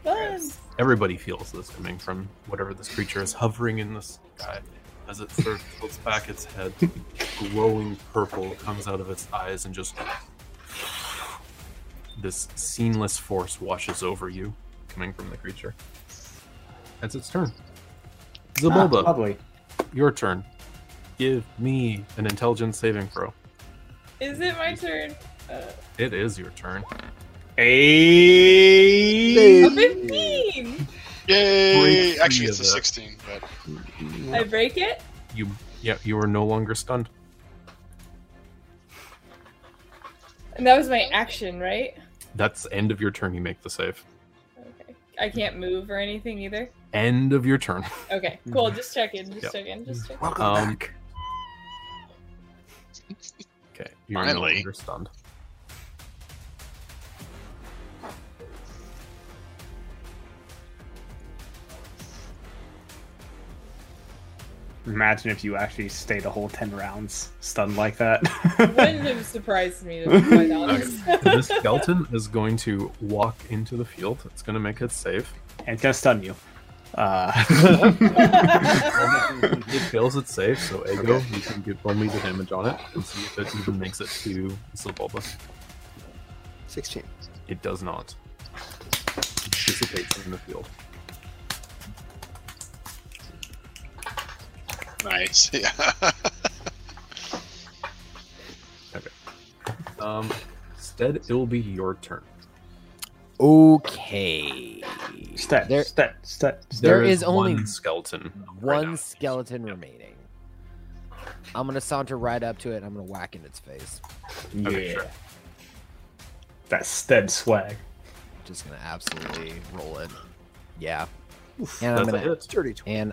Speaker 4: Fun.
Speaker 1: Everybody feels this coming from whatever this creature is hovering in the sky. As it sort of tilts back its head, glowing purple comes out of its eyes and just. This seamless force washes over you, coming from the creature. That's its turn.
Speaker 6: Ah,
Speaker 1: Zabulba,
Speaker 6: lovely.
Speaker 1: your turn. Give me an intelligence saving throw.
Speaker 4: Is it my turn? Uh,
Speaker 1: It is your turn.
Speaker 6: Hey.
Speaker 4: a fifteen.
Speaker 1: Break
Speaker 5: Yay!
Speaker 1: free
Speaker 5: Actually, it's
Speaker 1: of
Speaker 5: a
Speaker 1: that.
Speaker 5: 16, but
Speaker 4: I break it.
Speaker 1: You, yeah, you are no longer stunned.
Speaker 4: And that was my action, right?
Speaker 1: That's the end of your turn. You make the save.
Speaker 4: Okay. I can't move or anything either.
Speaker 1: End of your turn.
Speaker 4: Okay, cool.
Speaker 6: Mm-hmm.
Speaker 4: Just checking. Just
Speaker 1: Yep.
Speaker 4: checking. Just checking.
Speaker 11: Welcome
Speaker 1: Um,
Speaker 11: back.
Speaker 1: Okay, you're no
Speaker 5: Finally.
Speaker 1: longer stunned.
Speaker 6: Imagine if you actually stayed a whole ten rounds stunned like that. (laughs)
Speaker 4: Wouldn't have surprised me to be
Speaker 11: (laughs)
Speaker 4: quite honest.
Speaker 1: this skeleton is going to walk into the field. It's going to make its save.
Speaker 6: and it's gonna stun you. (laughs) Uh,
Speaker 1: It fails its save, so Ego, you can give, roll me the damage on it and see if it even makes it to Zulbulba.
Speaker 11: 16.
Speaker 1: It does not. It dissipates in the field.
Speaker 5: nice. (laughs) Yeah.
Speaker 1: Um, instead, it will be your turn.
Speaker 7: Okay.
Speaker 6: step,
Speaker 7: There-
Speaker 6: step, step, step.
Speaker 7: There is only
Speaker 1: one skeleton. right
Speaker 7: One
Speaker 1: now.
Speaker 7: skeleton remaining. I'm gonna saunter right up to it. and I'm gonna whack in its face.
Speaker 6: Yeah.
Speaker 1: Okay, sure.
Speaker 6: That stead swag.
Speaker 7: Just gonna absolutely roll it. Yeah.
Speaker 11: Oof,
Speaker 7: And I'm
Speaker 1: That's
Speaker 7: gonna
Speaker 1: a hit.
Speaker 11: Dirty 20.
Speaker 7: and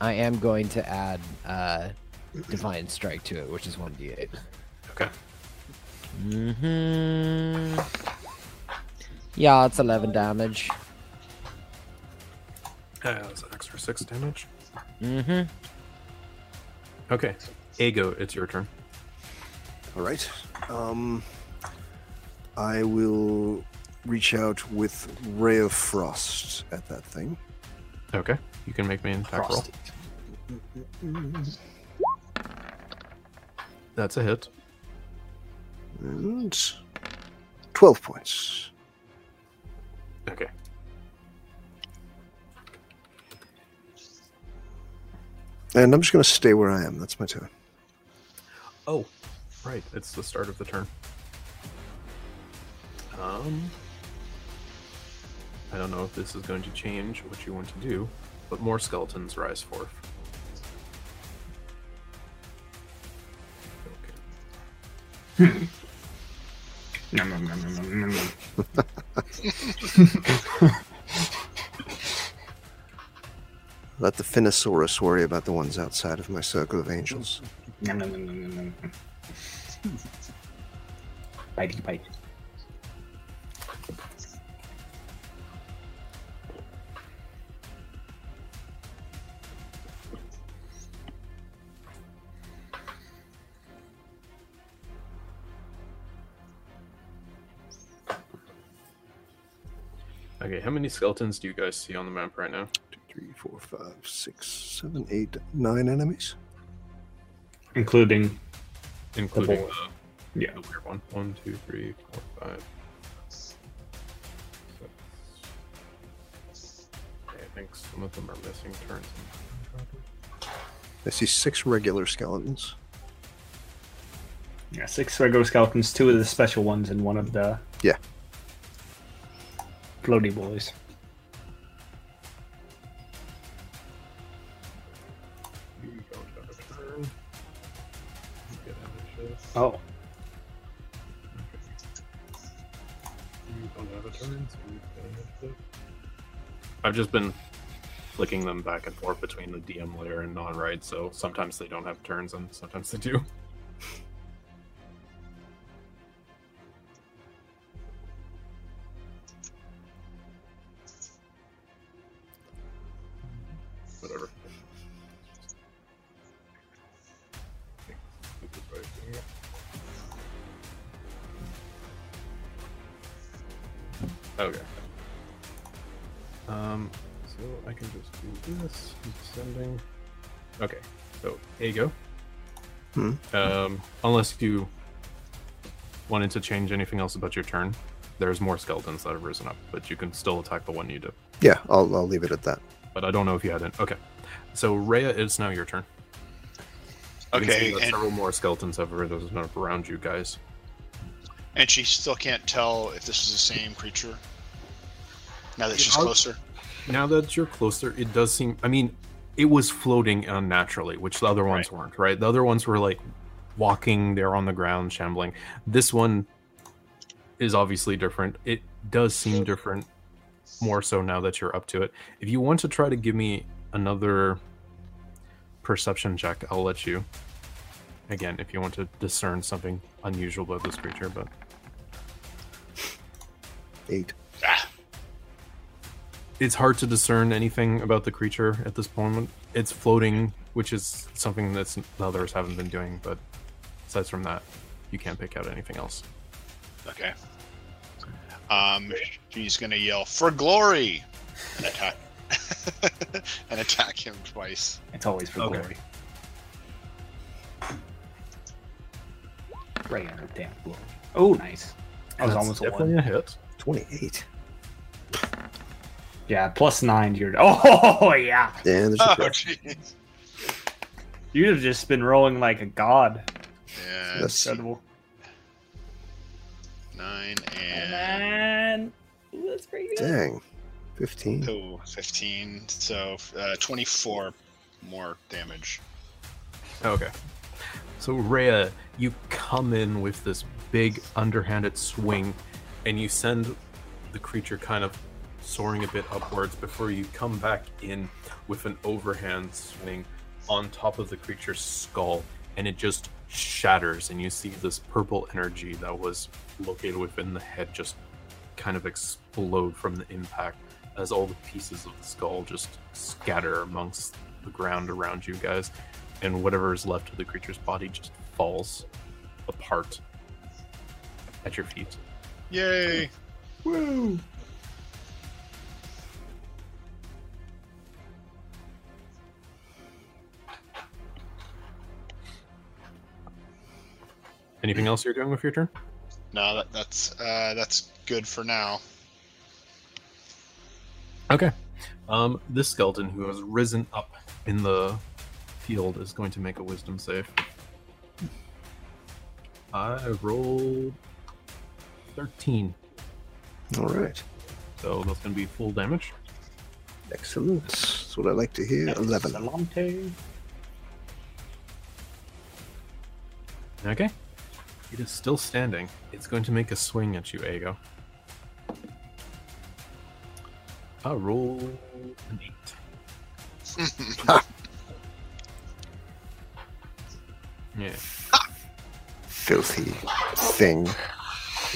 Speaker 7: I am going to add uh, divine strike to it, which is one d8.
Speaker 1: Okay.
Speaker 7: Hmm. Yeah, it's eleven damage.
Speaker 1: Yeah, that's an extra six damage.
Speaker 7: Mm-hmm.
Speaker 1: Okay, Ego, it's your turn.
Speaker 11: All right. Um, I will reach out with Ray of Frost at that thing.
Speaker 1: Okay, you can make me an attack roll.
Speaker 6: Frosty.
Speaker 1: That's a hit.
Speaker 11: And 12 points.
Speaker 1: Okay.
Speaker 11: And I'm just going to stay where I am. That's my turn.
Speaker 1: Oh, right. It's the start of the turn. Um, I don't know if this is going to change what you want to do, but more skeletons rise forth. Okay.
Speaker 6: Nom, nom, nom, nom, nom, nom, nom.
Speaker 11: Let the Finosaurus worry about the ones outside of my circle of angels.
Speaker 6: Nom, nom, nom, nom, nom, nom. Bitey bite.
Speaker 1: Okay, how many skeletons do you guys see on the map right now?
Speaker 11: Two, three, four, five, six, seven, eight, nine enemies.
Speaker 6: (laughs)
Speaker 10: including
Speaker 1: Including the,
Speaker 10: Yeah.
Speaker 1: the weird one. One, two, three, four, five. six. Okay, I think some of them are missing turns.
Speaker 11: I see six regular skeletons.
Speaker 10: yeah, six regular skeletons, two of the special ones, and one of the
Speaker 11: Yeah.
Speaker 10: floaty boys.
Speaker 1: You don't have a turn. You get initiative.
Speaker 10: Oh,
Speaker 1: You don't have a turn, so you get initiative. I've just been flicking them back and forth between the DM layer and non-ride, so sometimes they don't have turns and sometimes they do. (laughs) Whatever. Okay. Um, so I can just do this. Descending. Okay. So there you go.
Speaker 11: Hmm.
Speaker 1: Um, unless you wanted to change anything else about your turn, there's more skeletons that have risen up, but you can still attack the one you did.
Speaker 11: Yeah, I'll, I'll leave it at that.
Speaker 1: But I don't know if you had it. Okay. So Rhea, it's now your turn. You can see
Speaker 5: Okay,
Speaker 1: that
Speaker 5: and,
Speaker 1: several more skeletons have risen up around you guys.
Speaker 5: and she still can't tell if this is the same creature. Now that she's
Speaker 1: I'll-
Speaker 5: closer.
Speaker 1: Now that you're closer, it does seem. I mean, it was floating unnaturally, which the other ones weren't, right? The other ones were like walking, they're on the ground, shambling. This one is obviously different. It does seem different, more so now that you're up to it. If you want to try to give me another perception check, I'll let you. Again, if you want to discern something unusual about this creature, but
Speaker 11: Eight.
Speaker 5: Ah,
Speaker 1: it's hard to discern anything about the creature at this moment. It's floating, which is something that the others haven't been doing, but aside from that, you can't pick out anything else.
Speaker 5: Okay. Um, she's gonna yell for glory and attack (laughs) and attack him twice.
Speaker 10: it's always for
Speaker 1: Okay.
Speaker 10: glory. Right on the damn glory. Oh, nice. I was almost a one.
Speaker 1: a hit.
Speaker 11: 28.
Speaker 10: Yeah, plus nine to your. (laughs) Oh yeah,
Speaker 11: And there's
Speaker 5: Oh,
Speaker 11: a crit.
Speaker 5: jeez.
Speaker 10: you'd have just been rolling like a god.
Speaker 5: Yeah,
Speaker 11: Yes.
Speaker 10: Incredible.
Speaker 5: nine
Speaker 4: And
Speaker 5: and
Speaker 4: then Ooh, that's pretty good.
Speaker 11: Dang. 15.
Speaker 5: oh, 15, so uh, 24 more damage.
Speaker 1: Oh, Okay. So Rhea, you come in with this big underhanded swing, and you send the creature kind of soaring a bit upwards before you come back in with an overhand swing on top of the creature's skull, and it just shatters, and you see this purple energy that was located within the head just kind of explode from the impact as all the pieces of the skull just scatter amongst the ground around you guys and whatever is left of the creature's body just falls apart at your feet.
Speaker 5: Yay!
Speaker 10: Woo!
Speaker 1: Anything else you're doing with your turn?
Speaker 5: No, that, that's uh, that's good for now.
Speaker 1: Okay. Um, this skeleton who has risen up in the field is going to make a wisdom save. I rolled 13,
Speaker 11: All right.
Speaker 1: so that's going to be full damage.
Speaker 11: Excellent. That's what I like to hear. 11.
Speaker 10: Salante.
Speaker 1: Okay. It is still standing. It's going to make a swing at you, Ago. I roll an 8. Yeah.
Speaker 11: Filthy thing.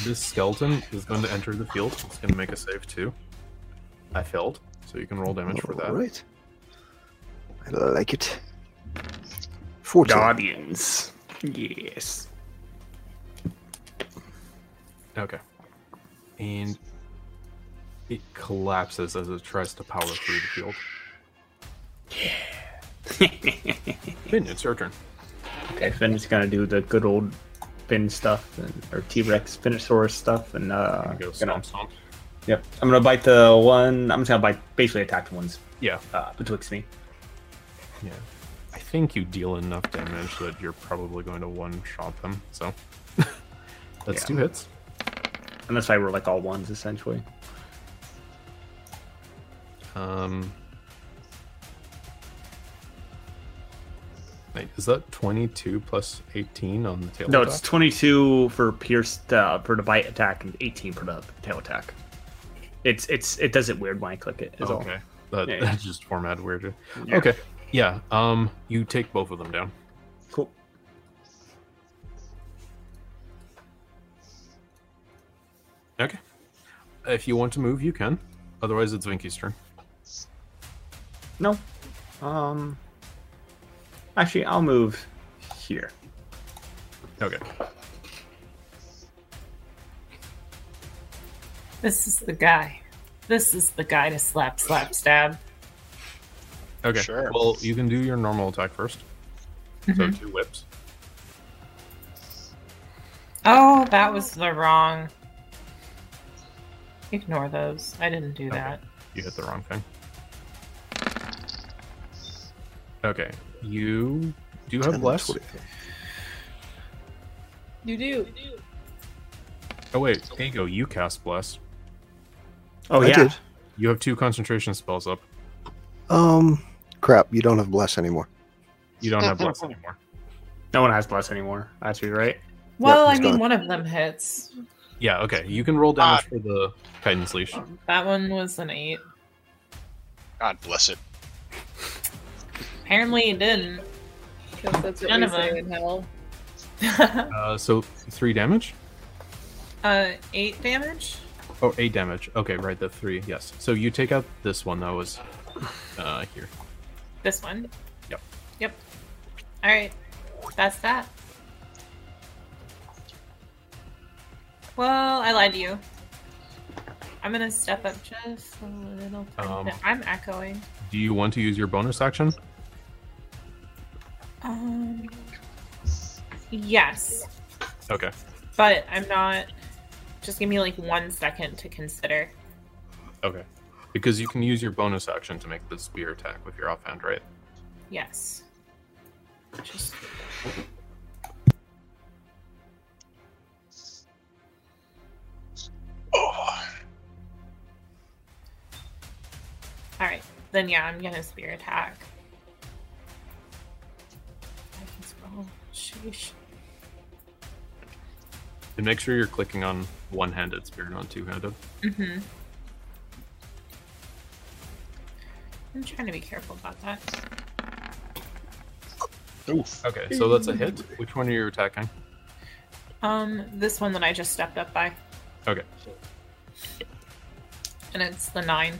Speaker 1: This skeleton is going to enter the field. It's going to make a save too. I failed, so you can roll damage for that.
Speaker 11: All right. I like it. 14.
Speaker 10: Guardians. Yes.
Speaker 1: Okay. And It collapses as it tries to power through the field. Finn, it's your turn.
Speaker 6: Okay, Finn is gonna do the good old Finn stuff, and, or T Rex, Spinosaurus stuff, and uh,
Speaker 1: Go
Speaker 6: gonna-
Speaker 1: stomp, stomp.
Speaker 6: yep, I'm gonna bite the one. I'm just gonna bite, basically attack the ones
Speaker 1: Yeah,
Speaker 6: uh, betwixt me.
Speaker 1: yeah. I think you deal enough damage that you're probably going to one shot them. So (laughs) that's
Speaker 6: Yeah.
Speaker 1: two hits.
Speaker 6: Unless I were like all ones, essentially.
Speaker 1: Um. Wait, is that 22 plus 18 on the tail?
Speaker 6: No,
Speaker 1: attack?
Speaker 6: it's 22 for pierced uh, for the bite attack and 18 for the tail attack. It's it's it does it weird when I click it. Is
Speaker 1: okay. (laughs) That,
Speaker 6: Yeah, yeah.
Speaker 1: That's just formatted weird.
Speaker 6: Yeah.
Speaker 1: Okay. Yeah. Um. You take both of them down.
Speaker 6: all. Cool.
Speaker 1: Okay. If you want to move, you can. Otherwise, it's Vinky's turn.
Speaker 6: No. Um. Actually, I'll move here.
Speaker 1: Okay.
Speaker 2: This is the guy. This is the guy to slap, slap, stab.
Speaker 1: Okay.
Speaker 5: Sure.
Speaker 1: Well, you can do your normal attack 1st
Speaker 6: Mm-hmm.
Speaker 1: So two whips.
Speaker 2: Oh, that was the wrong. Ignore those. I didn't do that.
Speaker 1: You hit the wrong thing. Okay. You do have less.
Speaker 4: You do.
Speaker 1: Oh wait, Dago, you cast bless.
Speaker 6: Oh
Speaker 11: I
Speaker 6: yeah.
Speaker 11: did.
Speaker 1: You have two concentration spells up.
Speaker 11: Um, crap, you don't have bless anymore.
Speaker 1: You don't have bless anymore.
Speaker 6: No one has bless anymore. That's me, right?
Speaker 2: Well, I
Speaker 11: he's
Speaker 2: mean,
Speaker 11: gone.
Speaker 2: one of them hits.
Speaker 1: Yeah. Okay. You can roll damage for the guidance leash.
Speaker 2: That one was an eight.
Speaker 5: God bless it.
Speaker 2: Apparently, it didn't. (laughs)
Speaker 4: 'Cause that's what
Speaker 2: None
Speaker 4: we
Speaker 2: of
Speaker 4: say
Speaker 2: them.
Speaker 4: in hell.
Speaker 1: Uh, so three damage.
Speaker 2: uh, eight damage.
Speaker 1: Oh, eight damage. Okay, right. The three. Yes. So you take out this one that was uh, here.
Speaker 2: This one.
Speaker 1: Yep.
Speaker 2: Yep. All right. That's that. Well, I lied to you. I'm gonna step up just a little. tiny
Speaker 1: Um.
Speaker 2: bit. I'm echoing.
Speaker 1: Do you want to use your bonus action?
Speaker 2: Um. Yes,
Speaker 1: Okay.
Speaker 2: but I'm not. Just give me like one second to consider.
Speaker 1: Okay. Because you can use your bonus action to make the spear attack with your offhand, right?
Speaker 2: Yes. Just.
Speaker 5: Oh,
Speaker 2: All right. Then yeah, I'm gonna spear attack. I can scroll. Sheesh.
Speaker 1: And make sure you're clicking on one-handed spear, not two-handed.
Speaker 2: Mm-hmm. I'm trying to be careful about that.
Speaker 5: oof.
Speaker 1: Okay. So that's a hit. Which one are you attacking?
Speaker 2: Um, this one that I just stepped up by,
Speaker 1: Okay.
Speaker 2: and it's the nine.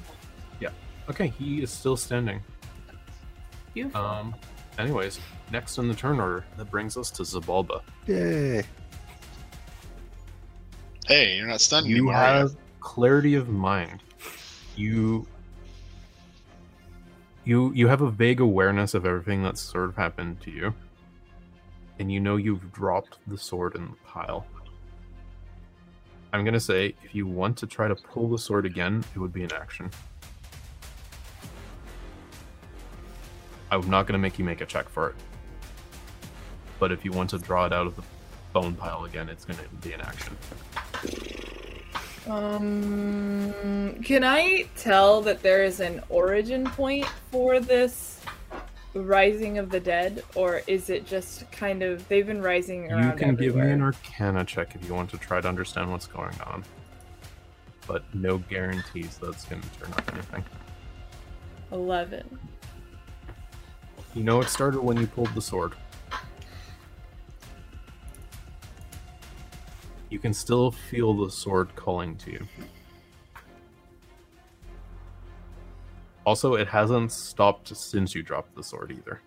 Speaker 1: Okay. He is still standing.
Speaker 2: Beautiful.
Speaker 1: Um. Anyways, next in the turn order, that brings us to Zabalba.
Speaker 11: Yay.
Speaker 5: Hey, you're not stunned
Speaker 1: you
Speaker 5: anymore. are you?
Speaker 1: have clarity of mind you you you have a vague awareness of everything that's sort of happened to you and you know you've dropped the sword in the pile i'm going to say if you want to try to pull the sword again it would be an action i'm not going to make you make a check for it but if you want to draw it out of the bone pile again it's going to be an action
Speaker 4: Um, can I tell that there is an origin point for this rising of the dead, or is it just kind of they've been rising around?
Speaker 1: You can give me
Speaker 4: everywhere?
Speaker 1: an arcana check if you want to try to understand what's going on. But no guarantees that's going to turn up anything.
Speaker 4: eleven.
Speaker 1: You know, it started when you pulled the sword. You can still feel the sword calling to you. Also, it hasn't stopped since you dropped the sword either.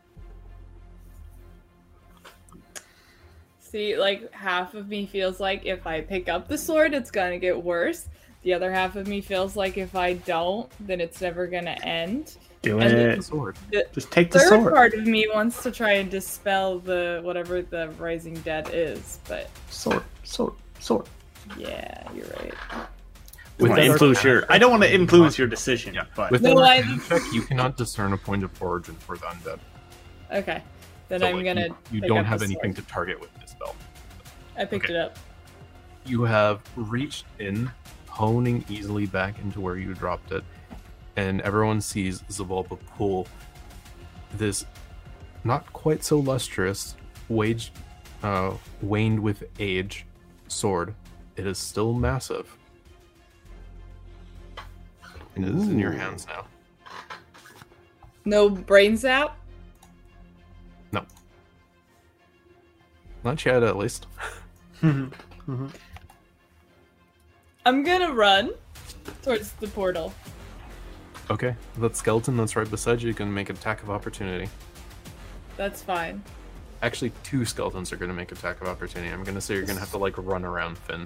Speaker 4: See, like half of me feels like if I pick up the sword, it's gonna get worse. the other half of me feels like if I don't, then it's never gonna end.
Speaker 6: Do
Speaker 4: And
Speaker 6: it.
Speaker 1: The sword.
Speaker 6: Just take the
Speaker 4: Third
Speaker 6: sword.
Speaker 4: part of me wants to try and dispel the whatever the rising dead is, but
Speaker 6: Sword. Sword. Sword.
Speaker 4: yeah, you're right.
Speaker 6: With
Speaker 1: that
Speaker 6: influence
Speaker 1: arc-
Speaker 6: your. I don't want to influence your decision. But
Speaker 1: With
Speaker 4: No,
Speaker 1: an
Speaker 4: I-
Speaker 1: arcana check, you cannot discern a point of origin for the undead.
Speaker 4: Okay, then
Speaker 1: So,
Speaker 4: I'm
Speaker 1: like,
Speaker 4: gonna.
Speaker 1: You, you
Speaker 4: pick
Speaker 1: don't
Speaker 4: up
Speaker 1: have
Speaker 4: the sword.
Speaker 1: anything to target with this spell.
Speaker 4: I picked
Speaker 1: okay.
Speaker 4: it up.
Speaker 1: You have reached in, honing easily back into where you dropped it, and everyone sees Zavolba pull this not quite so lustrous, wage, uh, waned with age sword. It is still massive. And it is in your
Speaker 11: Ooh.
Speaker 1: hands now.
Speaker 4: No brain zap.
Speaker 1: Not yet, at least.
Speaker 4: I'm gonna run towards the portal.
Speaker 1: Okay, that skeleton that's right beside you can make an attack of opportunity.
Speaker 4: That's fine.
Speaker 1: Actually, two skeletons are going to make attack of opportunity. I'm going to say you're going to have to like run around Finn.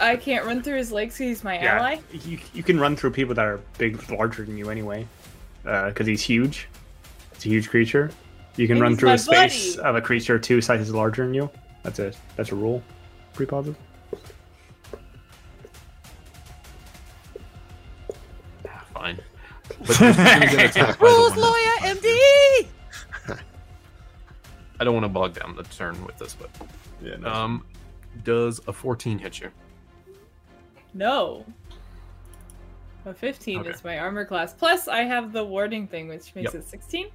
Speaker 4: I can't run through his legs. 'cause He's my ally.
Speaker 6: yeah, you, you can run through people that are big, larger than you anyway, because he's huge. It's a huge creature. You can
Speaker 4: And
Speaker 6: run
Speaker 4: he's
Speaker 6: through
Speaker 4: my
Speaker 6: a space
Speaker 4: buddy.
Speaker 6: of a creature two sizes larger than you. That's a that's a rule. Pretty positive.
Speaker 1: Ah, Fine. But you're gonna get attacked
Speaker 2: (laughs)
Speaker 1: by the one that-
Speaker 12: MD.
Speaker 1: I don't want to bog down the turn with this, but
Speaker 6: Yeah.
Speaker 1: um, does a 14 hit you?
Speaker 4: No. A 15
Speaker 1: Okay.
Speaker 4: is my armor class. Plus, I have the warding thing, which makes
Speaker 1: Yep.
Speaker 4: it 16.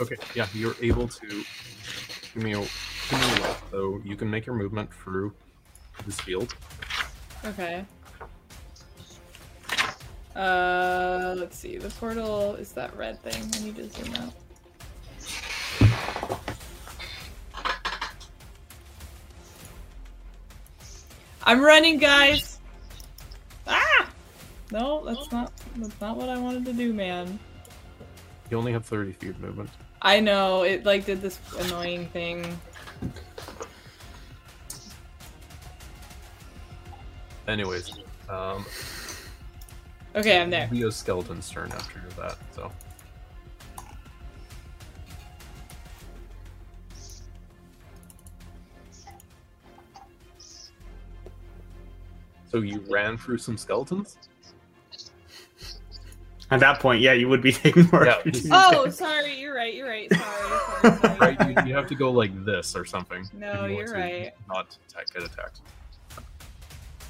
Speaker 1: Okay, yeah, you're able to. Give me a. Give me a roll. so you can make your movement through this field.
Speaker 4: Okay. Uh, let's see. The portal is that red thing. I need to zoom out. I'm running, guys. Ah! No, that's not. That's not what I wanted to do, man.
Speaker 1: You only have 30 feet of movement.
Speaker 4: I know it like did this annoying thing.
Speaker 1: Anyways, um,
Speaker 4: Okay, I'm there.
Speaker 1: Leo's skeleton's turn after that, so. So you ran through some
Speaker 4: (laughs)
Speaker 1: skeletons?
Speaker 6: At that point, yeah, you would be (laughs) taking more.
Speaker 1: Yeah.
Speaker 6: opportunity.
Speaker 4: Oh, sorry. You're right. You're right. Sorry. sorry, sorry.
Speaker 1: (laughs) Right, you, you have to go like this or something. if
Speaker 4: No,
Speaker 1: you want
Speaker 4: you're
Speaker 1: to
Speaker 4: right.
Speaker 1: Not attack, get attacked.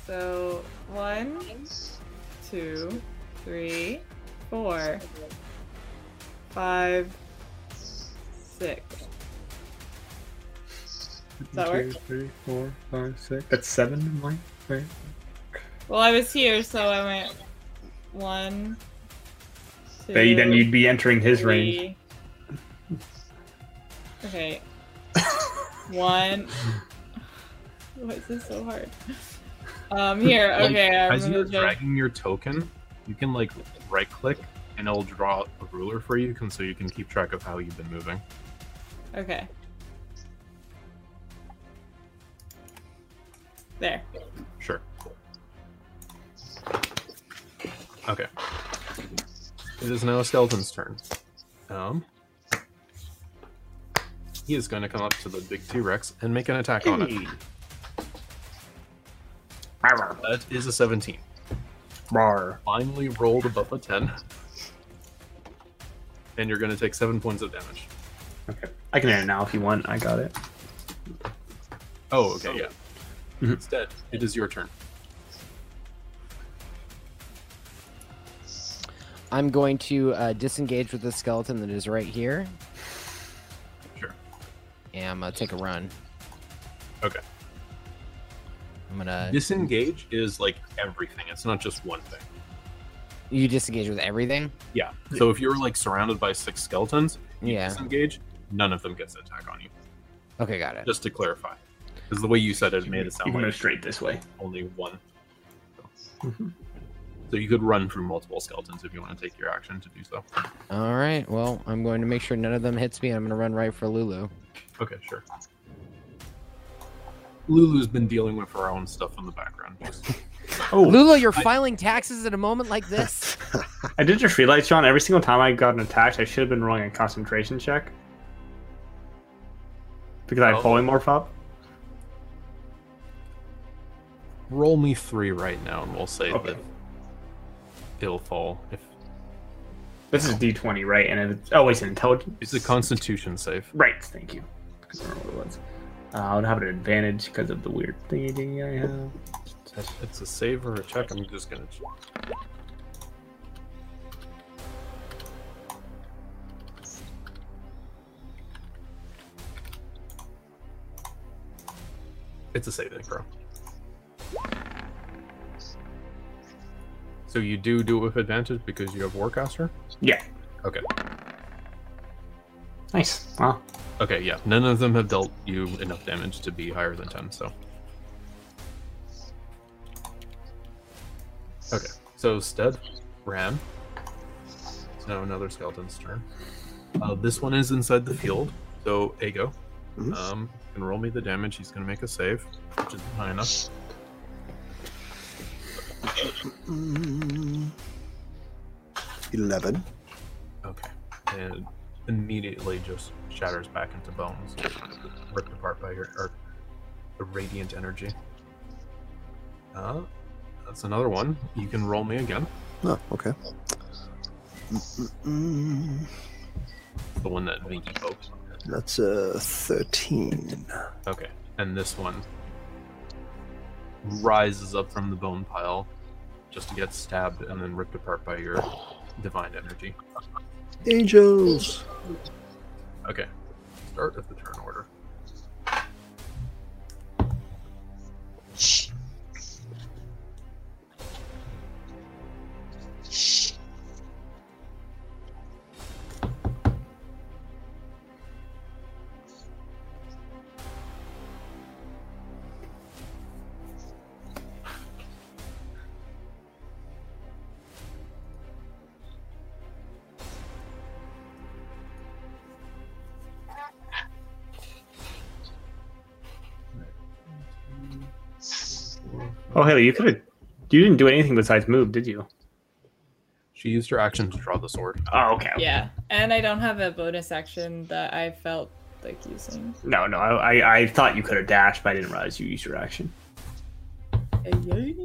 Speaker 4: So one, two, three, four, five, six. Does that work?
Speaker 6: three, four, five, six. That's seven in mine, right?
Speaker 4: Well, I was here, so I went one, two.
Speaker 6: Then, then you'd be entering his range.
Speaker 4: three. Okay. one. Why is this so hard? Um, here.
Speaker 1: Like,
Speaker 4: Okay, I
Speaker 1: As you're
Speaker 4: removed it.
Speaker 1: dragging your token, you can like right click and it'll draw a ruler for you can, so you can keep track of how you've been moving.
Speaker 4: Okay. There.
Speaker 1: Sure. Okay. It is now Skeleton's turn. Um, he is going to come up to the big T Rex and make an attack on it. That is a 17.
Speaker 6: Rawr.
Speaker 1: Finally rolled above a 10. And you're going to take 7 points of damage.
Speaker 6: Okay. I can end it now if you want. I got it.
Speaker 1: Oh, okay, yeah.
Speaker 6: Mhm.
Speaker 1: It's dead. It is your turn.
Speaker 7: I'm going to uh, disengage with the skeleton that is right here,
Speaker 1: Sure.
Speaker 7: and I'm gonna take a run.
Speaker 1: Okay.
Speaker 7: I'm gonna.
Speaker 1: Disengage is like everything, it's not just one thing.
Speaker 7: You disengage with everything.
Speaker 1: Yeah. So if you're like surrounded by six skeletons, you
Speaker 7: Yeah.
Speaker 1: disengage, none of them gets an attack on you.
Speaker 7: Okay, got it.
Speaker 1: Just to clarify. Because the way you said it made it
Speaker 6: You
Speaker 1: sound
Speaker 6: can go
Speaker 1: like
Speaker 6: straight this way.
Speaker 1: only one.
Speaker 6: Mhm.
Speaker 1: So you could run through multiple skeletons if you want to take your action to do so.
Speaker 7: All right. Well, I'm going to make sure none of them hits me. and I'm gonna run right for Lulu.
Speaker 1: Okay, sure. Lulu's been dealing with her own stuff in the background.
Speaker 6: Oh,
Speaker 7: Lula, you're filing taxes at a moment
Speaker 1: (laughs)
Speaker 7: like this?
Speaker 6: I did just realize, John, every single time I got an attack, I should have been rolling a concentration check. Because I had
Speaker 1: Oh.
Speaker 6: polymorph up.
Speaker 1: Roll me three right now, and we'll say
Speaker 6: Okay.
Speaker 1: that it'll fall. If
Speaker 6: This is D20, right? And it's oh, it's an intelligence.
Speaker 1: it's a Constitution save.
Speaker 6: Right, thank you. I don't remember what it was. Uh, I would have an advantage because of the weird thingy I have.
Speaker 1: It's a save or a check. I'm just gonna. It's a saving throw. So you do do it with advantage because you have Warcaster.
Speaker 6: Yeah.
Speaker 1: Okay.
Speaker 6: Nice. Wow.
Speaker 1: Okay. Yeah. None of them have dealt you enough damage to be higher than ten. So. Okay. So Stead ran. So another skeleton's turn. Uh, this one is inside the field. So Ago,
Speaker 11: Mhm.
Speaker 1: um, can roll me the damage. He's gonna make a save, which is high enough.
Speaker 11: Mm. Eleven.
Speaker 1: Okay. And immediately just shatters back into bones, ripped apart by your or the radiant energy. Uh, that's another one. You can roll me again.
Speaker 11: No, Oh, okay. Mm-mm-mm.
Speaker 1: The one that Vinky poked.
Speaker 11: That's a thirteen.
Speaker 1: Okay. And this one rises up from the bone pile just to get stabbed and then ripped apart by your divine energy.
Speaker 11: Angels.
Speaker 1: Okay. Start at the turn order.
Speaker 6: Oh, Haley, you could have. You didn't do anything besides move, did you?
Speaker 1: She used her action to draw the sword.
Speaker 6: Oh, okay.
Speaker 4: Yeah, and I don't have a bonus action that I felt like using.
Speaker 6: No, no. I, I, I thought you could have dashed, but I didn't realize you used your action. (laughs)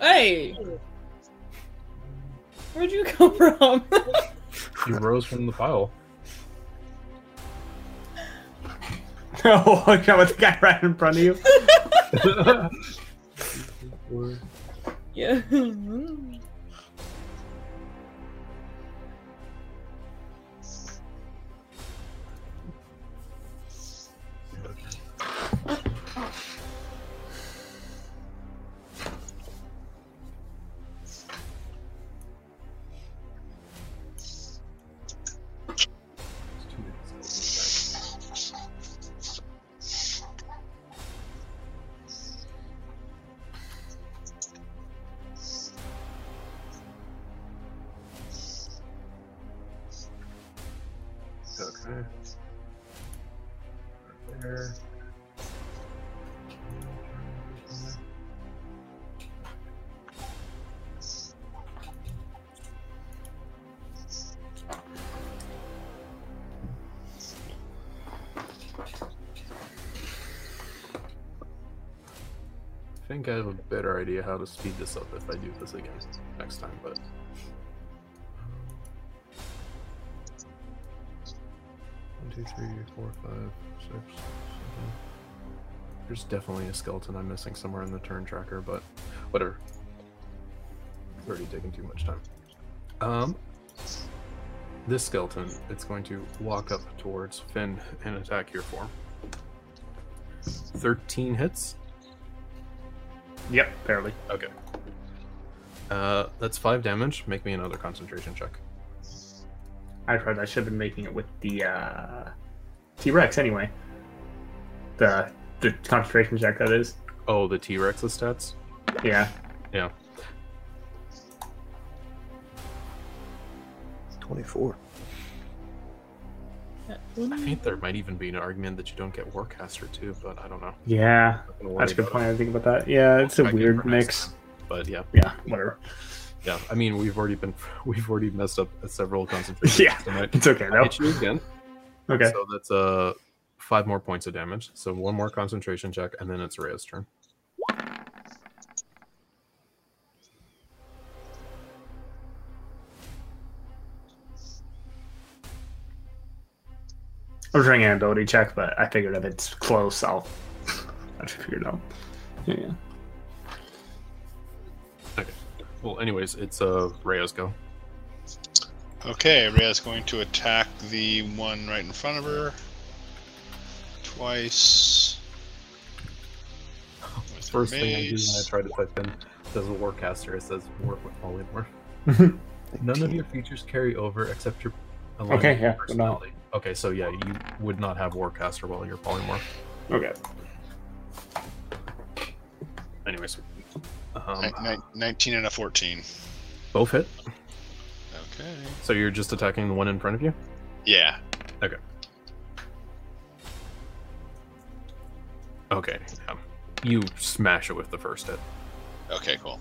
Speaker 4: Hey, where'd you come from? (laughs)
Speaker 1: She rose from the pile.
Speaker 6: oh, I got with the guy right in front of you.
Speaker 4: yeah.
Speaker 1: Okay. There. I think I have a better idea how to speed this up if I do this again next time, but One, two, three, four, five, six, seven. There's definitely a skeleton I'm missing somewhere in the turn tracker, but whatever. It's already taking too much time. Um, this skeleton, it's going to walk up towards Finn and attack your form. Thirteen hits.
Speaker 6: yep, barely.
Speaker 1: Okay. Uh, that's five damage. Make me another concentration check.
Speaker 6: I tried. I should have been making it with the uh, T Rex anyway. The the concentration check that is.
Speaker 1: Oh, the T Rex's stats.
Speaker 6: Yeah.
Speaker 1: Yeah.
Speaker 11: Twenty-four.
Speaker 1: I think there might even be an argument that you don't get Warcaster too, but I don't know.
Speaker 6: Yeah,
Speaker 1: I'm not gonna worry
Speaker 6: that's a good
Speaker 1: about
Speaker 6: point.
Speaker 1: it.
Speaker 6: I think about that. Yeah, it's a
Speaker 1: I'll try to
Speaker 6: weird
Speaker 1: pronounce
Speaker 6: mix.
Speaker 1: them, But yeah,
Speaker 6: Yeah, whatever.
Speaker 1: yeah. I mean, we've already been (laughs) we've already messed up at several concentrations.
Speaker 6: Yeah. (laughs)
Speaker 1: tonight.
Speaker 6: It's okay
Speaker 1: I'll
Speaker 6: though.
Speaker 1: hit you again.
Speaker 6: Okay.
Speaker 1: So that's uh five more points of damage. So one more concentration check, and then it's Rhea's turn.
Speaker 6: I was running an ability check, but I figured if it's close, I'll. (laughs) I just figured it out. Yeah.
Speaker 1: Well, anyways, it's uh Rhea's go.
Speaker 5: Okay, Rhea's going to attack the one right in front of her. Twice. With her
Speaker 1: First thing I do when I
Speaker 5: mace.
Speaker 1: try to type in says Warcaster. It says War with Holy War.
Speaker 6: (laughs)
Speaker 1: None of your features carry over except your alignment
Speaker 6: Okay,
Speaker 1: and
Speaker 6: yeah, we're not-
Speaker 1: personality. Okay, so yeah, you would not have Warcaster while you're polymorph.
Speaker 6: Okay.
Speaker 1: Anyways,
Speaker 5: Nin-
Speaker 1: um,
Speaker 5: nin- 19 and a 14.
Speaker 1: both hit.
Speaker 5: Okay.
Speaker 1: So you're just attacking the one in front of you.
Speaker 5: Yeah.
Speaker 1: Okay, yeah. you smash it with the first hit.
Speaker 5: Okay, cool.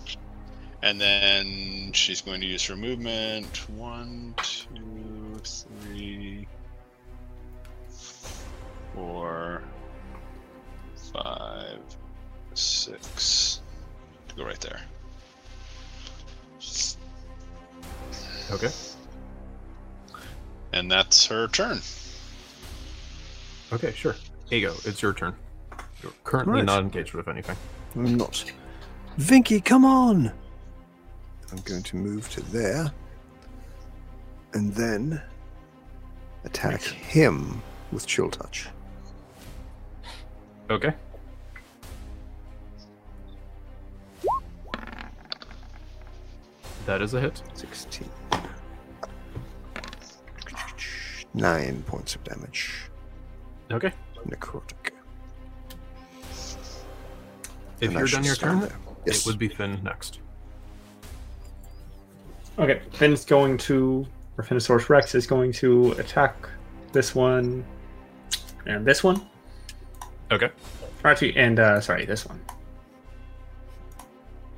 Speaker 5: And then she's going to use her movement. One, two, three, four, five, six. To go right there.
Speaker 1: Okay.
Speaker 5: And that's her turn.
Speaker 1: Okay, sure. Ego, it's your turn. You're currently
Speaker 11: Right.
Speaker 1: not engaged with anything.
Speaker 11: I'm not. Vinky, come on! I'm going to move to there. And then attack him with Chill Touch.
Speaker 1: Okay. That is a hit.
Speaker 11: 16. Nine points of damage.
Speaker 1: Okay.
Speaker 11: Necrotic.
Speaker 1: If
Speaker 11: And I
Speaker 1: you're
Speaker 11: shall
Speaker 1: done your turn,
Speaker 11: stand there. Yes.
Speaker 1: it would be Finn next.
Speaker 6: Okay. Finn's going to, or Finnosaurus Rex is going to attack this one, and this one.
Speaker 1: Okay.
Speaker 6: Or Actually, and uh, sorry, this one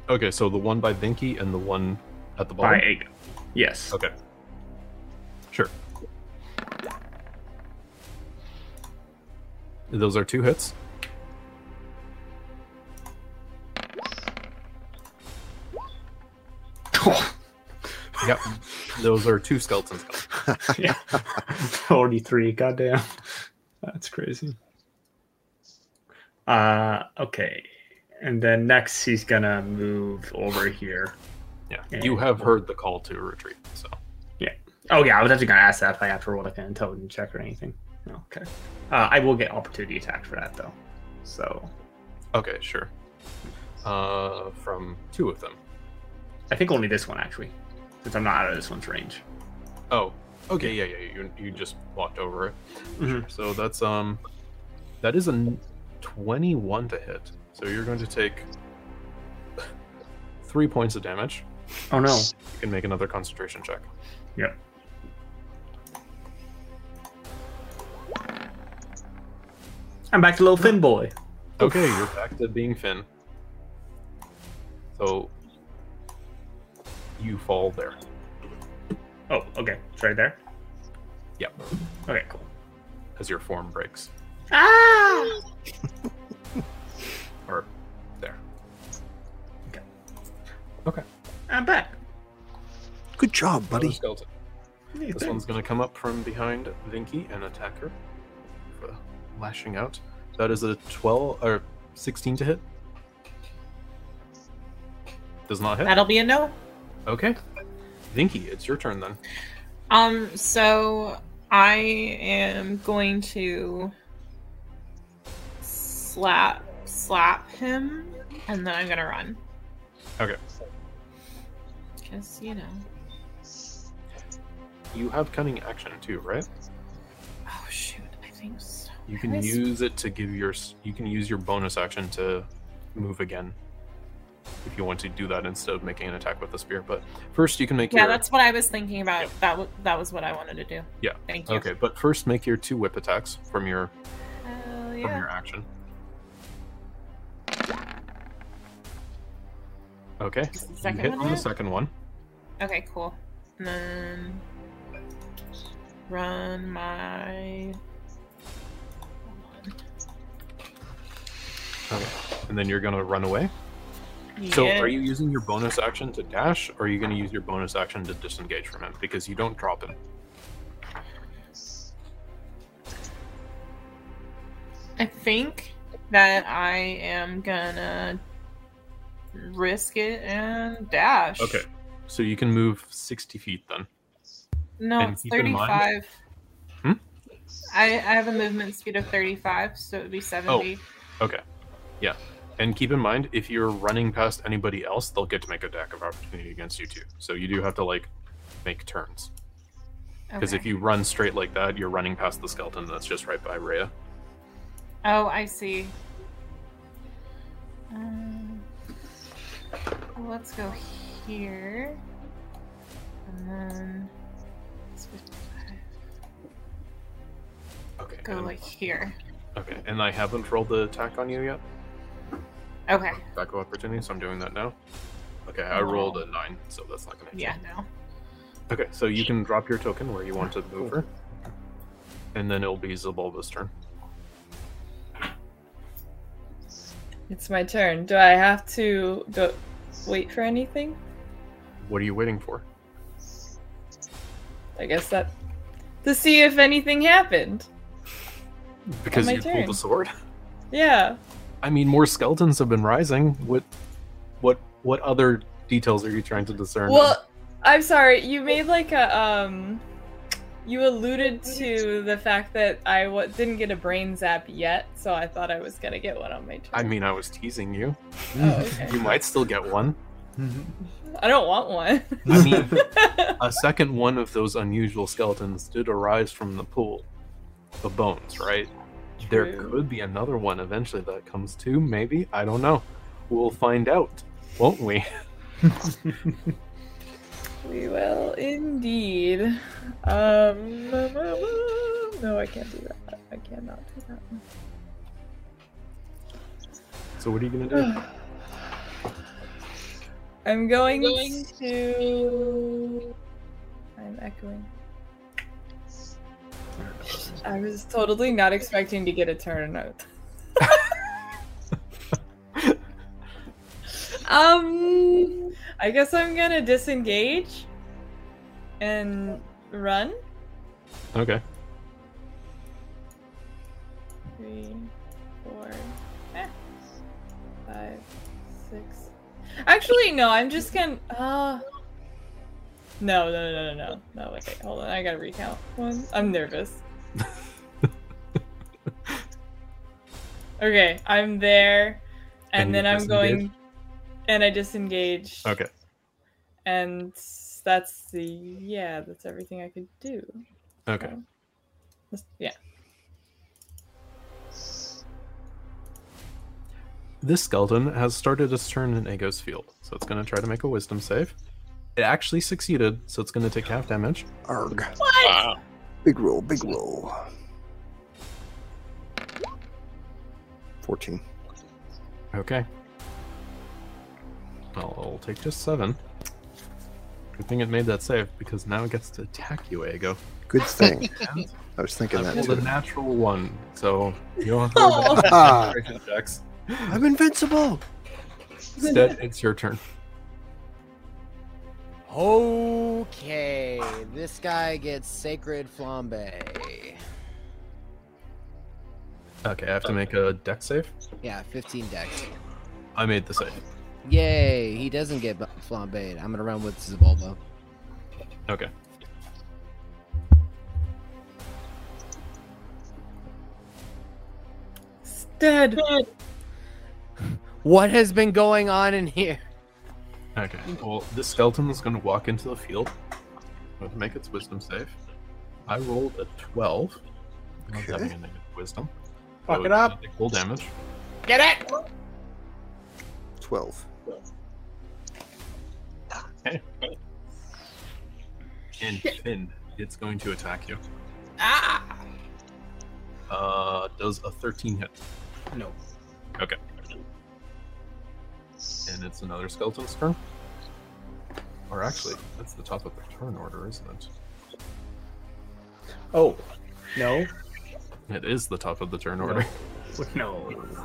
Speaker 1: Okay, so the one by Vinky and the one at the bottom.
Speaker 6: by eight. Yes.
Speaker 1: Okay. Sure. Those are two hits.
Speaker 6: (laughs)
Speaker 1: Yep. Those are two skeletons.
Speaker 6: yeah. (laughs) Forty-three. Goddamn. That's crazy. Uh. Okay. And then next, he's gonna move over here.
Speaker 1: Yeah.
Speaker 6: Yeah.
Speaker 1: You have heard the call to retreat, so
Speaker 6: Oh yeah, I was actually gonna ask that if I have to roll like an intelligence check or anything. No, okay. Uh, I will get opportunity attack for that though. So
Speaker 1: okay, sure. Uh, from two of them.
Speaker 6: I think only this one actually, since I'm not out of this one's range.
Speaker 1: Oh, okay, yeah, yeah. yeah, You you just walked over it.
Speaker 6: Mhm.
Speaker 1: So that's um, that is a n- twenty-one to hit. So you're going to take three points of damage.
Speaker 6: Oh no.
Speaker 1: You can make another concentration check.
Speaker 6: Yep. I'm back to little thin boy.
Speaker 1: Okay, you're back to being Finn. So you fall there.
Speaker 6: Oh, okay. It's right there.
Speaker 1: Yep.
Speaker 6: Okay, cool.
Speaker 1: As your form breaks.
Speaker 4: Ah!
Speaker 1: Or there.
Speaker 6: I'm back.
Speaker 11: Good job,
Speaker 1: Another
Speaker 11: buddy.
Speaker 1: skeleton.
Speaker 6: Hey,
Speaker 1: This one's gonna come up from behind Vinky and attack her for lashing out. That is a twelve or sixteen to hit. Does not hit.
Speaker 2: That'll be a no.
Speaker 1: Okay. Vinky, it's your turn then.
Speaker 2: Um, so I am going to slap slap him, and then I'm gonna run.
Speaker 1: Okay.
Speaker 2: Cause you know.
Speaker 1: You have cunning action too, right?
Speaker 2: Oh shoot! I think so.
Speaker 1: You can
Speaker 2: Yes.
Speaker 1: use it to give your s- you can use your bonus action to move again. if you want to do that instead of making an attack with the spear. But first, you can make
Speaker 2: Yeah,
Speaker 1: your
Speaker 2: that's what I was thinking about.
Speaker 1: Yep.
Speaker 2: That w- that was what I wanted to do.
Speaker 1: Yeah.
Speaker 2: Thank you.
Speaker 1: okay. But first, make your two whip attacks from your
Speaker 2: Hell
Speaker 1: from
Speaker 2: yeah.
Speaker 1: your action. Okay,
Speaker 2: Is the
Speaker 1: you
Speaker 2: second
Speaker 1: hit
Speaker 2: one
Speaker 1: on the
Speaker 2: hit?
Speaker 1: second one.
Speaker 2: Okay, cool. And then run my.
Speaker 1: Okay, and then you're gonna run away. So, are you using your bonus action to dash, or are you gonna use your bonus action to disengage from him because you don't drop him?
Speaker 2: I think that I am gonna risk it and dash.
Speaker 1: Okay, so you can move sixty feet then.
Speaker 2: No,
Speaker 1: And
Speaker 2: it's
Speaker 1: keep in mind-
Speaker 2: 35.
Speaker 1: Hmm?
Speaker 2: I, I have a movement speed of 35, so it would be 70.
Speaker 1: Okay, yeah, and keep in mind if you're running past anybody else, they'll get to make a attack of opportunity against you too. So you do have to like make turns because Oh, if
Speaker 2: Okay.
Speaker 1: you run straight like that, you're running past the skeleton that's just right by Rhea.
Speaker 2: Oh, I see. Um, well, let's go here. And then. it's 55.
Speaker 1: Okay,
Speaker 2: Go
Speaker 1: and-
Speaker 2: like here.
Speaker 1: okay, and I haven't rolled the attack on you yet.
Speaker 2: Okay.
Speaker 1: attack of opportunity, so I'm doing that now. Okay, I rolled a nine, so that's not gonna hit. you.
Speaker 2: Yeah, no.
Speaker 1: Okay, so you can drop your token where you want to move her, and then it'll be Zabulba's turn.
Speaker 4: It's my turn. Do I have to do- wait for anything?
Speaker 1: What are you waiting for?
Speaker 4: I guess that to see if anything happened.
Speaker 1: Because
Speaker 4: my
Speaker 1: you
Speaker 4: turn.
Speaker 1: pulled a sword.
Speaker 4: Yeah.
Speaker 1: I mean, more skeletons have been rising. What, what, what other details are you trying to discern?
Speaker 4: Well, I'm sorry. You made like a um. You alluded to the fact that I w- didn't get a brain zap yet, so I thought I was gonna get one on my turn.
Speaker 1: I mean, I was teasing you.
Speaker 4: oh, okay.
Speaker 1: (laughs) You might still get one.
Speaker 4: I don't want one. (laughs)
Speaker 1: I mean, a second one of those unusual skeletons did arise from the pool of bones, right? There
Speaker 4: True.
Speaker 1: could be another one eventually that comes too, maybe. I don't know. We'll find out, won't we? (laughs)
Speaker 4: We will indeed. Um, (laughs) no, I can't do that. I cannot do that.
Speaker 1: So, what are you going
Speaker 4: (sighs)
Speaker 1: to do?
Speaker 4: I'm going, to. I'm echoing. I was totally not expecting to get a turn out. um, I guess I'm gonna disengage and run.
Speaker 1: Okay.
Speaker 4: Three, four, eh, five, six. Actually, no. I'm just gonna. Uh... No, no, no, no, no, no. Wait, wait, hold on. I gotta recount. One. I'm (laughs) nervous. okay, I'm there, and,
Speaker 1: And you
Speaker 4: then I'm
Speaker 1: disengage?
Speaker 4: going, and I disengage.
Speaker 1: Okay.
Speaker 4: And that's the yeah. That's everything I could do.
Speaker 1: Okay.
Speaker 4: That's- Yeah.
Speaker 1: This skeleton has started its turn in Ago's field, so it's going to try to make a wisdom save. It actually succeeded, so it's going to take half damage.
Speaker 11: Arg.
Speaker 5: Wow.
Speaker 11: Big roll, big roll. 14.
Speaker 1: Okay. I'll, I'll take just seven. Good thing it made that save because now it gets to attack you, Ego. (laughs)
Speaker 11: Good thing. I was thinking
Speaker 1: I
Speaker 11: that
Speaker 1: rolled a
Speaker 11: too.
Speaker 1: natural one, so you don't have to worry about
Speaker 11: Ah,
Speaker 13: Uh,
Speaker 1: concentration
Speaker 6: (laughs)
Speaker 1: checks.
Speaker 11: I'm invincible.
Speaker 1: Instead, it's your turn.
Speaker 7: Okay, this guy gets sacred flambe.
Speaker 1: Okay, I have to make a deck save.
Speaker 7: Yeah, 15 decks.
Speaker 1: I made the save.
Speaker 7: Yay, he doesn't get bu- flambéed. I'm gonna run with Zabulba.
Speaker 1: Okay.
Speaker 4: Dead.
Speaker 7: What has been going on in here?
Speaker 1: Okay. Well, this skeleton is going to walk into the field. Going to make its wisdom save. I rolled a 12. I'm not
Speaker 11: Okay.
Speaker 1: having a negative wisdom.
Speaker 6: Fuck
Speaker 1: so
Speaker 6: it
Speaker 1: it's gonna
Speaker 6: up.
Speaker 1: take Full damage.
Speaker 11: 12.
Speaker 1: And Finn, it's going to attack you.
Speaker 8: Ah!
Speaker 1: Uh, does a 13 hit,
Speaker 6: No.
Speaker 1: and it's another skeleton's turn. Or actually, that's the top of the turn order, isn't it?
Speaker 6: Oh. No.
Speaker 1: It is the top of the turn order. (laughs)
Speaker 6: No.
Speaker 4: (laughs)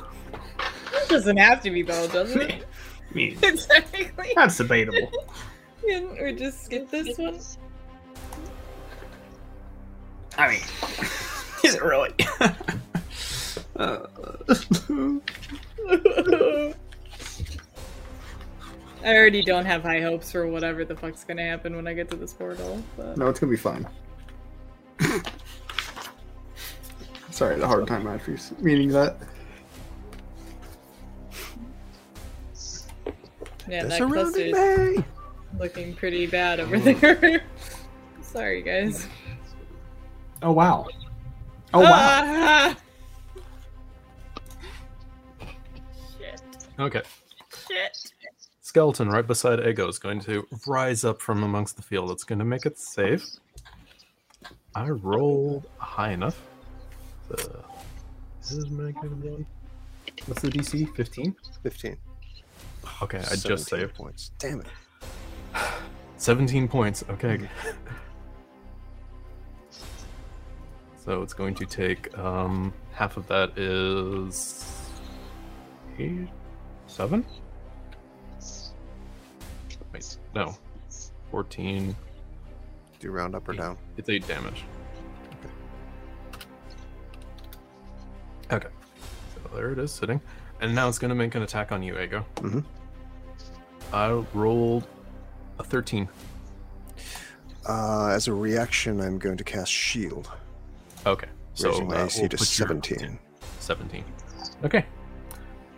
Speaker 4: It doesn't have to be though, does it?
Speaker 6: I
Speaker 4: (laughs)
Speaker 6: mean,
Speaker 4: Technically.
Speaker 6: that's debatable.
Speaker 4: Didn't we just skip this one? (laughs)
Speaker 6: I mean, (laughs) is it really? uh,
Speaker 4: I already don't have high hopes for whatever the fuck's gonna happen when I get to this portal. But...
Speaker 13: No, it's gonna be fine. (laughs) Sorry, the hard time I had for meaning that.
Speaker 4: Yeah,
Speaker 13: They're
Speaker 4: that cluster's
Speaker 13: surrounding me.
Speaker 4: looking pretty bad over there. (laughs) Sorry, guys.
Speaker 6: oh wow. Oh wow.
Speaker 4: Ah!
Speaker 8: Shit.
Speaker 1: Okay.
Speaker 8: Shit.
Speaker 1: Skeleton right beside Ego is going to rise up from amongst the field. It's going to make it save. I rolled high enough. The, this is my kind of one. What's the DC? 15?
Speaker 11: 15.
Speaker 1: Okay, I just
Speaker 11: 17
Speaker 1: saved.
Speaker 11: points. Damn it.
Speaker 1: 17 points. Okay. (laughs) so it's going to take um, half of that is eight, seven. Wait, no, 14.
Speaker 11: Do you round up or down?
Speaker 1: It's eight damage. Okay. So there it is sitting. And now it's going to make an attack on you, Ego.
Speaker 11: Mhm.
Speaker 1: I rolled a 13.
Speaker 11: Uh, as a reaction, I'm going to cast Shield,
Speaker 1: Okay. So
Speaker 11: raising my
Speaker 1: uh,
Speaker 11: AC
Speaker 1: we'll
Speaker 11: to
Speaker 1: put your-
Speaker 11: 17.
Speaker 1: 17. Okay.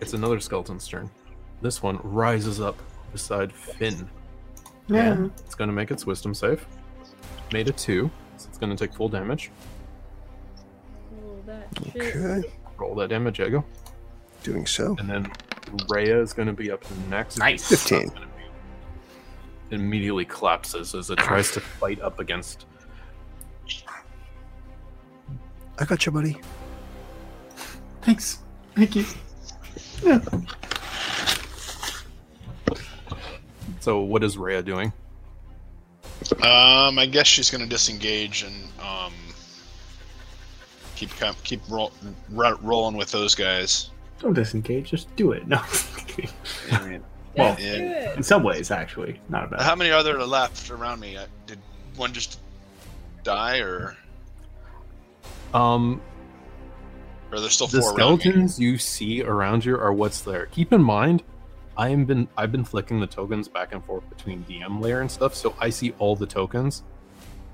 Speaker 1: It's another skeleton's turn. This one rises up beside Finn. Yeah. it's going to make its wisdom save. Made a 2, so it's going to take full damage.
Speaker 4: Roll Oh, that shit.
Speaker 11: Okay,
Speaker 1: Roll that damage, Ego.
Speaker 11: doing so.
Speaker 1: And then Rhea is going to be up next.
Speaker 6: Nice.
Speaker 11: 15.
Speaker 1: It immediately collapses as it tries to fight up against.
Speaker 11: I got you, buddy.
Speaker 13: Thanks. Thank you.
Speaker 1: So, what is Rhea doing?
Speaker 5: Um, I guess she's gonna disengage and um, keep com- keep roll- ro- rolling with those guys.
Speaker 6: (laughs) Don't disengage. Just do it. No. (laughs)
Speaker 4: Let's
Speaker 5: Well,
Speaker 4: do it.
Speaker 6: In some ways, actually, not a bad.
Speaker 5: How many are there left around me? Uh, Did one just die, or,
Speaker 1: Um,
Speaker 5: or there's still
Speaker 1: the
Speaker 5: four around me?
Speaker 1: skeletons you see around you are what's there. Keep in mind, I am been I've been flicking the tokens back and forth between DM layer and stuff, so I see all the tokens.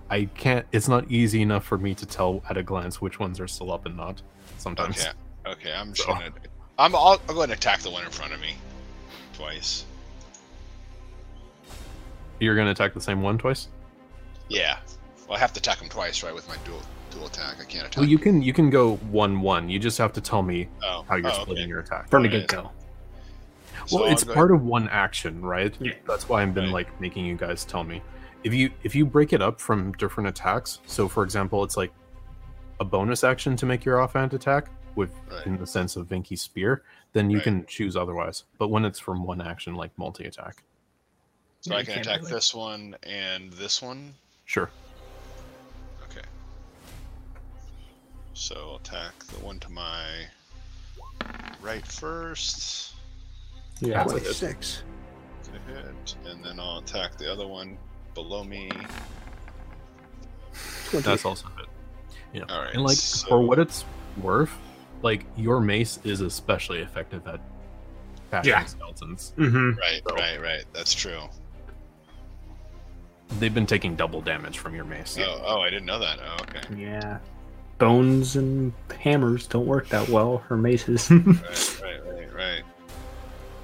Speaker 1: I can't. It's not easy enough for me to tell at a glance which ones are still up and not. Sometimes.
Speaker 5: Okay, okay. I'm just
Speaker 1: So-
Speaker 5: gonna. I'm. I'll, I'll go ahead and attack the one in front of me, twice.
Speaker 1: You're gonna attack the same one twice.
Speaker 5: Yeah. Well, I have to attack him twice, right? With my dual dual attack, I can't attack.
Speaker 1: Well, you can you can go one one. You just have to tell me
Speaker 5: oh,
Speaker 1: how you're
Speaker 5: oh,
Speaker 1: splitting
Speaker 5: okay.
Speaker 1: your attack.
Speaker 6: From the
Speaker 5: Alright.
Speaker 6: get go.
Speaker 5: So
Speaker 1: Well,
Speaker 5: I'll
Speaker 1: it's
Speaker 5: go-
Speaker 1: part of one action, right?
Speaker 6: Yeah.
Speaker 1: That's why I've been
Speaker 5: Right.
Speaker 1: like making you guys tell me. If you if you break it up from different attacks, so for example, it's like a bonus action to make your offhand attack with
Speaker 5: Right.
Speaker 1: in the sense of Vinky Spear, then you
Speaker 5: Right.
Speaker 1: can choose otherwise. But when it's from one action like multi attack,
Speaker 5: So I can attack
Speaker 6: really.
Speaker 5: this one and this one.
Speaker 1: sure.
Speaker 5: Okay. So I'll attack the one to my right first.
Speaker 6: Yeah.
Speaker 1: That's a hit.
Speaker 11: 26.
Speaker 5: to hit, and then I'll attack the other one below me.
Speaker 11: 20.
Speaker 1: That's also good. Yeah.
Speaker 5: All right,
Speaker 1: and like
Speaker 5: so-
Speaker 1: for what it's worth, like your mace is especially effective at bashing
Speaker 6: Yeah.
Speaker 1: skeletons.
Speaker 6: Mm-hmm.
Speaker 5: Right,
Speaker 1: So-
Speaker 5: right, right. That's true.
Speaker 1: They've been taking double damage from your mace.
Speaker 5: Oh, oh, I didn't know that. Oh, okay.
Speaker 6: Yeah. Bones and hammers don't work that well. Her (laughs) maces.
Speaker 5: Right, right, right, right.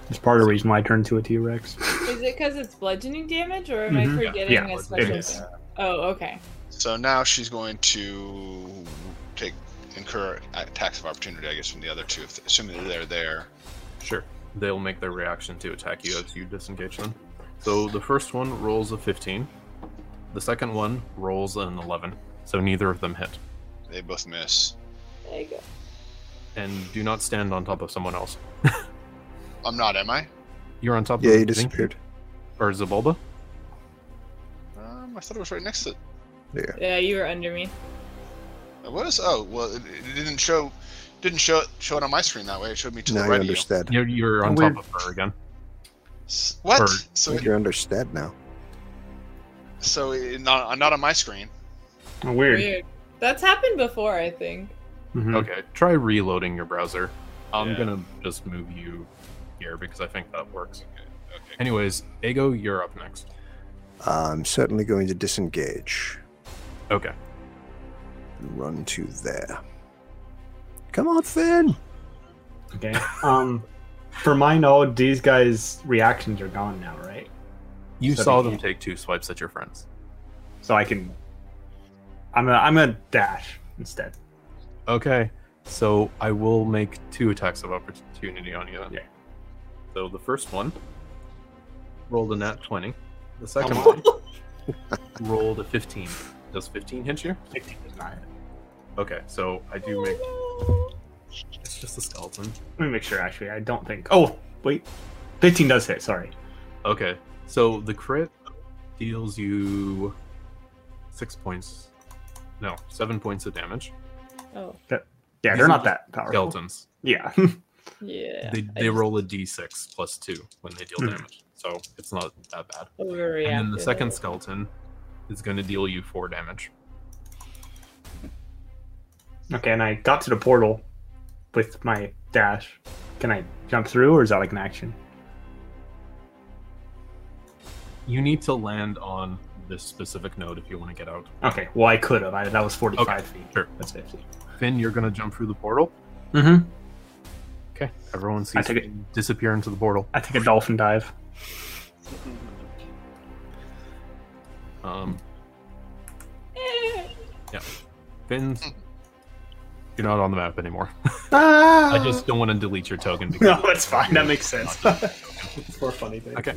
Speaker 6: It's part of the reason why I turned to a T Rex.
Speaker 4: Is it because it's bludgeoning damage, or am
Speaker 6: Mhm.
Speaker 4: I
Speaker 5: Yeah,
Speaker 4: forgetting
Speaker 6: yeah,
Speaker 4: a
Speaker 6: It
Speaker 4: special?
Speaker 6: is.
Speaker 4: thing? Oh, okay.
Speaker 5: So now she's going to take incur attacks of opportunity, I guess, from the other two, if, assuming that they're there.
Speaker 1: Sure. They'll make their reaction to attack you as you disengage them. So the first one rolls a 15. The second one rolls an 11. So neither of them hit.
Speaker 5: They both miss.
Speaker 4: There you go.
Speaker 1: And do not stand on top of someone else.
Speaker 5: I'm not, am I?
Speaker 1: You're on top
Speaker 11: Yeah,
Speaker 1: of
Speaker 11: he
Speaker 1: Zink-
Speaker 11: disappeared.
Speaker 1: Or Zabulba?
Speaker 5: Um, I thought it was right next to it.
Speaker 8: Yeah, you were under me.
Speaker 5: was? Oh, well, it, it didn't show didn't show it, show it on my screen that way. It showed me to
Speaker 11: Now
Speaker 5: the
Speaker 11: you're
Speaker 5: right
Speaker 11: under
Speaker 5: of you.
Speaker 11: stead.
Speaker 1: You're, you're on
Speaker 11: We're-
Speaker 1: top of her again.
Speaker 5: S- What?
Speaker 1: Or-
Speaker 11: I
Speaker 5: So
Speaker 11: think you're under stead now.
Speaker 5: so it, not not on my screen.
Speaker 6: Oh, Weird.
Speaker 4: Weird. That's happened before, I think.
Speaker 6: Mhm.
Speaker 1: Okay, try reloading your browser. I'm
Speaker 5: Yeah.
Speaker 1: gonna just move you here because I think that works.
Speaker 5: Okay.
Speaker 1: Anyways, Ego, you're up next.
Speaker 11: I'm certainly going to disengage
Speaker 1: Okay.
Speaker 11: and run to there. Come on, Finn!
Speaker 6: Okay. Um, for my knowledge, these guys' reactions are gone now, right?
Speaker 1: You
Speaker 6: So
Speaker 1: saw
Speaker 6: they
Speaker 1: them take two swipes at your friends.
Speaker 6: So I can. I'm gonna. I'm gonna dash instead.
Speaker 1: Okay, so I will make two attacks of opportunity on you then.
Speaker 6: Yeah.
Speaker 1: So the first one rolled a nat 20. The second
Speaker 5: Come
Speaker 1: one (laughs) rolled a 15. Does 15 hit you?
Speaker 6: 15 is not. it.
Speaker 1: Okay, so I do make. It's just a skeleton.
Speaker 6: Let me make sure. Actually, I don't think. Oh wait, 15 does hit. Sorry.
Speaker 1: Okay, so the crit deals you six points. No, seven points of damage.
Speaker 4: Oh,
Speaker 1: These
Speaker 6: Yeah, they're
Speaker 1: are
Speaker 6: not
Speaker 1: just
Speaker 6: that powerful.
Speaker 1: Skeletons.
Speaker 6: Yeah. (laughs)
Speaker 4: yeah.
Speaker 1: they
Speaker 4: I
Speaker 1: they
Speaker 4: just
Speaker 1: roll a d6 plus two when they deal
Speaker 6: Mhm.
Speaker 1: damage, so it's not that bad.
Speaker 4: overreacted.
Speaker 1: And then the second skeleton is going to deal you four damage.
Speaker 6: okay, and I got to the portal with my dash. Can I jump through, or is that like an action?
Speaker 1: You need to land on this specific node if you want to get out.
Speaker 6: Okay. Well, I could have. I, that was 45 feet.
Speaker 1: Sure.
Speaker 6: That's 50.
Speaker 1: Finn, you're going to jump through the portal.
Speaker 6: Mm-hmm.
Speaker 1: Okay. Everyone
Speaker 6: I
Speaker 1: sees
Speaker 6: take it.
Speaker 1: Finn disappear into the portal.
Speaker 6: I take a dolphin dive. Hmm.
Speaker 1: Um, yeah. Finn's. You're not on the map anymore. (laughs) I just don't want to delete your token.
Speaker 6: No, it's fine. That makes sense.
Speaker 1: Not
Speaker 10: It's more funny thing.
Speaker 1: Okay.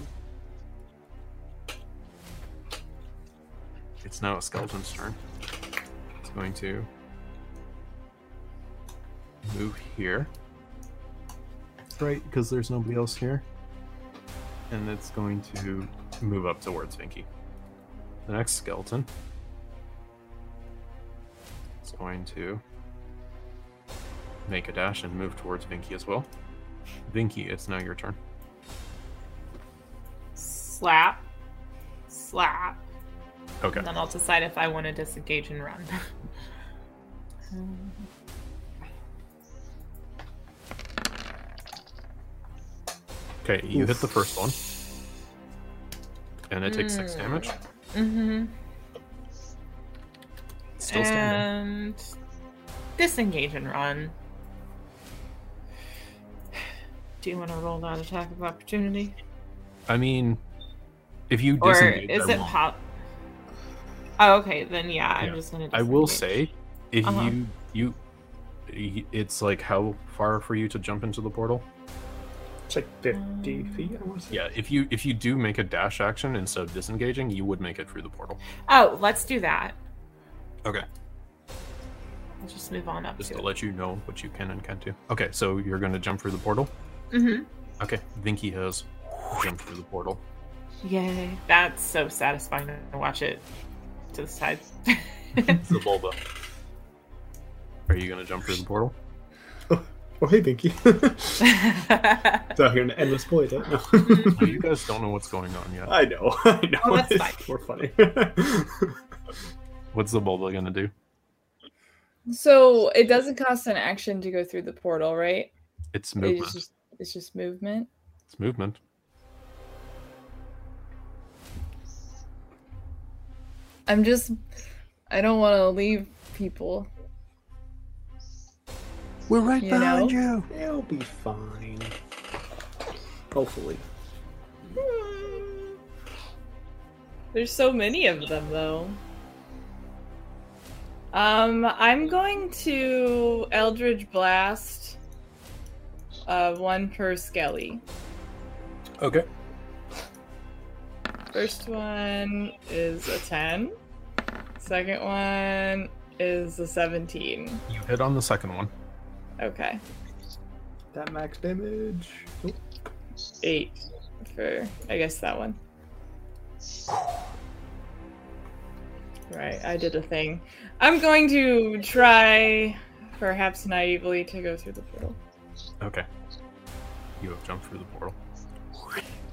Speaker 1: It's now a skeleton's turn. It's going to move here. Right, because there's nobody else here. And it's going to move up towards Vinky. The next skeleton is going to make a dash and move towards Vinky as well. Vinky, it's now your turn.
Speaker 2: Slap. Slap.
Speaker 1: Okay.
Speaker 2: And then I'll decide if I want to disengage and run. (laughs)
Speaker 1: Okay, you hit the first one. And it takes
Speaker 2: Hmm.
Speaker 1: six damage.
Speaker 2: mm-hmm.
Speaker 1: Still standing.
Speaker 2: And disengage and run. (sighs) Do you want to roll that attack of opportunity?
Speaker 1: I mean, if you
Speaker 2: Uh, Or
Speaker 1: disengage,
Speaker 2: is
Speaker 1: I,
Speaker 2: it
Speaker 1: won't.
Speaker 2: pop? Oh, okay, then yeah,
Speaker 1: Yeah.
Speaker 2: I'm just gonna.
Speaker 1: I will
Speaker 2: disengage.
Speaker 1: say, if
Speaker 2: Uh-huh.
Speaker 1: you you, y- it's like how far for you to jump into the portal?
Speaker 6: It's like 50 feet, I want to say.
Speaker 1: Yeah, if you if you do make a dash action instead of disengaging, you would make it through the portal.
Speaker 2: Oh, let's do that.
Speaker 1: Okay.
Speaker 2: Let's just move on up
Speaker 1: Just
Speaker 2: to.
Speaker 1: to let you know what you can and can't do. Okay, so you're gonna jump through the portal.
Speaker 2: Mm-hmm.
Speaker 1: Okay, Vinky has jumped through the portal.
Speaker 2: Yay! That's so satisfying to watch it to the side. (laughs)
Speaker 1: Zabulba, are you gonna jump through the portal?
Speaker 10: Oh, hey, Binky. it's out here in the endless void. I know.
Speaker 1: No, you guys don't know what's going on yet.
Speaker 10: I know. I know.
Speaker 2: Oh, that's
Speaker 10: it's
Speaker 2: fine.
Speaker 10: more funny. (laughs)
Speaker 1: What's the bulba gonna do?
Speaker 4: (laughs) So it doesn't cost an action to go through the portal, right?
Speaker 1: It's
Speaker 4: It's
Speaker 1: movement.
Speaker 4: just it's just movement.
Speaker 1: It's movement.
Speaker 4: I'm just I don't want to leave people.
Speaker 11: We're right
Speaker 4: You
Speaker 11: behind
Speaker 4: know?
Speaker 11: you!
Speaker 10: It'll be fine. Hopefully.
Speaker 4: There's so many of them though. Um I'm going to Eldridge Blast uh one per skelly.
Speaker 1: Okay.
Speaker 4: First one is a 10. Second one is a 17.
Speaker 1: You hit on the second one.
Speaker 4: Okay.
Speaker 10: That max damage. Oop.
Speaker 4: Eight for, I guess, that one. Right, I did a thing. I'm going to try, perhaps naively, to go through the portal.
Speaker 1: Okay. You have jumped through the portal.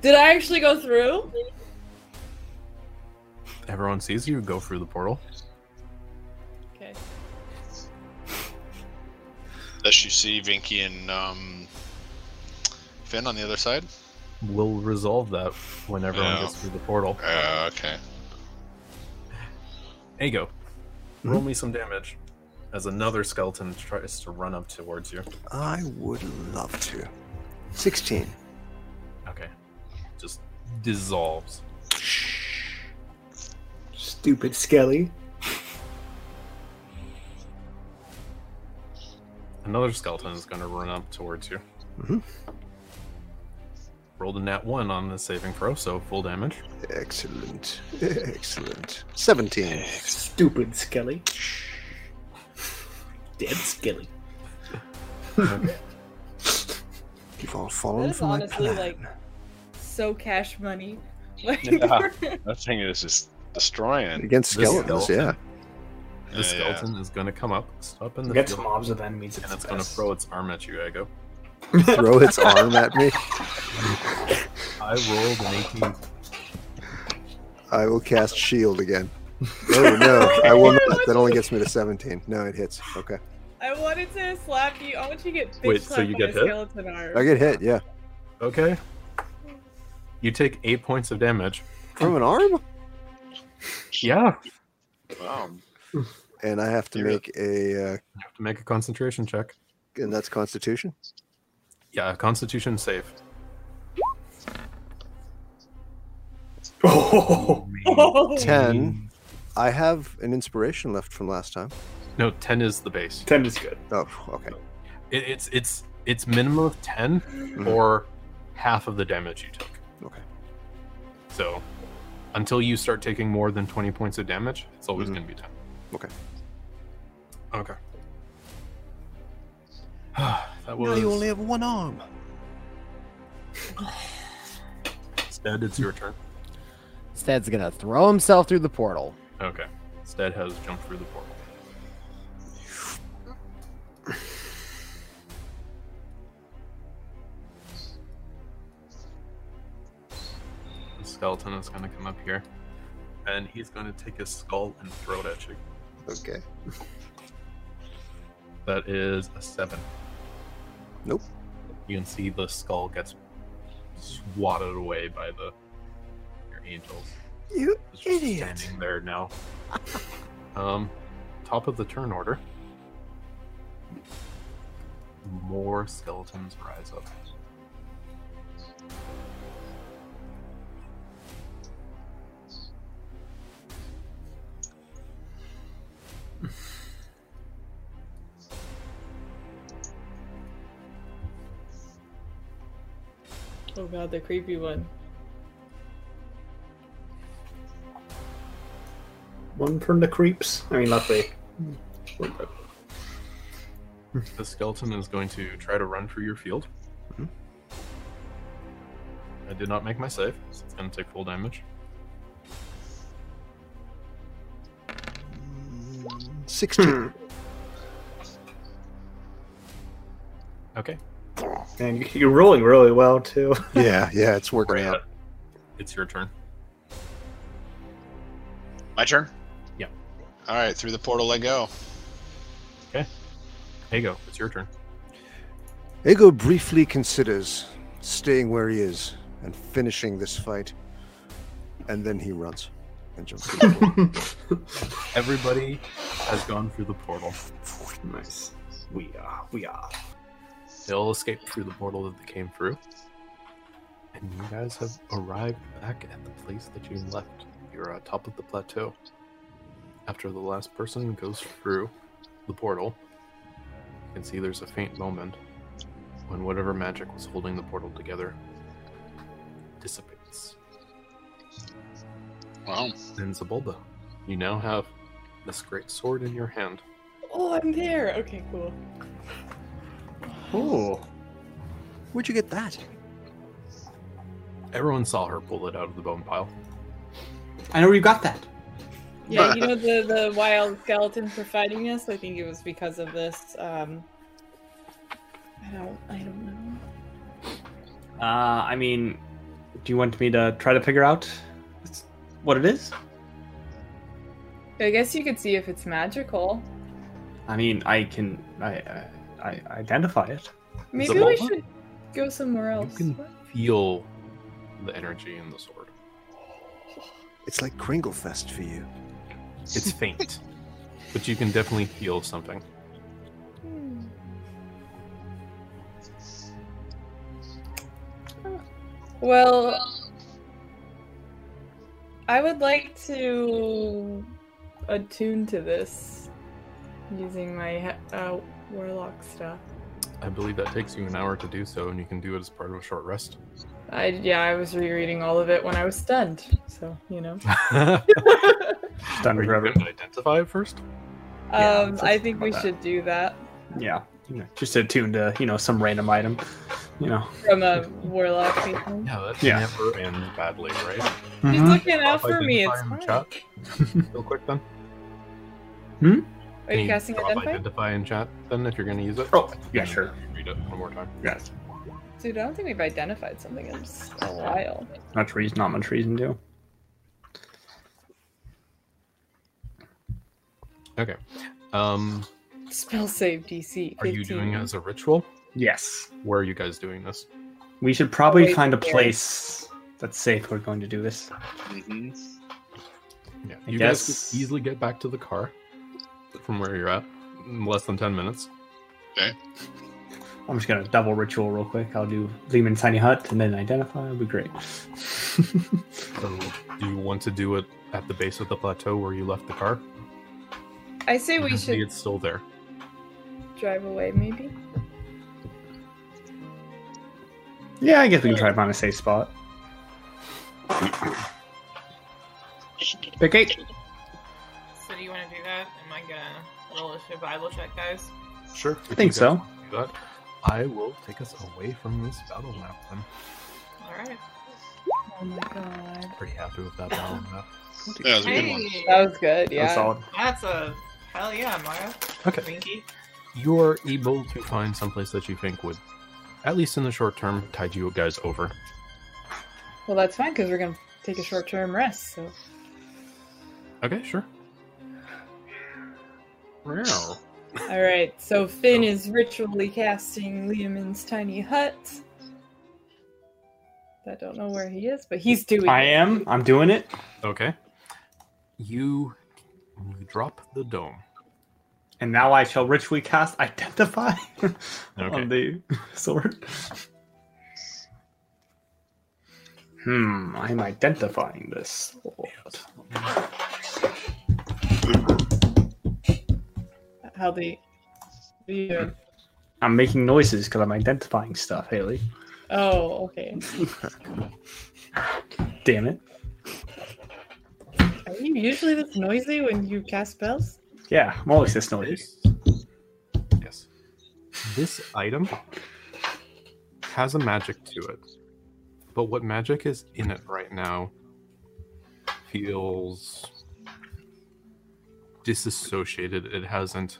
Speaker 4: Did I actually go through?
Speaker 1: Everyone sees you go through the portal.
Speaker 4: Okay.
Speaker 5: Unless you see Vinky and um, Finn on the other side.
Speaker 1: We'll resolve that when everyone
Speaker 5: Yeah.
Speaker 1: gets through the portal.
Speaker 5: Uh, okay.
Speaker 1: Ago, roll me some damage as another skeleton tries to run up towards you.
Speaker 11: I would love to. 16.
Speaker 1: Okay. Just dissolves.
Speaker 10: Stupid Skelly.
Speaker 1: Another skeleton is going to run up towards you.
Speaker 11: Mhm.
Speaker 1: Rolled a nat 1 on the saving throw, so full damage.
Speaker 11: Excellent. Excellent. 17.
Speaker 10: Stupid Skelly. Dead Skelly.
Speaker 11: You've all
Speaker 4: That
Speaker 11: fallen
Speaker 4: is
Speaker 11: for my
Speaker 4: honestly
Speaker 11: plan.
Speaker 4: like so cash money. (laughs) Like,
Speaker 5: Yeah. That thing is just destroying.
Speaker 11: Against
Speaker 1: This
Speaker 11: skeletons,
Speaker 1: skeleton.
Speaker 11: yeah.
Speaker 1: The skeleton is going to come up, stop in the
Speaker 10: Against
Speaker 1: field,
Speaker 10: mobs of enemies,
Speaker 1: and
Speaker 10: it's,
Speaker 1: it's
Speaker 10: it's
Speaker 1: going to throw its arm at you, Ego.
Speaker 11: Throw its arm at me.
Speaker 1: I rolled an 18.
Speaker 11: I will cast shield again. Oh no, I will not. That only gets me to 17. No, it hits. Okay.
Speaker 4: I wanted to slap you. I want you to get bitch
Speaker 1: Wait, so
Speaker 4: slapped
Speaker 1: you
Speaker 4: by
Speaker 1: get
Speaker 4: a
Speaker 1: hit?
Speaker 4: skeleton arm. (laughs)
Speaker 11: I get hit, yeah.
Speaker 1: Okay. You take 8 points of damage.
Speaker 11: From an arm?
Speaker 1: Yeah.
Speaker 5: Wow.
Speaker 11: And I have to
Speaker 5: You're-
Speaker 11: make a, uh,
Speaker 1: You have to make a concentration check.
Speaker 11: and that's Constitution?
Speaker 1: Yeah, a constitution save.
Speaker 10: Oh,
Speaker 11: 10. I have an inspiration left from last time.
Speaker 1: No, 10 is the base.
Speaker 10: 10 is good.
Speaker 11: Oh, okay.
Speaker 1: It, it's it's it's minimum of 10 or half of the damage you took.
Speaker 11: Mm-hmm. Okay.
Speaker 1: So until you start taking more than 20 points of damage, it's always
Speaker 11: Mhm.
Speaker 1: going to be 10.
Speaker 11: Okay.
Speaker 1: Okay. (sighs) that was
Speaker 11: have
Speaker 1: (sighs)
Speaker 11: one arm.
Speaker 1: Stead, it's your turn.
Speaker 7: Stead's gonna throw himself through the portal.
Speaker 1: Okay. Stead has jumped through the portal. The skeleton is going to come up here, and he's going to take his skull and throw it at you.
Speaker 11: Okay.
Speaker 1: That is a seven.
Speaker 11: Nope.
Speaker 1: You can see the skull gets swatted away by the your angels.
Speaker 11: You
Speaker 1: It's just
Speaker 11: idiot.
Speaker 1: Standing there now. (laughs) um, top of the turn order. More skeletons rise up.
Speaker 4: Oh god, the creepy one.
Speaker 10: One from the creeps. I mean, luckily.
Speaker 1: The skeleton is going to try to run through your field. Mm-hmm.
Speaker 11: Mhm.
Speaker 1: I did not make my save, so it's going to take full damage.
Speaker 11: Mm, 16.
Speaker 1: Okay.
Speaker 10: And you're rolling really well, too.
Speaker 11: (laughs) yeah, yeah, it's working out.
Speaker 1: It's your turn.
Speaker 5: My turn.
Speaker 1: Yeah.
Speaker 5: All right, through the portal, let go.
Speaker 1: Hey, go. It's your turn.
Speaker 11: Ego briefly considers staying where he is and finishing this fight, and then he runs and jumps. through the door.
Speaker 1: Everybody has gone through the portal.
Speaker 10: nice. We are. We are.
Speaker 1: They all escaped through the portal that they came through. And you guys have arrived back at the place that you left. You're at top of the plateau. After the last person goes through the portal, you can see there's a faint moment when whatever magic was holding the portal together dissipates.
Speaker 5: Wow.
Speaker 1: Then Zabulba, you now have this great sword in your hand.
Speaker 4: Oh, I'm there. Okay, cool.
Speaker 6: Ooh.
Speaker 11: Where'd you get that?
Speaker 1: Everyone saw her pull it out of the bone pile.
Speaker 6: I know where you got that.
Speaker 4: Yeah, you know the the wild skeletons were fighting us. I think it was because of this. Um, I don't. I don't know.
Speaker 6: Uh, I mean, do you want me to try to figure out what it is?
Speaker 4: I guess you could see if it's magical.
Speaker 6: I mean, I can I I, I identify it.
Speaker 4: Maybe we
Speaker 1: Zabulba?
Speaker 4: should go somewhere else.
Speaker 1: can- Feel the energy in the sword.
Speaker 11: It's like Kringle Fest for you.
Speaker 1: It's faint, but you can definitely feel something.
Speaker 4: Hmm. Well, I would like to attune to this using my he- uh, warlock stuff.
Speaker 1: I believe that takes you an hour to do so, and you can do it as part of a short (laughs) rest.
Speaker 4: I yeah, I was rereading all of it when I was stunned, so you know.
Speaker 1: Are
Speaker 6: Done
Speaker 1: you
Speaker 6: forever.
Speaker 1: going to identify it first?
Speaker 6: Yeah,
Speaker 4: um,
Speaker 6: let's
Speaker 4: I think we
Speaker 6: about that.
Speaker 4: should do that
Speaker 6: Yeah, you know, just attuned to you know some random item. You know.
Speaker 4: from a warlock. People.
Speaker 1: Yeah, that
Speaker 6: Yeah.
Speaker 1: never ends badly, right?
Speaker 4: She's
Speaker 6: Mhm.
Speaker 4: looking out
Speaker 1: Self-identify
Speaker 4: for me. It's
Speaker 1: in the
Speaker 4: fine.
Speaker 1: Real quick then.
Speaker 4: Are
Speaker 1: Can
Speaker 4: you casting
Speaker 1: drop
Speaker 4: identify?
Speaker 1: identify in chat then if you're going to use it?
Speaker 6: Oh, yeah, sure.
Speaker 1: Read it one more time.
Speaker 6: Yes.
Speaker 4: Dude, I don't think we've identified something in s- a while.
Speaker 6: Not reason. Not much reason to.
Speaker 1: Okay. Um,
Speaker 4: Spell save DC.
Speaker 1: are you
Speaker 4: 15.
Speaker 1: doing it as a ritual?
Speaker 6: Yes.
Speaker 1: Where are you guys doing this?
Speaker 6: We should probably
Speaker 4: Wait,
Speaker 6: find a
Speaker 4: here.
Speaker 6: place that's safe. We're going to do this.
Speaker 5: Mm-hmm.
Speaker 1: Yeah,
Speaker 6: I
Speaker 1: you guys
Speaker 6: guess-
Speaker 1: could easily get back to the car from where you're at in less than 10 minutes.
Speaker 6: I'm just gonna double ritual real quick. I'll do Lehman Tiny Hut and then identify. It'll be great. (laughs)
Speaker 1: So, do you want to do it at the base of the plateau where you left the car?
Speaker 4: I say
Speaker 1: You
Speaker 4: we
Speaker 1: can see
Speaker 4: should
Speaker 1: It's still there.
Speaker 4: drive away, maybe.
Speaker 6: yeah, I guess we can try to find a safe spot. Pick eight.
Speaker 2: So do you want to do that? Am I gonna roll a survival check, guys?
Speaker 1: Sure. I
Speaker 6: think so.
Speaker 1: I will take us away from this battle map. I'm
Speaker 2: All right.
Speaker 4: Oh my god.
Speaker 1: pretty happy with that battle map.
Speaker 5: Yeah, that was a good one.
Speaker 2: Hey,
Speaker 4: That was good,
Speaker 6: That's
Speaker 4: yeah.
Speaker 6: solid.
Speaker 2: that's a hell yeah, Mara.
Speaker 1: Okay.
Speaker 2: Winky.
Speaker 1: You're able to find someplace that you think would, at least in the short term, tide you guys over.
Speaker 4: Well, that's fine because we're going to take a short term rest, so.
Speaker 1: Okay, sure. Wow.
Speaker 4: Alright, so Finn is ritually casting Liamin's tiny hut. I don't know where he is, but he's doing
Speaker 6: I
Speaker 4: it.
Speaker 6: am. I'm doing it.
Speaker 1: Okay. You, you drop the dome.
Speaker 6: And now I shall ritually cast Identify (laughs)
Speaker 1: Okay.
Speaker 6: on the sword. Hmm, I'm identifying this sword.
Speaker 4: How the. the-
Speaker 6: I'm making noises because I'm identifying stuff, Haley.
Speaker 4: Oh, okay.
Speaker 6: Damn it.
Speaker 4: Are you usually this noisy when you cast spells?
Speaker 6: Yeah, I'm always this noisy.
Speaker 1: This, yes. This item has a magic to it, but what magic is in it right now feels disassociated. It hasn't.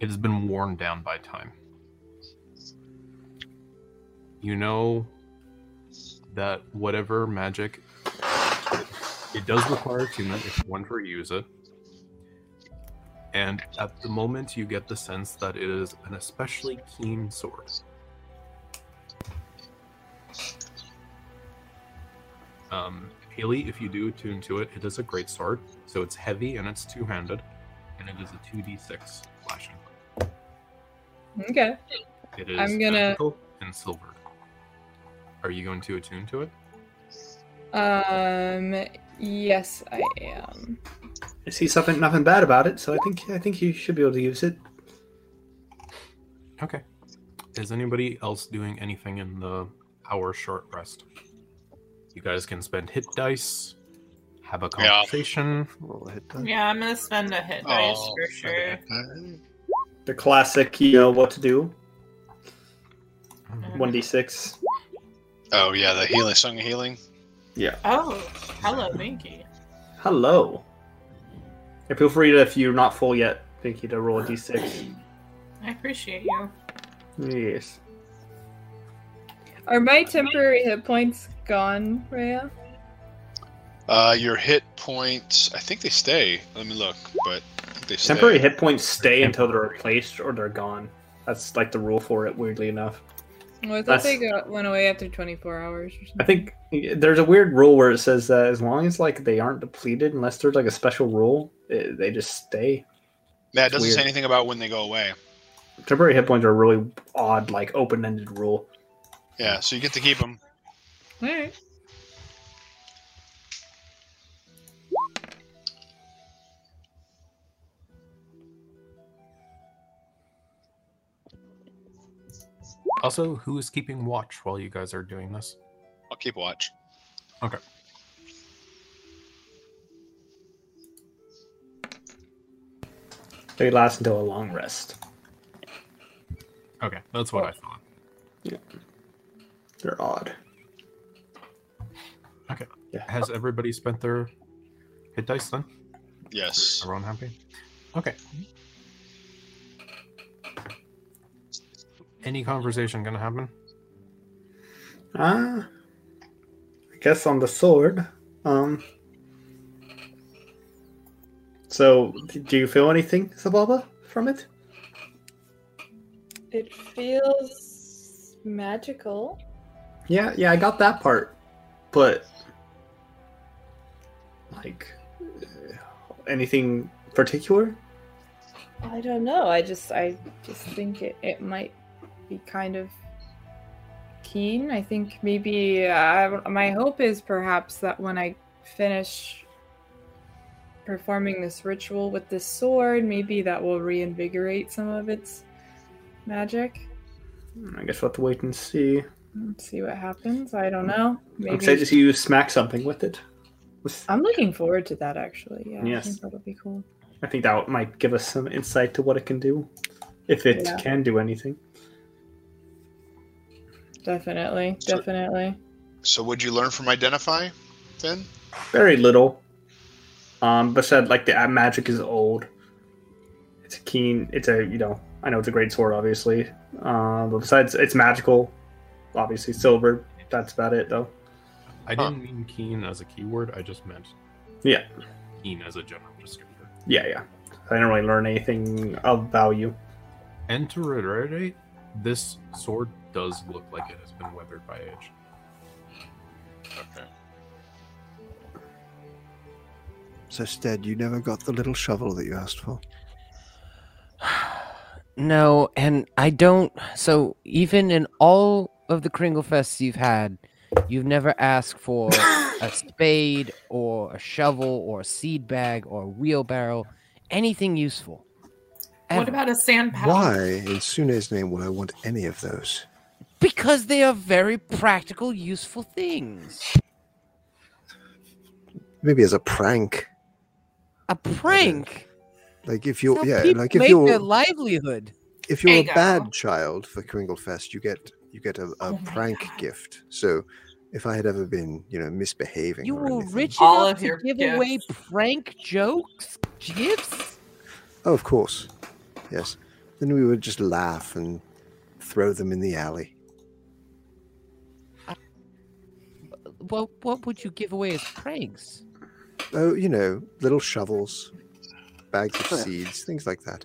Speaker 1: It has been worn down by time. You know that whatever magic it does require attunement if one were to use it. And at the moment, you get the sense that it is an especially keen sword. Um, Haley, if you do attune to it, it is a great sword. So it's heavy and it's two handed, and it is a 2d6 flashing.
Speaker 4: Okay.
Speaker 1: It is
Speaker 4: I'm gonna-
Speaker 1: magical and silvered. Are you going to attune to it?
Speaker 4: Um. Yes, I am.
Speaker 6: I see something, nothing bad about it, so I think I think you should be able to use it.
Speaker 1: Okay. Is anybody else doing anything in the hour short rest? You guys can spend hit dice, have a
Speaker 5: Yeah.
Speaker 1: conversation.
Speaker 11: Roll a hit die.
Speaker 2: Yeah, I'm gonna spend a hit dice
Speaker 5: Oh,
Speaker 2: for sure.
Speaker 6: The classic, you know what to do. One d six.
Speaker 5: Oh yeah, the healing, song of healing.
Speaker 2: Oh, hello, Minky.
Speaker 6: Hello. And feel free to, if you're not full yet, Pinky, to roll a d6.
Speaker 2: I appreciate you.
Speaker 6: Yes.
Speaker 4: Are my temporary hit points gone, Rhea?
Speaker 5: Uh, your hit points. I think they stay. Let me look, but I think they stay.
Speaker 6: Temporary hit points stay until they're replaced or they're gone. That's like the rule for it, weirdly enough.
Speaker 4: Well, I thought
Speaker 6: That's-
Speaker 4: they got, went away after 24 hours or something.
Speaker 6: I think there's a weird rule where it says that as long as like they aren't depleted, unless there's like a special rule, it, they just stay.
Speaker 5: Yeah, it doesn't say
Speaker 6: Weird.
Speaker 5: anything about when they go away.
Speaker 6: Temporary hit points are a really odd, like open-ended rule.
Speaker 5: Yeah, so you get to keep them.
Speaker 4: Alright.
Speaker 1: Also, who is keeping watch while you guys are doing this?
Speaker 5: I'll keep watch.
Speaker 6: They last until a long rest.
Speaker 1: Okay, that's what I thought.
Speaker 10: They're odd.
Speaker 1: Has everybody spent their hit dice then?
Speaker 5: Yes.
Speaker 1: Everyone happy? Okay. Any conversation gonna happen?
Speaker 10: Ah. I guess on the sword. Um.
Speaker 6: So, do you feel anything, Sababa, from it?
Speaker 4: It feels magical.
Speaker 6: Yeah, yeah, I got that part, but like uh, anything particular?
Speaker 4: I don't know. I just I just think it, it might be kind of keen. I think maybe uh, my hope is perhaps that when I finish performing this ritual with this sword, maybe that will reinvigorate some of its magic.
Speaker 6: I guess we'll have to wait and see.
Speaker 4: Let's see what happens. I don't know.
Speaker 6: I'm excited to
Speaker 4: Maybe
Speaker 6: see you smack something with it. With-
Speaker 4: I'm looking forward to that actually. Yeah, I
Speaker 6: Yes.
Speaker 4: think that'll be cool.
Speaker 6: I think that might give us some insight to what it can do, if it
Speaker 4: Yeah.
Speaker 6: can do anything.
Speaker 4: Definitely,
Speaker 5: So-
Speaker 4: definitely.
Speaker 5: So would you learn from identify, then?
Speaker 6: Very little. Um, but said like the uh, magic is old. It's a keen. It's a you know. I know it's a great sword, obviously. Uh, but besides, it's magical. Obviously, silver. That's about it, though.
Speaker 1: I
Speaker 5: Huh.
Speaker 1: didn't mean keen as a keyword. I just meant
Speaker 6: Yeah.
Speaker 1: keen as a general descriptor.
Speaker 6: Yeah, yeah. I didn't really learn anything of value.
Speaker 1: And to reiterate, this sword does look like it has been weathered by age.
Speaker 5: Okay.
Speaker 11: So, Stead, you never got the little shovel that you asked for.
Speaker 7: (sighs) No, and I don't. So even in all of the Kringle fests you've had, you've never asked (coughs) for a spade or a shovel or a seed bag or a wheelbarrow, anything useful.
Speaker 2: What
Speaker 7: Ever.
Speaker 2: about a sand palace?
Speaker 11: Why, in Sune's name, would I want any of those?
Speaker 7: Because they are very practical, useful things.
Speaker 11: Maybe as a prank.
Speaker 7: A prank.
Speaker 11: Like if you're,
Speaker 7: How
Speaker 11: yeah,
Speaker 7: people
Speaker 11: like if
Speaker 7: make their
Speaker 11: you're,
Speaker 7: livelihood.
Speaker 11: if you're
Speaker 2: There
Speaker 11: a
Speaker 2: you go.
Speaker 11: bad child for Kringlefest, you get you get a, a
Speaker 2: Oh my
Speaker 11: prank gift. So, if I had ever been, you know, misbehaving,
Speaker 7: You
Speaker 11: or
Speaker 7: were
Speaker 11: anything-
Speaker 7: rich
Speaker 2: All
Speaker 7: enough
Speaker 2: of
Speaker 7: to
Speaker 2: your
Speaker 7: give
Speaker 2: gifts.
Speaker 7: away prank jokes, gifts.
Speaker 11: Oh, of course. Yes. Then we would just laugh and throw them in the alley.
Speaker 7: Well, what would you give away as pranks?
Speaker 11: Oh, you know, little shovels, bags of seeds, things like that.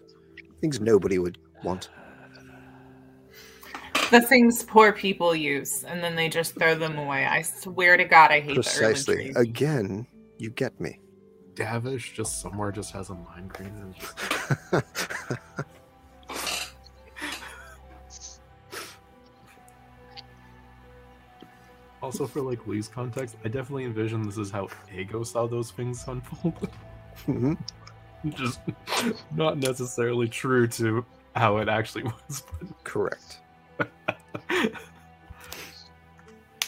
Speaker 11: Things nobody would want.
Speaker 2: The things poor people use, and then they just throw them away. I swear to God, I hate the
Speaker 11: Precisely.
Speaker 2: urban trees.
Speaker 11: Again, you get me. (laughs)
Speaker 1: Davish just somewhere just has a mind green and just also for like Lee's context, I definitely envision this is how Ego saw those things unfold. (laughs)
Speaker 11: Mhm.
Speaker 1: just not necessarily true to how (laughs) it actually was.
Speaker 11: Correct.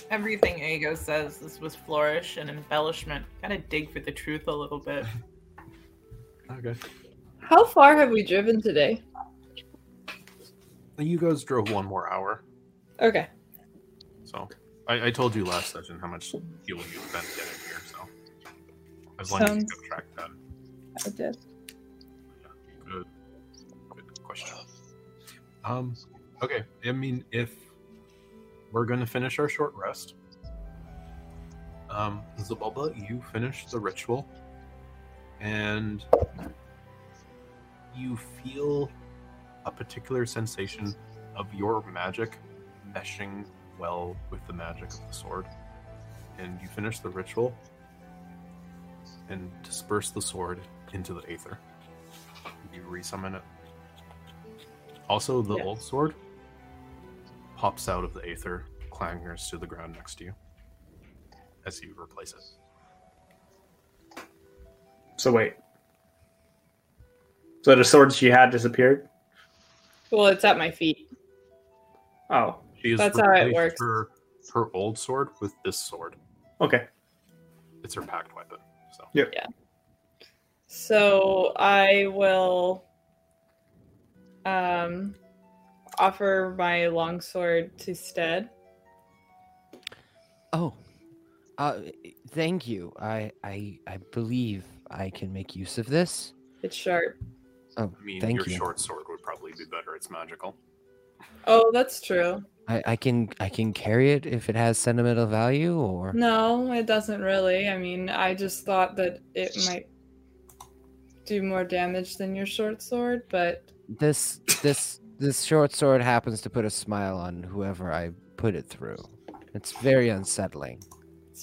Speaker 2: Everything Ago says this was flourish and embellishment. Gotta dig for the truth a little
Speaker 6: (laughs)
Speaker 2: bit.
Speaker 1: Okay.
Speaker 4: How far have we driven today?
Speaker 1: You guys drove one more hour,
Speaker 4: Okay.
Speaker 1: so I, I told you last session how much fuel you spent getting here. So as long as you
Speaker 4: Sounds-
Speaker 1: kept track of that,
Speaker 4: I did.
Speaker 1: good, good question. Um, okay. I mean, if we're gonna finish our short rest, um, Zabulba, you finish the ritual, and you feel a particular sensation of your magic meshing well with the magic of the sword. And you finish the ritual and disperse the sword into the aether. You resummon it. Also, the old sword pops out of the aether, clangers to the ground next to you as you replace it.
Speaker 6: So wait. So the sword she had disappeared.
Speaker 4: Well, it's at my feet.
Speaker 6: Oh,
Speaker 1: She has
Speaker 4: That's how it
Speaker 1: replaced
Speaker 4: works.
Speaker 1: Her, her old sword with this sword.
Speaker 6: okay.
Speaker 1: It's her packed weapon. So
Speaker 4: So I will um offer my longsword to Stead.
Speaker 7: Oh, uh, thank you. I, I, I believe I can make use of this.
Speaker 4: It's sharp.
Speaker 7: Oh,
Speaker 1: I mean,
Speaker 7: thank
Speaker 1: your
Speaker 7: you.
Speaker 1: short sword would probably be better. It's magical.
Speaker 4: Oh, that's true.
Speaker 7: I, I can, I can carry it if it has sentimental value, or
Speaker 4: No, it doesn't really. I mean, I just thought that it might do more damage than your short sword, but
Speaker 7: this, this, this short sword happens to put a smile on whoever I put it through. It's very unsettling.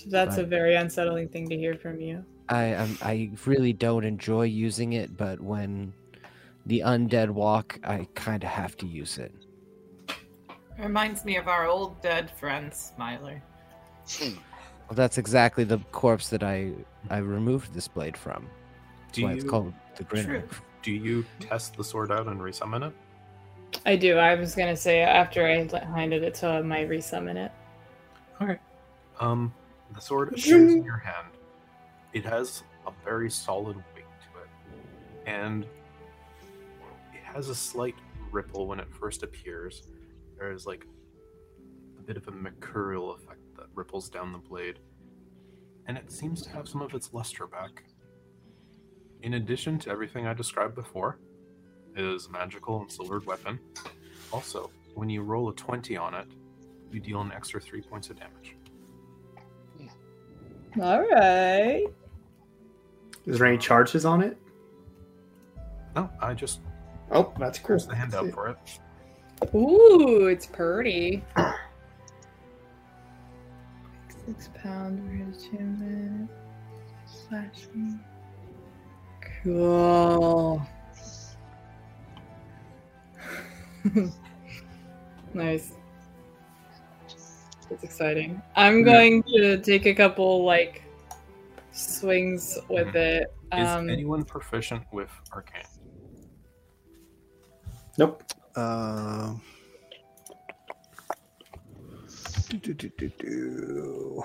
Speaker 4: that's a
Speaker 7: Right.
Speaker 4: very unsettling thing to hear from you.
Speaker 7: I, i I really don't enjoy using it, but when the undead walk, I kind of have to use it.
Speaker 2: Reminds me of our old dead friend Smiler.
Speaker 7: Well, that's exactly the corpse that I, I removed this blade from. That's
Speaker 1: Do
Speaker 7: why
Speaker 1: you
Speaker 7: it's called the
Speaker 2: True.
Speaker 7: grinner.
Speaker 1: do you test the sword out and resummon it?
Speaker 4: I do. I was gonna say after I handed it to him, I resummon it.
Speaker 1: Um, the sword appears in your hand. It has a very solid weight to it, and it has a slight ripple when it first appears. There is like a bit of a mercurial effect that ripples down the blade, and it seems to have some of its luster back. In addition to everything I described before, it is a magical and silvered weapon. Also, when you roll a 20 on it, you deal an extra 3 points of damage.
Speaker 4: All right.
Speaker 6: Is there any charges on it?
Speaker 1: No, I just
Speaker 13: Oh, that's cool.
Speaker 1: there's the handout for it.
Speaker 4: Ooh, it's pretty. Six pound regimen. Slashing. Cool. (laughs) nice. It's exciting. I'm going to take a couple like swings with
Speaker 1: Mhm.
Speaker 4: it.
Speaker 1: Is
Speaker 4: Um,
Speaker 1: anyone proficient with arcane?
Speaker 6: Nope.
Speaker 11: Um. do, do, do, do.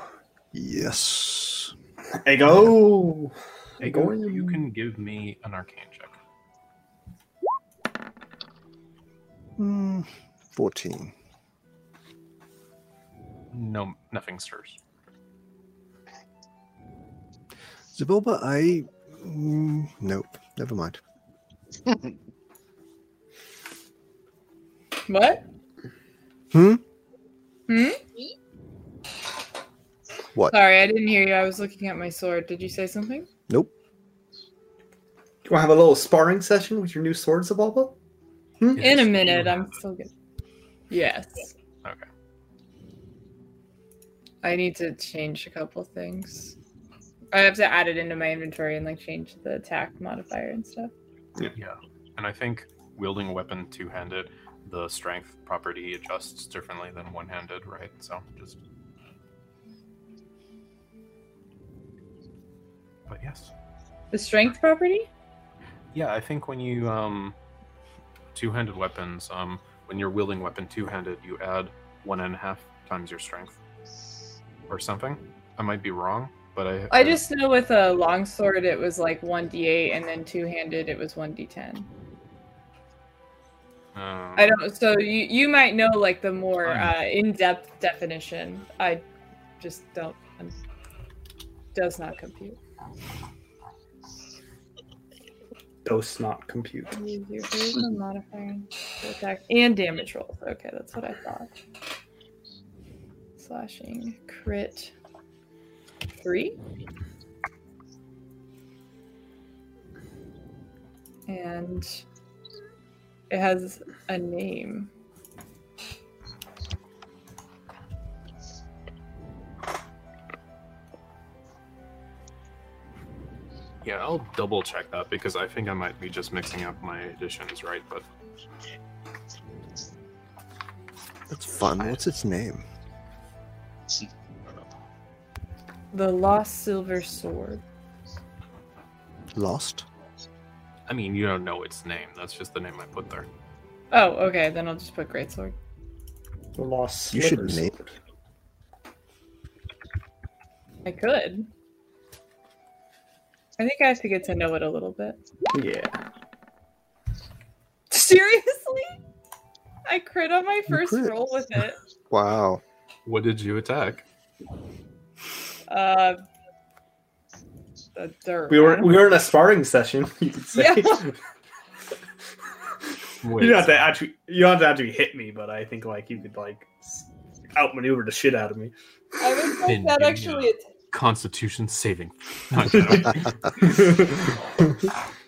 Speaker 11: Yes.
Speaker 6: Ego.
Speaker 1: Ego, you
Speaker 4: hmm.
Speaker 1: can give me an arcane check.
Speaker 11: Hmm, 14.
Speaker 1: No, nothing stirs.
Speaker 11: Zabulba, I. Mm, nope. Never mind.
Speaker 4: what?
Speaker 11: Hmm?
Speaker 4: Hmm?
Speaker 11: What?
Speaker 4: Sorry, I didn't hear you. I was looking at my sword. Did you say something?
Speaker 11: Nope.
Speaker 6: You want to have a little sparring session with your new sword, Zabalba?
Speaker 4: Hmm? In a
Speaker 1: Yes,
Speaker 4: minute,
Speaker 1: you
Speaker 4: I'm
Speaker 1: have it.
Speaker 4: still good. Yes.
Speaker 1: Okay.
Speaker 4: I need to change a couple things. I have to add it into my inventory and like change the attack modifier and stuff.
Speaker 1: Yeah, and I think wielding a weapon two-handed, the strength property adjusts differently than one-handed, right? So just. uh, But yes,
Speaker 4: The strength property?
Speaker 1: yeah, I think when you um, two-handed weapons, um, when you're wielding weapon two-handed, you add one and a half times your strength. or something. I might be wrong, but I
Speaker 4: I just know with a longsword it was like 1d8 and then two-handed it was 1d10.
Speaker 1: um,
Speaker 4: I don't so you you might know like the more
Speaker 1: Fine.
Speaker 4: uh, in-depth definition. I just don't um, does not compute.
Speaker 10: Does not compute.
Speaker 4: Use your charisma modifier to attack and damage rolls. Okay, that's what I thought. Slashing crit three. And it has a name.
Speaker 1: Yeah, I'll double check that because I think I might be just mixing up my editions, right? But
Speaker 11: That's fun. What's its name?
Speaker 4: The Lost Silver Sword.
Speaker 11: Lost?
Speaker 1: I mean, you don't know its name. That's just the name I put there.
Speaker 4: Oh, okay, then I'll just put Great Sword.
Speaker 10: The lost
Speaker 11: You should
Speaker 10: slivers.
Speaker 11: name
Speaker 4: I could. I think I have to get to know it a little bit. (laughs)
Speaker 10: Yeah.
Speaker 4: Seriously? I crit on my
Speaker 11: You
Speaker 4: first
Speaker 11: crit.
Speaker 4: roll with it.
Speaker 11: Wow.
Speaker 1: What did you attack?
Speaker 4: Uh, a dirt.
Speaker 10: We were we were in a sparring
Speaker 6: (laughs)
Speaker 10: session, you could say.
Speaker 4: Yeah.
Speaker 10: (laughs) you don't have to actually you don't have to actually hit me, but I think like you could like s- outmaneuver the shit out of me.
Speaker 4: I would say
Speaker 1: Been
Speaker 4: that
Speaker 1: in,
Speaker 4: actually.
Speaker 1: Constitution
Speaker 10: (laughs)
Speaker 1: saving.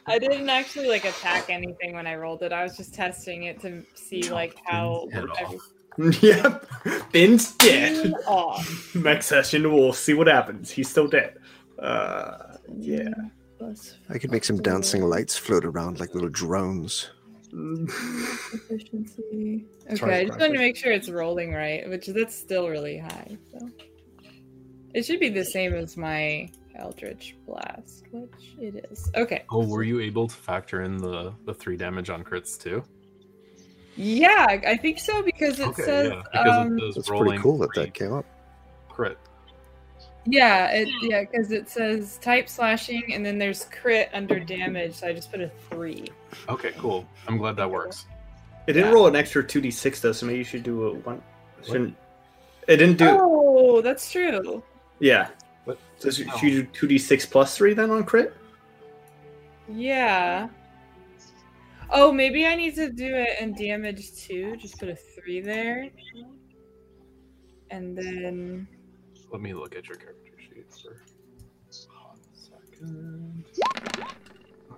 Speaker 4: I didn't actually like attack anything when I rolled it. I was just testing it to see like how
Speaker 1: Head off.
Speaker 4: everything
Speaker 10: yep. Ben's
Speaker 4: (laughs)
Speaker 10: dead.
Speaker 4: off.
Speaker 10: Next session we'll see what happens. He's still dead. Uh (laughs) (laughs) yeah.
Speaker 4: Plus
Speaker 11: I could make some dancing lights float around like little drones.
Speaker 4: efficiency.
Speaker 13: That's
Speaker 4: Okay,
Speaker 13: right,
Speaker 4: I just wanted to
Speaker 13: practice.
Speaker 4: make sure it's rolling right, which that's still really high. So it should be the same as my Eldritch Blast, which it is. Okay.
Speaker 1: (laughs) Oh, were you able to factor in the the three damage on crits too?
Speaker 4: Yeah, I- I think so because it says
Speaker 1: because
Speaker 4: um,
Speaker 1: it does
Speaker 11: That's
Speaker 1: rolling
Speaker 11: pretty cool that
Speaker 1: three
Speaker 11: that came up.
Speaker 1: crit.
Speaker 4: yeah, it, yeah, because it says type slashing and then there's crit under damage, so I just put a three.
Speaker 1: Okay, cool. I'm glad that works.
Speaker 10: It didn't
Speaker 4: Yeah.
Speaker 10: roll an extra two D six though, so maybe you should do a one shouldn't it didn't do
Speaker 4: Oh, that's true.
Speaker 10: yeah.
Speaker 1: What?
Speaker 10: So should,
Speaker 4: Oh.
Speaker 1: No.
Speaker 10: should you do two D six plus three then on crit?
Speaker 4: Yeah. Oh, maybe I need to do it in damage too. Just put a three there. And then
Speaker 1: Let me look at your character sheet for a hot second.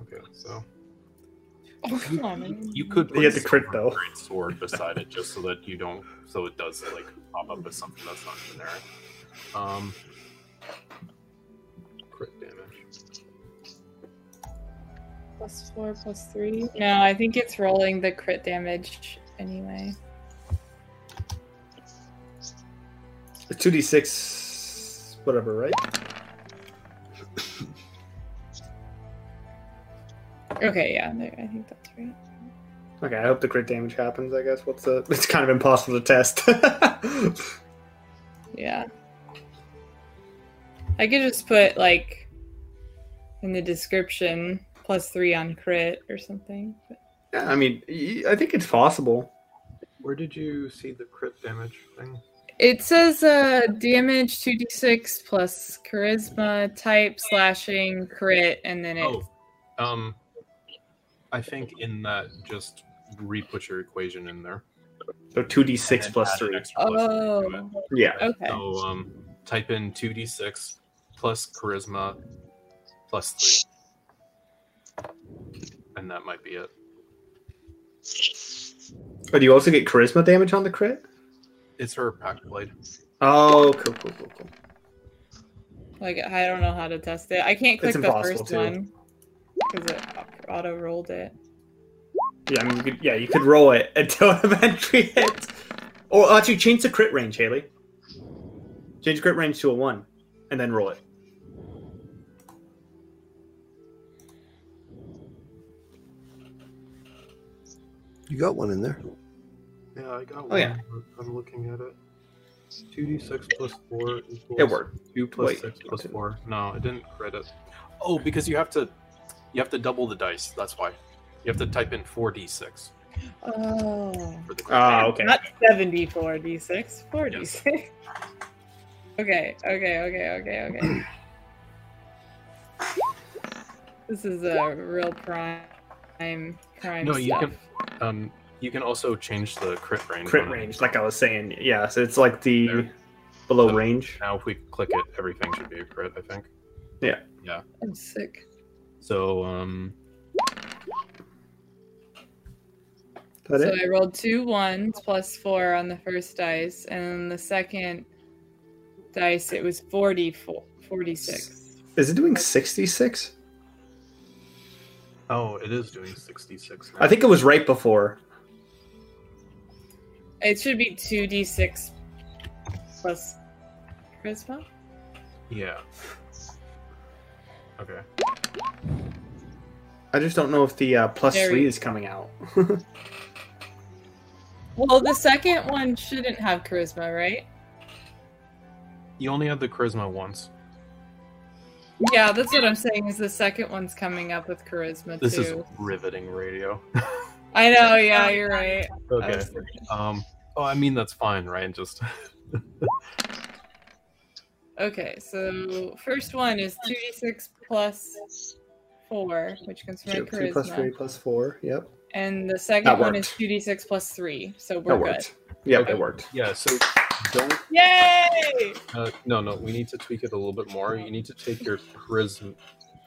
Speaker 1: Okay, so
Speaker 4: oh come on, man.
Speaker 1: you could
Speaker 10: You get
Speaker 1: put
Speaker 10: the crit,
Speaker 1: silver
Speaker 10: though.
Speaker 1: great sword beside it just so that you don't so it does like pop up as something that's not generic. Um, crit damage.
Speaker 4: plus four plus three. No, I think it's rolling the crit damage anyway.
Speaker 10: The two D six whatever, right? (laughs)
Speaker 4: Okay, yeah, there, I think that's right.
Speaker 10: Okay, I hope the crit damage happens. I guess what's the? It's kind of impossible to test.
Speaker 4: Yeah. I could just put like in the description plus three on crit or something. But
Speaker 10: Yeah, I mean, y- I think it's possible.
Speaker 1: Where did you see the crit damage thing?
Speaker 4: It says uh damage 2d6 plus charisma type slashing crit and then it
Speaker 1: Oh, um, I think in that just re-put your equation in there.
Speaker 10: So two d six
Speaker 1: And
Speaker 10: plus
Speaker 1: add an
Speaker 10: three.
Speaker 1: extra plus three to it.
Speaker 4: Oh,
Speaker 10: Yeah,
Speaker 4: okay.
Speaker 1: So um, type in two d six plus charisma plus three, and that might be it.
Speaker 10: but Oh, you also get charisma damage on the crit.
Speaker 1: It's her pack blade.
Speaker 10: Oh, cool, cool, cool, cool.
Speaker 4: Like I don't know how to test it. I can't click
Speaker 10: It's
Speaker 4: the
Speaker 10: impossible
Speaker 4: first
Speaker 10: to.
Speaker 4: one because it auto rolled it.
Speaker 10: Yeah, I mean, you could, yeah, you could roll it (laughs) until an eventually hits. Or actually, change the crit range, Haley. Change crit range to a one, and then roll it.
Speaker 11: You got one in there.
Speaker 1: Yeah, I got
Speaker 10: Oh, yeah.
Speaker 1: I'm looking at it. 2d6 plus 4 equals.
Speaker 13: It worked.
Speaker 1: Two plus
Speaker 13: Wait,
Speaker 1: six
Speaker 13: it
Speaker 1: plus
Speaker 13: didn't.
Speaker 1: four. No, it didn't credit. Oh, because you have to, you have to double the dice. That's why. You have to type in four d six.
Speaker 4: Oh.
Speaker 1: For the
Speaker 6: Ah, okay.
Speaker 4: Not 74 d6, 4 d6. Okay, okay, okay, okay, okay. this is a real prime, prime
Speaker 1: No, you
Speaker 4: stuff.
Speaker 1: can. Um, you can also change the crit range.
Speaker 6: Crit
Speaker 1: on it.
Speaker 6: range, like I was saying. Yeah, so it's like the below range.
Speaker 1: Now, if we click it, everything should be a crit. I think.
Speaker 6: Yeah.
Speaker 1: Yeah.
Speaker 4: I'm sick.
Speaker 1: So, um,
Speaker 6: That
Speaker 4: so
Speaker 6: it?
Speaker 4: I rolled two ones plus four on the first dice, and then the second dice, it was 44, 46.
Speaker 6: Is it doing 66?
Speaker 1: oh, it is doing sixty six.
Speaker 6: I think it was right before.
Speaker 4: It should be 2d6 plus charisma?
Speaker 1: Yeah. Okay.
Speaker 6: I just don't know if the uh, plus
Speaker 4: Very-
Speaker 6: three is coming out.
Speaker 4: Well, the second one shouldn't have charisma, right?
Speaker 1: You only had the charisma once.
Speaker 4: Yeah, that's what I'm saying. Is the second one's coming up with charisma
Speaker 1: This
Speaker 4: too?
Speaker 1: is riveting radio.
Speaker 4: I know. Yeah, you're right.
Speaker 1: Okay. Um. Oh, I mean that's fine, right? Just (laughs)
Speaker 4: Okay, so first one is two d six plus four, which comes from my
Speaker 6: Two
Speaker 4: charisma,
Speaker 6: plus three plus four. Yep.
Speaker 4: and the second
Speaker 6: That
Speaker 4: one
Speaker 6: worked.
Speaker 4: is two d six plus three. So we're
Speaker 6: That
Speaker 4: good.
Speaker 6: worked. Yep,
Speaker 1: Okay.
Speaker 6: it worked.
Speaker 1: yeah. So don't.
Speaker 4: Yay!
Speaker 1: Uh, no, no. We need to tweak it a little bit more. You need to take your charisma.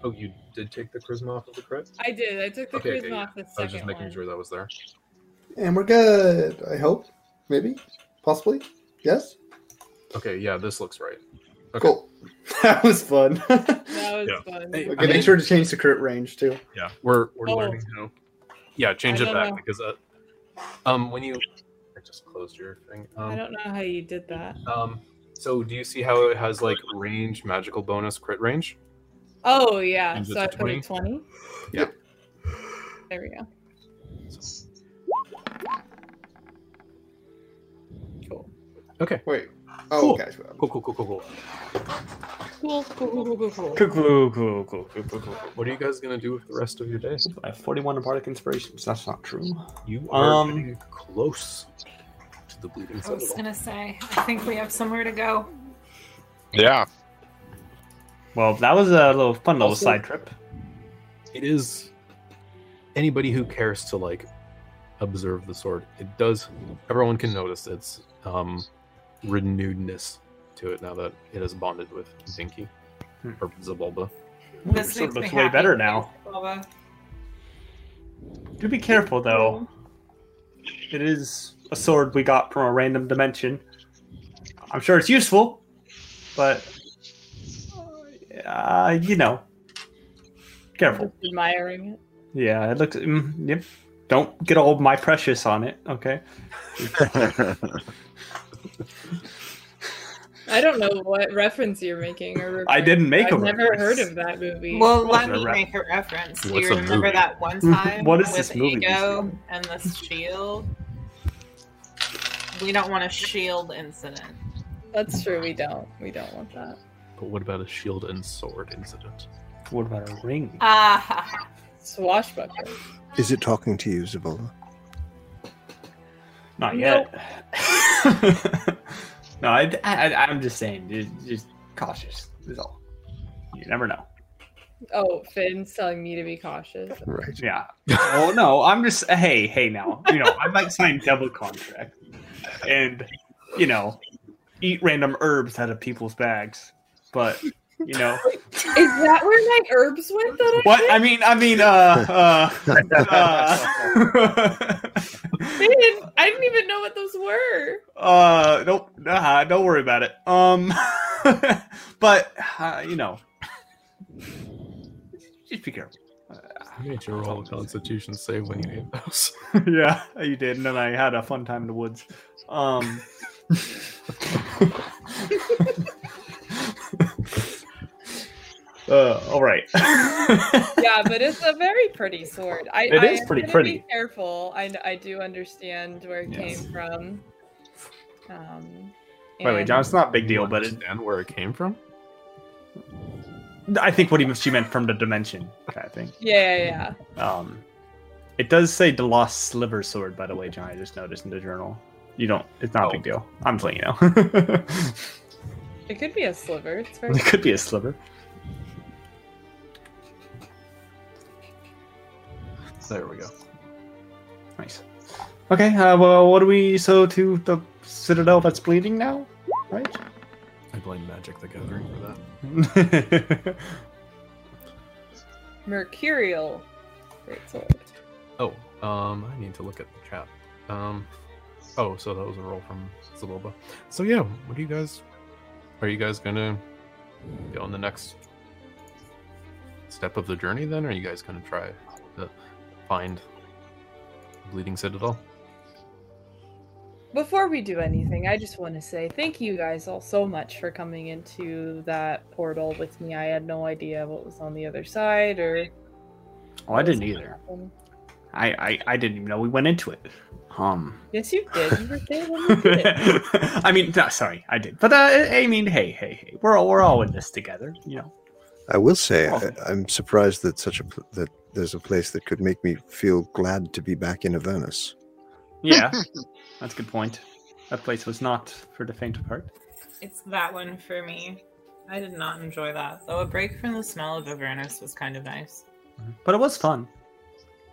Speaker 1: Oh, you did take the charisma off of the crit.
Speaker 4: I did. I took the
Speaker 1: Okay,
Speaker 4: charisma
Speaker 1: okay, yeah.
Speaker 4: off the
Speaker 1: I was just
Speaker 4: second
Speaker 1: making
Speaker 4: one.
Speaker 1: sure that was there.
Speaker 13: And we're good. I hope. Maybe. Possibly. Yes.
Speaker 1: Okay. Yeah, this looks right. Okay.
Speaker 13: Cool.
Speaker 6: that was fun.
Speaker 4: That was
Speaker 1: Yeah.
Speaker 4: fun.
Speaker 1: Hey,
Speaker 13: Okay,
Speaker 1: I mean,
Speaker 6: make sure to change the crit range too.
Speaker 1: Yeah, we're we're
Speaker 4: Oh.
Speaker 1: learning how. Yeah, change
Speaker 4: I
Speaker 1: it
Speaker 4: don't
Speaker 1: back
Speaker 4: know.
Speaker 1: because uh, um when you I just closed your thing.
Speaker 4: I
Speaker 1: Um,
Speaker 4: don't know how you did that.
Speaker 1: um so do you see how it has like range magical bonus crit range?
Speaker 4: Oh yeah,
Speaker 1: Is it
Speaker 4: so I put a
Speaker 1: 20?
Speaker 4: twenty.
Speaker 1: Yeah.
Speaker 4: There we go. Cool.
Speaker 1: Okay.
Speaker 13: Wait. Oh,
Speaker 1: Cool.
Speaker 13: okay.
Speaker 1: Cool, cool, cool, cool, cool.
Speaker 4: Cool. Cool. Cool. Cool. Cool. cool.
Speaker 6: Cuckoo, cuckoo, cuckoo, cuckoo, cuckoo.
Speaker 1: What are you guys gonna do with the rest of your day?
Speaker 6: I have 41 in bardic inspirations. That's not true.
Speaker 1: You are
Speaker 6: Um,
Speaker 1: getting close to the bleeding
Speaker 2: (laughs) I was
Speaker 1: citadel.
Speaker 2: gonna say, I think we have somewhere to go.
Speaker 5: Yeah.
Speaker 6: Well, that was a little fun little
Speaker 1: Also-
Speaker 6: side trip.
Speaker 1: It is anybody who cares to like observe the sword. It does. Everyone can notice its um renewedness to it now that it is bonded with Zinky
Speaker 6: Hmm.
Speaker 1: or Zabulba.
Speaker 2: This makes
Speaker 6: Sort of
Speaker 2: me
Speaker 6: looks way
Speaker 2: happy.
Speaker 6: better now.
Speaker 2: Boba.
Speaker 6: Do be careful though. It is a sword we got from a random dimension. I'm sure it's useful, but uh, you know, careful.
Speaker 4: Just admiring it.
Speaker 6: Yeah, it looks. Mm, yep. Don't get all my precious on it. Okay.
Speaker 4: I don't know what reference you're making. Or
Speaker 6: I didn't make
Speaker 4: I've
Speaker 6: a
Speaker 4: never
Speaker 6: reference.
Speaker 4: heard of that movie.
Speaker 2: Well, let
Speaker 6: They're
Speaker 2: me
Speaker 6: ra-
Speaker 2: make a reference. Do
Speaker 1: What's
Speaker 2: you
Speaker 1: a
Speaker 2: remember
Speaker 1: movie?
Speaker 2: that one time
Speaker 6: (laughs) What is
Speaker 2: with
Speaker 6: this movie he's
Speaker 2: Ego
Speaker 6: doing?
Speaker 2: and the shield? We don't want a shield incident.
Speaker 4: that's true. We don't. We don't want that.
Speaker 1: But what about a shield and sword incident?
Speaker 6: What about a ring?
Speaker 2: Ah,
Speaker 4: Swashbuckler.
Speaker 11: Is it talking to you, Zabola?
Speaker 6: Not yet. no, I, I, I'm just saying, dude, just cautious is all. You never know.
Speaker 4: Oh, Finn's telling me to be cautious.
Speaker 11: Right.
Speaker 6: Yeah. Oh no, I'm just hey, hey now. You know, I might sign double contract and you know, eat random herbs out of people's bags. But you know
Speaker 4: Is that where my herbs went? That I
Speaker 6: what I mean I mean uh uh, uh, (laughs)
Speaker 4: They didn't, I didn't even know what those were.
Speaker 6: uh nope nah, don't worry about it. Um (laughs) but uh, you know just be careful.
Speaker 1: You made your roll constitution save when you ate those.
Speaker 6: (laughs) yeah, Oh, you did, and then I had a fun time in the woods. (laughs) Um, uh, all (laughs) right.
Speaker 4: Yeah, but it's a very pretty sword. I,
Speaker 6: It
Speaker 4: I
Speaker 6: is
Speaker 4: am
Speaker 6: pretty
Speaker 4: gonna
Speaker 6: pretty.
Speaker 4: Be careful. I, I do understand where it
Speaker 6: Yes.
Speaker 4: came from. Um,
Speaker 6: By the way, John, it's not a big deal, but it,
Speaker 1: understand where it came from?
Speaker 6: I think what he, she meant from the dimension kind of thing.
Speaker 4: Yeah, yeah, yeah.
Speaker 6: Um, it does say the lost sliver sword, by the way, John. I just noticed in the journal. You don't. It's not a big deal. I'm just letting you know. (laughs)
Speaker 4: It could be a sliver. It's
Speaker 6: (laughs)
Speaker 4: very
Speaker 6: it could be a sliver.
Speaker 1: There we go.
Speaker 6: Nice. Okay. Uh, well, what do we? So to the citadel that's bleeding now, right?
Speaker 1: I blame Magic the Gathering for that.
Speaker 6: (laughs)
Speaker 4: mercurial greatsword.
Speaker 1: Oh, um, I need to look at the chat. Um, oh, so that was a roll from Zaboba. So yeah, what do you guys? Are you guys gonna go on the next step of the journey then? Or are you guys gonna try to find Bleeding Citadel?
Speaker 4: Before we do anything, I just want to say thank you guys all so much for coming into that portal with me. I had no idea what was on the other side or.
Speaker 6: Oh, I didn't either. I, I I didn't even know we went into it. Um.
Speaker 4: Yes, you did. You were there when we did it.
Speaker 6: (laughs) I mean, no, sorry, I did. But uh, I I mean, hey, hey, hey, we're all we're all in this together, you know.
Speaker 11: I will say
Speaker 6: Awesome.
Speaker 11: I, I'm surprised that such a pl- that there's a place that could make me feel glad to be back in Avernus.
Speaker 4: (laughs)
Speaker 6: Yeah, that's a good point. That place was not for the faint of heart.
Speaker 2: It's that one for me. I did not enjoy that, though. A break from the smell of Avernus was kind of nice.
Speaker 6: But it was fun.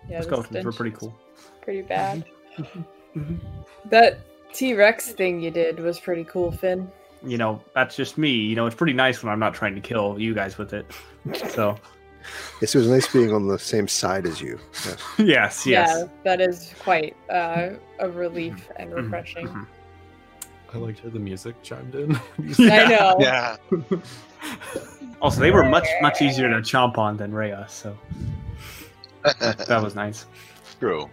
Speaker 4: Yeah,
Speaker 6: Those
Speaker 4: the
Speaker 6: skeletons were
Speaker 4: stench
Speaker 6: pretty
Speaker 4: was
Speaker 6: cool.
Speaker 4: Pretty
Speaker 6: (laughs)
Speaker 4: bad.
Speaker 6: mhm.
Speaker 4: that T Rex thing you did was pretty cool, Finn.
Speaker 6: You know, that's just me. You know, it's pretty nice when I'm not trying to kill you guys with it. (laughs) So,
Speaker 11: Yes, it was nice being on the same side as you. Yes.
Speaker 6: yes, yes. Mm-hmm.
Speaker 4: Yeah, that is quite uh, a relief and refreshing.
Speaker 6: (laughs) Mhm.
Speaker 1: I liked how the music chimed in.
Speaker 4: I know.
Speaker 5: Yeah.
Speaker 6: Also, they were much much easier to chomp on than Rhea,
Speaker 4: (laughs)
Speaker 6: so that was nice.
Speaker 5: True.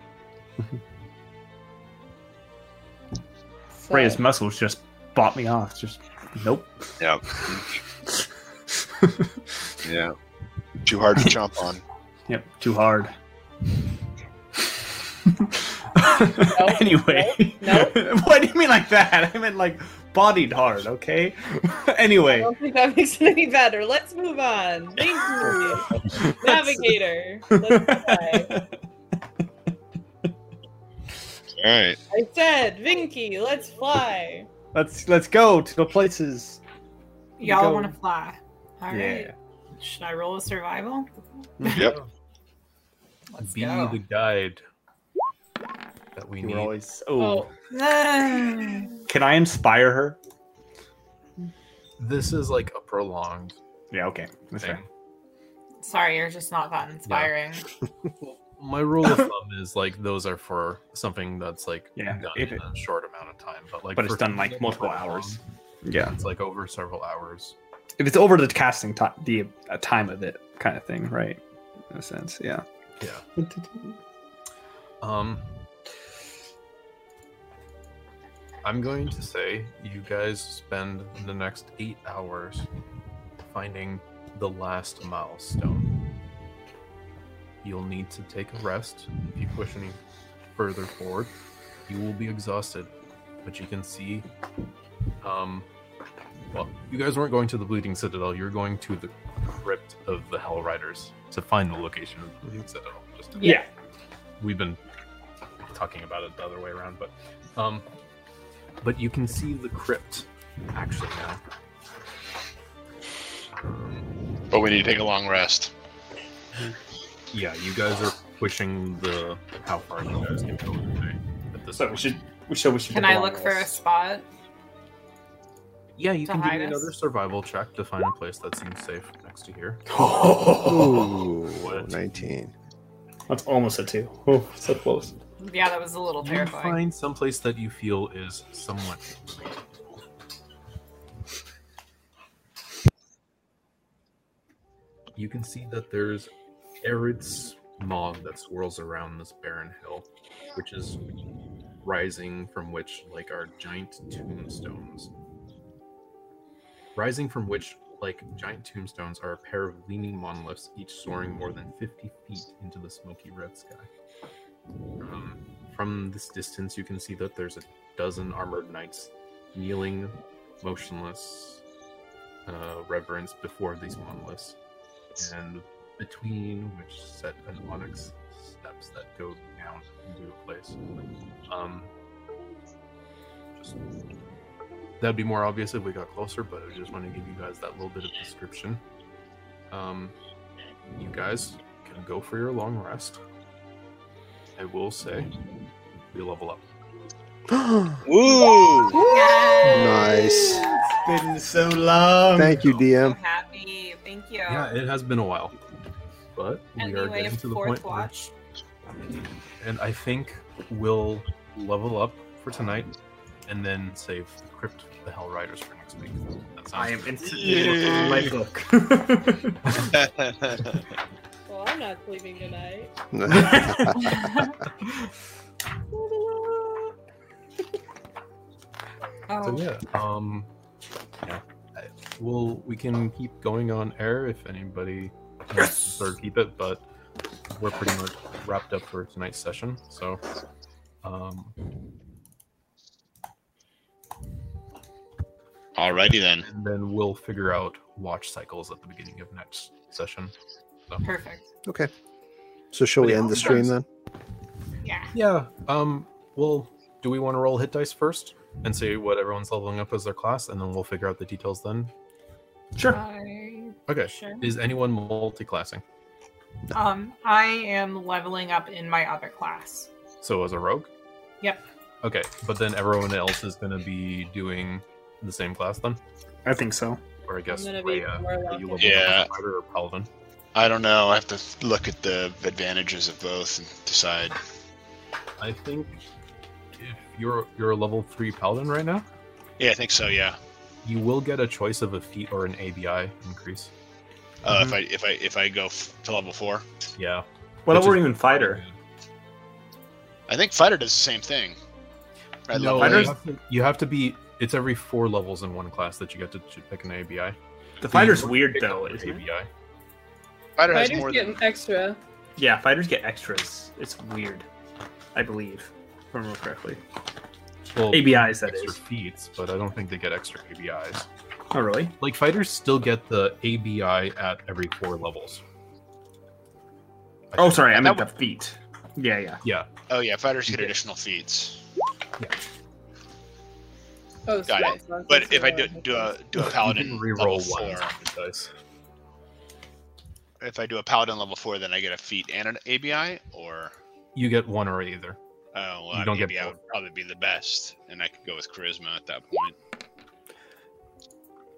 Speaker 4: So-
Speaker 6: Rhea's muscles just bought me off. Just nope.
Speaker 5: Yeah. (laughs) yeah. Too hard to jump on.
Speaker 6: Yep, too hard. (laughs) anyway,
Speaker 4: nope,
Speaker 6: (laughs) what do you mean like that? I meant like bodied hard. Okay. (laughs)
Speaker 4: I
Speaker 6: anyway,
Speaker 4: don't think that (laughs) makes it any better. Let's move on. Thank you,
Speaker 6: (laughs)
Speaker 4: Navigator. Let's move on.
Speaker 5: All right.
Speaker 4: I said, Vinky, let's fly.
Speaker 6: let's let's go to the places.
Speaker 2: Y'all
Speaker 6: Go.
Speaker 2: want to fly? All right.
Speaker 6: Yeah.
Speaker 2: Should I roll a survival?
Speaker 5: Yep.
Speaker 2: (laughs) Let's
Speaker 1: Be
Speaker 2: go.
Speaker 1: the guide that we
Speaker 6: You were
Speaker 1: need.
Speaker 6: always. Oh,
Speaker 4: Oh.
Speaker 2: Ah.
Speaker 6: can I inspire her?
Speaker 1: This is like a prolonged
Speaker 6: Yeah. Okay. That's
Speaker 1: thing.
Speaker 6: fair.
Speaker 2: Sorry, you're just not that inspiring.
Speaker 1: Well, my rule
Speaker 6: (laughs)
Speaker 1: of thumb is like those are for something that's like
Speaker 6: Yeah,
Speaker 1: done
Speaker 6: if
Speaker 1: in
Speaker 6: it-
Speaker 1: a short amount of time, but like
Speaker 6: But it's
Speaker 1: for
Speaker 6: done
Speaker 1: something
Speaker 6: like
Speaker 1: that's
Speaker 6: multiple
Speaker 1: long,
Speaker 6: hours. Yeah.
Speaker 1: It's like over several hours.
Speaker 6: If it's over the casting time, the uh, time of it kind of thing, right? In a sense, yeah.
Speaker 1: Yeah.
Speaker 6: Yeah.
Speaker 1: Um, I'm going to say you guys spend the next eight hours finding the last milestone. You'll need to take a rest. If you push any further forward, you will be exhausted. But you can see, um, well, you guys weren't going to the Bleeding Citadel. You're going to the crypt of the Hell Riders to find the location of the Bleeding Citadel. Just to
Speaker 6: Yeah.
Speaker 1: we've been talking about it the other way around, but um, but you can see the crypt actually now.
Speaker 5: But we need to take a long rest.
Speaker 1: Yeah, you guys are pushing the how far you guys can go today at this
Speaker 6: So we
Speaker 1: point.
Speaker 6: should. We should. We should.
Speaker 2: Can
Speaker 6: get
Speaker 2: I
Speaker 6: the
Speaker 2: look for a
Speaker 6: wireless.
Speaker 2: spot?
Speaker 1: yeah, you
Speaker 2: to
Speaker 1: can give
Speaker 2: hide
Speaker 1: me
Speaker 2: us?
Speaker 1: another survival check to find a place that seems safe next to here.
Speaker 6: (laughs)
Speaker 11: Ooh,
Speaker 1: What?
Speaker 11: 19.
Speaker 10: That's almost a two. Oh, so close.
Speaker 2: Yeah, that was a little
Speaker 1: You
Speaker 2: terrifying.
Speaker 1: find someplace that you feel is somewhat You can see that there's arid smog that swirls around this barren hill, which is rising from which like are giant tombstones. Rising from which like giant tombstones are a pair of leaning monoliths, each soaring more than 50 feet into the smoky red sky. Um, from this distance, you can see that there's a dozen armored knights kneeling motionless uh, reverence before these monoliths, and between which set an onyx steps that go down into a place. Um, just that would be more obvious if we got closer, but I just want to give you guys that little bit of description. Um, you guys can go for your long rest. I will say, we level up.
Speaker 5: (laughs) Woo!
Speaker 11: nice.
Speaker 6: It's been so long.
Speaker 11: Thank you,
Speaker 2: (laughs)
Speaker 11: DM.
Speaker 2: Happy. Thank you.
Speaker 1: Yeah, it has been a while, but we are
Speaker 2: Anyway,
Speaker 1: getting to the
Speaker 2: fourth
Speaker 1: point. where- (laughs)
Speaker 2: watch. (laughs)
Speaker 1: and I think we'll level up for tonight, and then save Crypt the Hell Riders for next week. That sounds
Speaker 6: I am
Speaker 1: good.
Speaker 6: instantly looking at my book.
Speaker 4: Well, I'm not sleeping tonight.
Speaker 1: So
Speaker 2: Oh,
Speaker 1: yeah, um, yeah, I- we'll we can keep going on air if anybody wants to keep it, but we're pretty much wrapped up for tonight's session. So, um,
Speaker 5: Alrighty then.
Speaker 1: and then we'll figure out watch cycles at the beginning of next session.
Speaker 2: Perfect.
Speaker 11: Okay. So shall we end the stream then?
Speaker 2: Yeah.
Speaker 1: Yeah. Um. Well, do we want to roll hit dice first and see what everyone's leveling up as their class, and then we'll figure out the details then?
Speaker 6: sure.
Speaker 2: I,
Speaker 1: Okay.
Speaker 2: Sure.
Speaker 1: Is anyone multi-classing?
Speaker 2: um, I am leveling up in my other class.
Speaker 1: So as a rogue.
Speaker 2: Yep.
Speaker 1: Okay, but then everyone else is going to be doing the same class then,
Speaker 6: (laughs) I think so.
Speaker 1: or I guess
Speaker 4: gonna be
Speaker 1: Rhea,
Speaker 4: warlock
Speaker 1: are you level
Speaker 4: and-
Speaker 1: yeah.
Speaker 5: Yeah.
Speaker 1: fighter or paladin?
Speaker 5: I don't know. I have to look at the advantages of both and decide.
Speaker 1: I think if you're you're a level three paladin right now,
Speaker 5: Yeah, I think so. Yeah.
Speaker 1: you will get a choice of a feat or an ABI increase.
Speaker 5: Uh, If I if I if I go f- to level four,
Speaker 1: Yeah.
Speaker 6: What
Speaker 1: Which
Speaker 6: if we're
Speaker 1: is-
Speaker 6: even fighter?
Speaker 5: I think fighter does the same thing. Right,
Speaker 1: no,
Speaker 5: level
Speaker 1: you
Speaker 6: fighters-
Speaker 5: eight.
Speaker 1: have, to, you have to be. It's every four levels in one class that you get to ch- pick an ABI.
Speaker 6: The fighter's
Speaker 1: You
Speaker 6: weird
Speaker 1: pick up
Speaker 6: though.
Speaker 1: your
Speaker 6: Isn't it?
Speaker 1: ABI.
Speaker 5: Fighter has
Speaker 4: Fighters
Speaker 5: more
Speaker 4: get
Speaker 5: than
Speaker 4: an extra.
Speaker 6: Yeah, fighters get extras. It's weird. I believe, if I remember correctly.
Speaker 1: Well,
Speaker 6: ABIs that
Speaker 1: extra
Speaker 6: is.
Speaker 1: feats, but I don't think they get extra ABIs.
Speaker 6: Oh really?
Speaker 1: Like fighters still get the ABI at every four levels. I
Speaker 6: Oh
Speaker 1: think.
Speaker 6: sorry, I
Speaker 5: That
Speaker 6: meant the
Speaker 5: would-
Speaker 6: feet. Yeah, yeah.
Speaker 1: Yeah,
Speaker 5: Oh yeah, fighters get
Speaker 1: Yeah.
Speaker 5: additional feats.
Speaker 4: Oh,
Speaker 5: Got it.
Speaker 4: smack.
Speaker 5: But if I do do uh, a do a
Speaker 1: you
Speaker 5: paladin
Speaker 1: can reroll
Speaker 5: level
Speaker 1: one
Speaker 5: four,
Speaker 1: dice.
Speaker 5: if I do a paladin level four, then I get a feat and an ABI, or
Speaker 1: You get one or either.
Speaker 5: oh, well,
Speaker 1: You don't get
Speaker 5: ABI would probably be the best, and I could go with charisma at that point.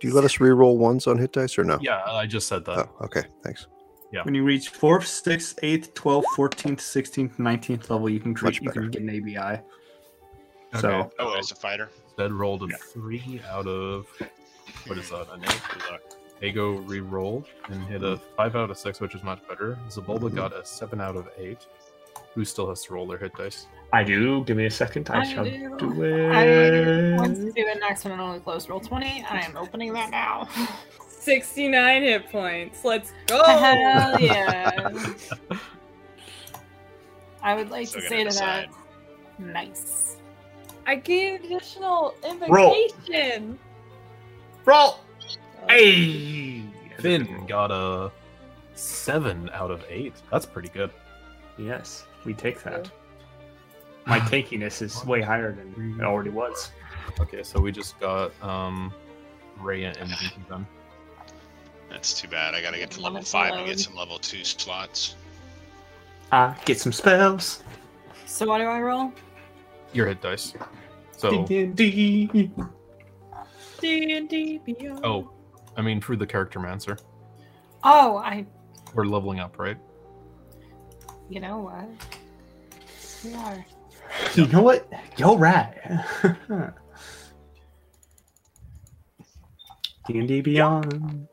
Speaker 11: Do you let us re-roll ones on hit dice or no?
Speaker 1: Yeah, I just said that.
Speaker 11: Oh, okay. Thanks.
Speaker 1: Yeah.
Speaker 6: When you reach 4th, 6th, 8th, 12th, 14th, 16th, 19th level, you can
Speaker 11: Much
Speaker 6: create, you can get an ABI.
Speaker 1: Okay.
Speaker 6: So
Speaker 5: Oh, as a fighter,
Speaker 1: Zed rolled a
Speaker 6: Yeah.
Speaker 1: three out of what is that? An eight. Ago re-rolled and hit a five out of six, which is much better. Zabulba
Speaker 6: Mhm.
Speaker 1: got a seven out of eight. Who still has to roll their hit dice?
Speaker 6: I do. Give me a second. I,
Speaker 2: I
Speaker 6: shall
Speaker 2: do.
Speaker 6: do
Speaker 2: I want to
Speaker 6: it.
Speaker 2: do an accidentally close roll 20. I am opening that now. (laughs)
Speaker 4: 69 hit
Speaker 5: (laughs)
Speaker 4: points. Let's go. (laughs)
Speaker 2: Hell yeah. I would like
Speaker 5: Still
Speaker 2: to
Speaker 5: gotta
Speaker 2: say to
Speaker 5: decide.
Speaker 2: that, nice.
Speaker 4: I gained additional
Speaker 6: Roll.
Speaker 4: invocation. Oh,
Speaker 6: Roll. Hey.
Speaker 1: Finn got a seven out of eight. That's pretty good.
Speaker 6: Yes, we take that. My tankiness is way higher than it already was.
Speaker 1: Okay, so we just got um Rhea and Dinky done.
Speaker 5: that's too bad. I gotta get to level
Speaker 2: Level
Speaker 5: five and
Speaker 2: alone.
Speaker 5: get some level two slots.
Speaker 6: Ah, get some spells.
Speaker 2: So what do I roll?
Speaker 1: Your hit dice. So
Speaker 6: D
Speaker 4: D&D Beyond.
Speaker 1: oh, I mean for the character mancer,
Speaker 2: Oh, I.
Speaker 1: we're leveling up, right?
Speaker 2: You know what? We are.
Speaker 6: You know what? You're right. (laughs) D and D Beyond.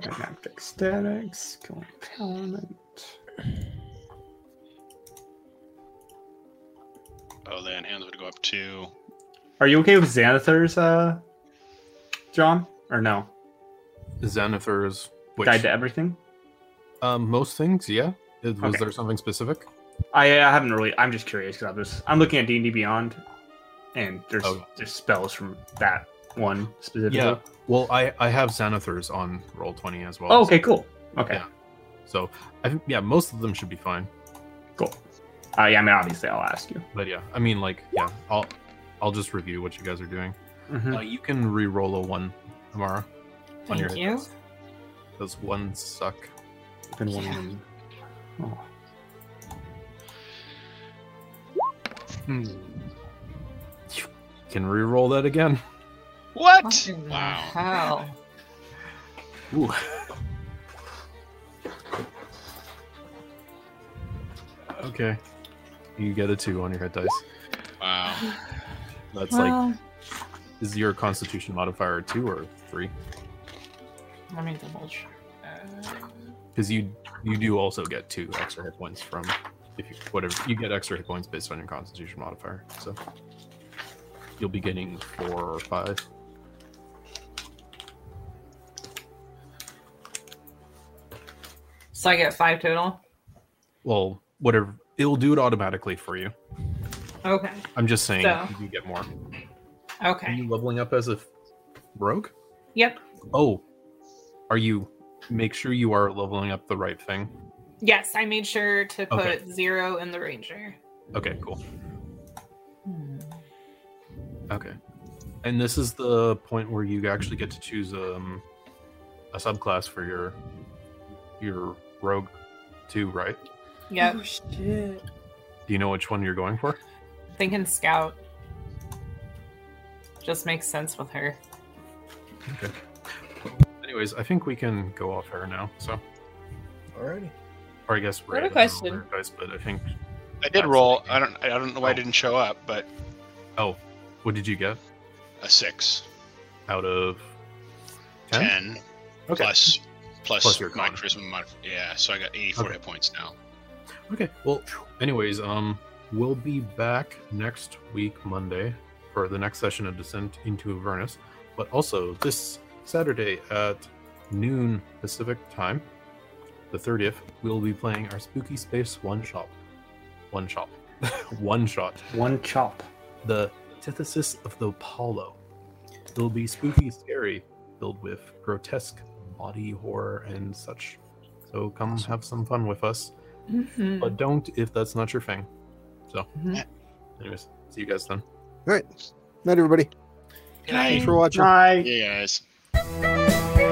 Speaker 6: Dynamic statics. Going talent.
Speaker 5: Oh, then hands would go up two.
Speaker 6: Are you okay with Xanathar's, uh, John? Or no?
Speaker 1: Xanathar's which
Speaker 6: Died to everything?
Speaker 1: um most things, yeah. Is- Was
Speaker 6: Okay.
Speaker 1: there something specific?
Speaker 6: I, I haven't really. I'm just curious because I was. I'm looking at D and D Beyond, and there's
Speaker 1: Oh.
Speaker 6: there's spells from that one specifically.
Speaker 1: Yeah. Well, I I have Xanathars on roll twenty as well.
Speaker 6: Oh, okay, cool. Okay,
Speaker 1: Yeah. So, I think yeah, most of them should be fine.
Speaker 6: cool. Uh, yeah, I mean, obviously, I'll ask you.
Speaker 1: But yeah, I mean, like yeah, I'll I'll just review what you guys are doing.
Speaker 6: Mm-hmm.
Speaker 1: Uh, you can re-roll a one, Amara. on your
Speaker 2: Thank you.
Speaker 1: Does one suck?
Speaker 6: Been wondering. Oh.
Speaker 1: You can re-roll that again.
Speaker 5: What?
Speaker 2: in the
Speaker 5: Wow.
Speaker 2: hell?
Speaker 1: Ooh. okay. You get a two on your head dice.
Speaker 5: (laughs) Wow.
Speaker 1: That's like is your Constitution modifier a two or a three?
Speaker 2: let me double check.
Speaker 1: Because you you do also get two extra hit points from if you whatever you get extra hit points based on your Constitution modifier. So you'll be getting four or five.
Speaker 2: So I get five total.
Speaker 1: Well, whatever it'll do it automatically for you.
Speaker 2: Okay.
Speaker 1: I'm just saying
Speaker 2: So-
Speaker 1: you do get more. Are
Speaker 6: Mm.
Speaker 2: Okay.
Speaker 1: you leveling up as a f- rogue?
Speaker 2: Yep.
Speaker 1: Oh, are you? Make sure you are leveling up the right thing.
Speaker 2: Yes, I made sure to put
Speaker 1: Okay.
Speaker 2: zero in the ranger.
Speaker 1: Okay, cool.
Speaker 2: Hmm.
Speaker 1: Okay, and this is the point where you actually get to choose um a subclass for your your rogue too, right?
Speaker 2: Yep.
Speaker 4: Oh shit.
Speaker 1: Do you know which one you're going for?
Speaker 2: Thinking scout. Just makes sense with her.
Speaker 1: Anyways, I think we can go off air now. So,
Speaker 13: Alrighty.
Speaker 1: or I guess
Speaker 4: What a
Speaker 1: Ray, I don't know
Speaker 4: question.
Speaker 1: where Guys, but I think.
Speaker 5: I did roll. I don't. I don't know why I didn't show up, but
Speaker 1: Oh, what did you get
Speaker 5: a six,
Speaker 1: out of
Speaker 5: ten,
Speaker 1: ten? Okay.
Speaker 5: plus plus
Speaker 1: Plus your
Speaker 5: my
Speaker 1: con.
Speaker 5: charisma modif- Yeah, so I got eighty-four
Speaker 1: Okay.
Speaker 5: hit points now.
Speaker 1: Okay. Well, anyways, um, we'll be back next week, Monday, for the next session of Descent into Avernus, but also this Saturday at noon Pacific time, the 30th, we'll be playing our Spooky Space One Shot. One Shot. (laughs) one Shot.
Speaker 6: One chop.
Speaker 1: The Antithesis of the Apollo. It'll be spooky, scary, filled with grotesque body horror and such. So come have some fun with us
Speaker 2: Mhm.
Speaker 1: but don't if that's not your thing. So,
Speaker 2: Mhm.
Speaker 1: anyways, see you guys then.
Speaker 11: All right. Night, everybody.
Speaker 5: Can I?
Speaker 11: Thanks for watching.
Speaker 6: Night.
Speaker 5: Yeah, guys.
Speaker 11: Bye.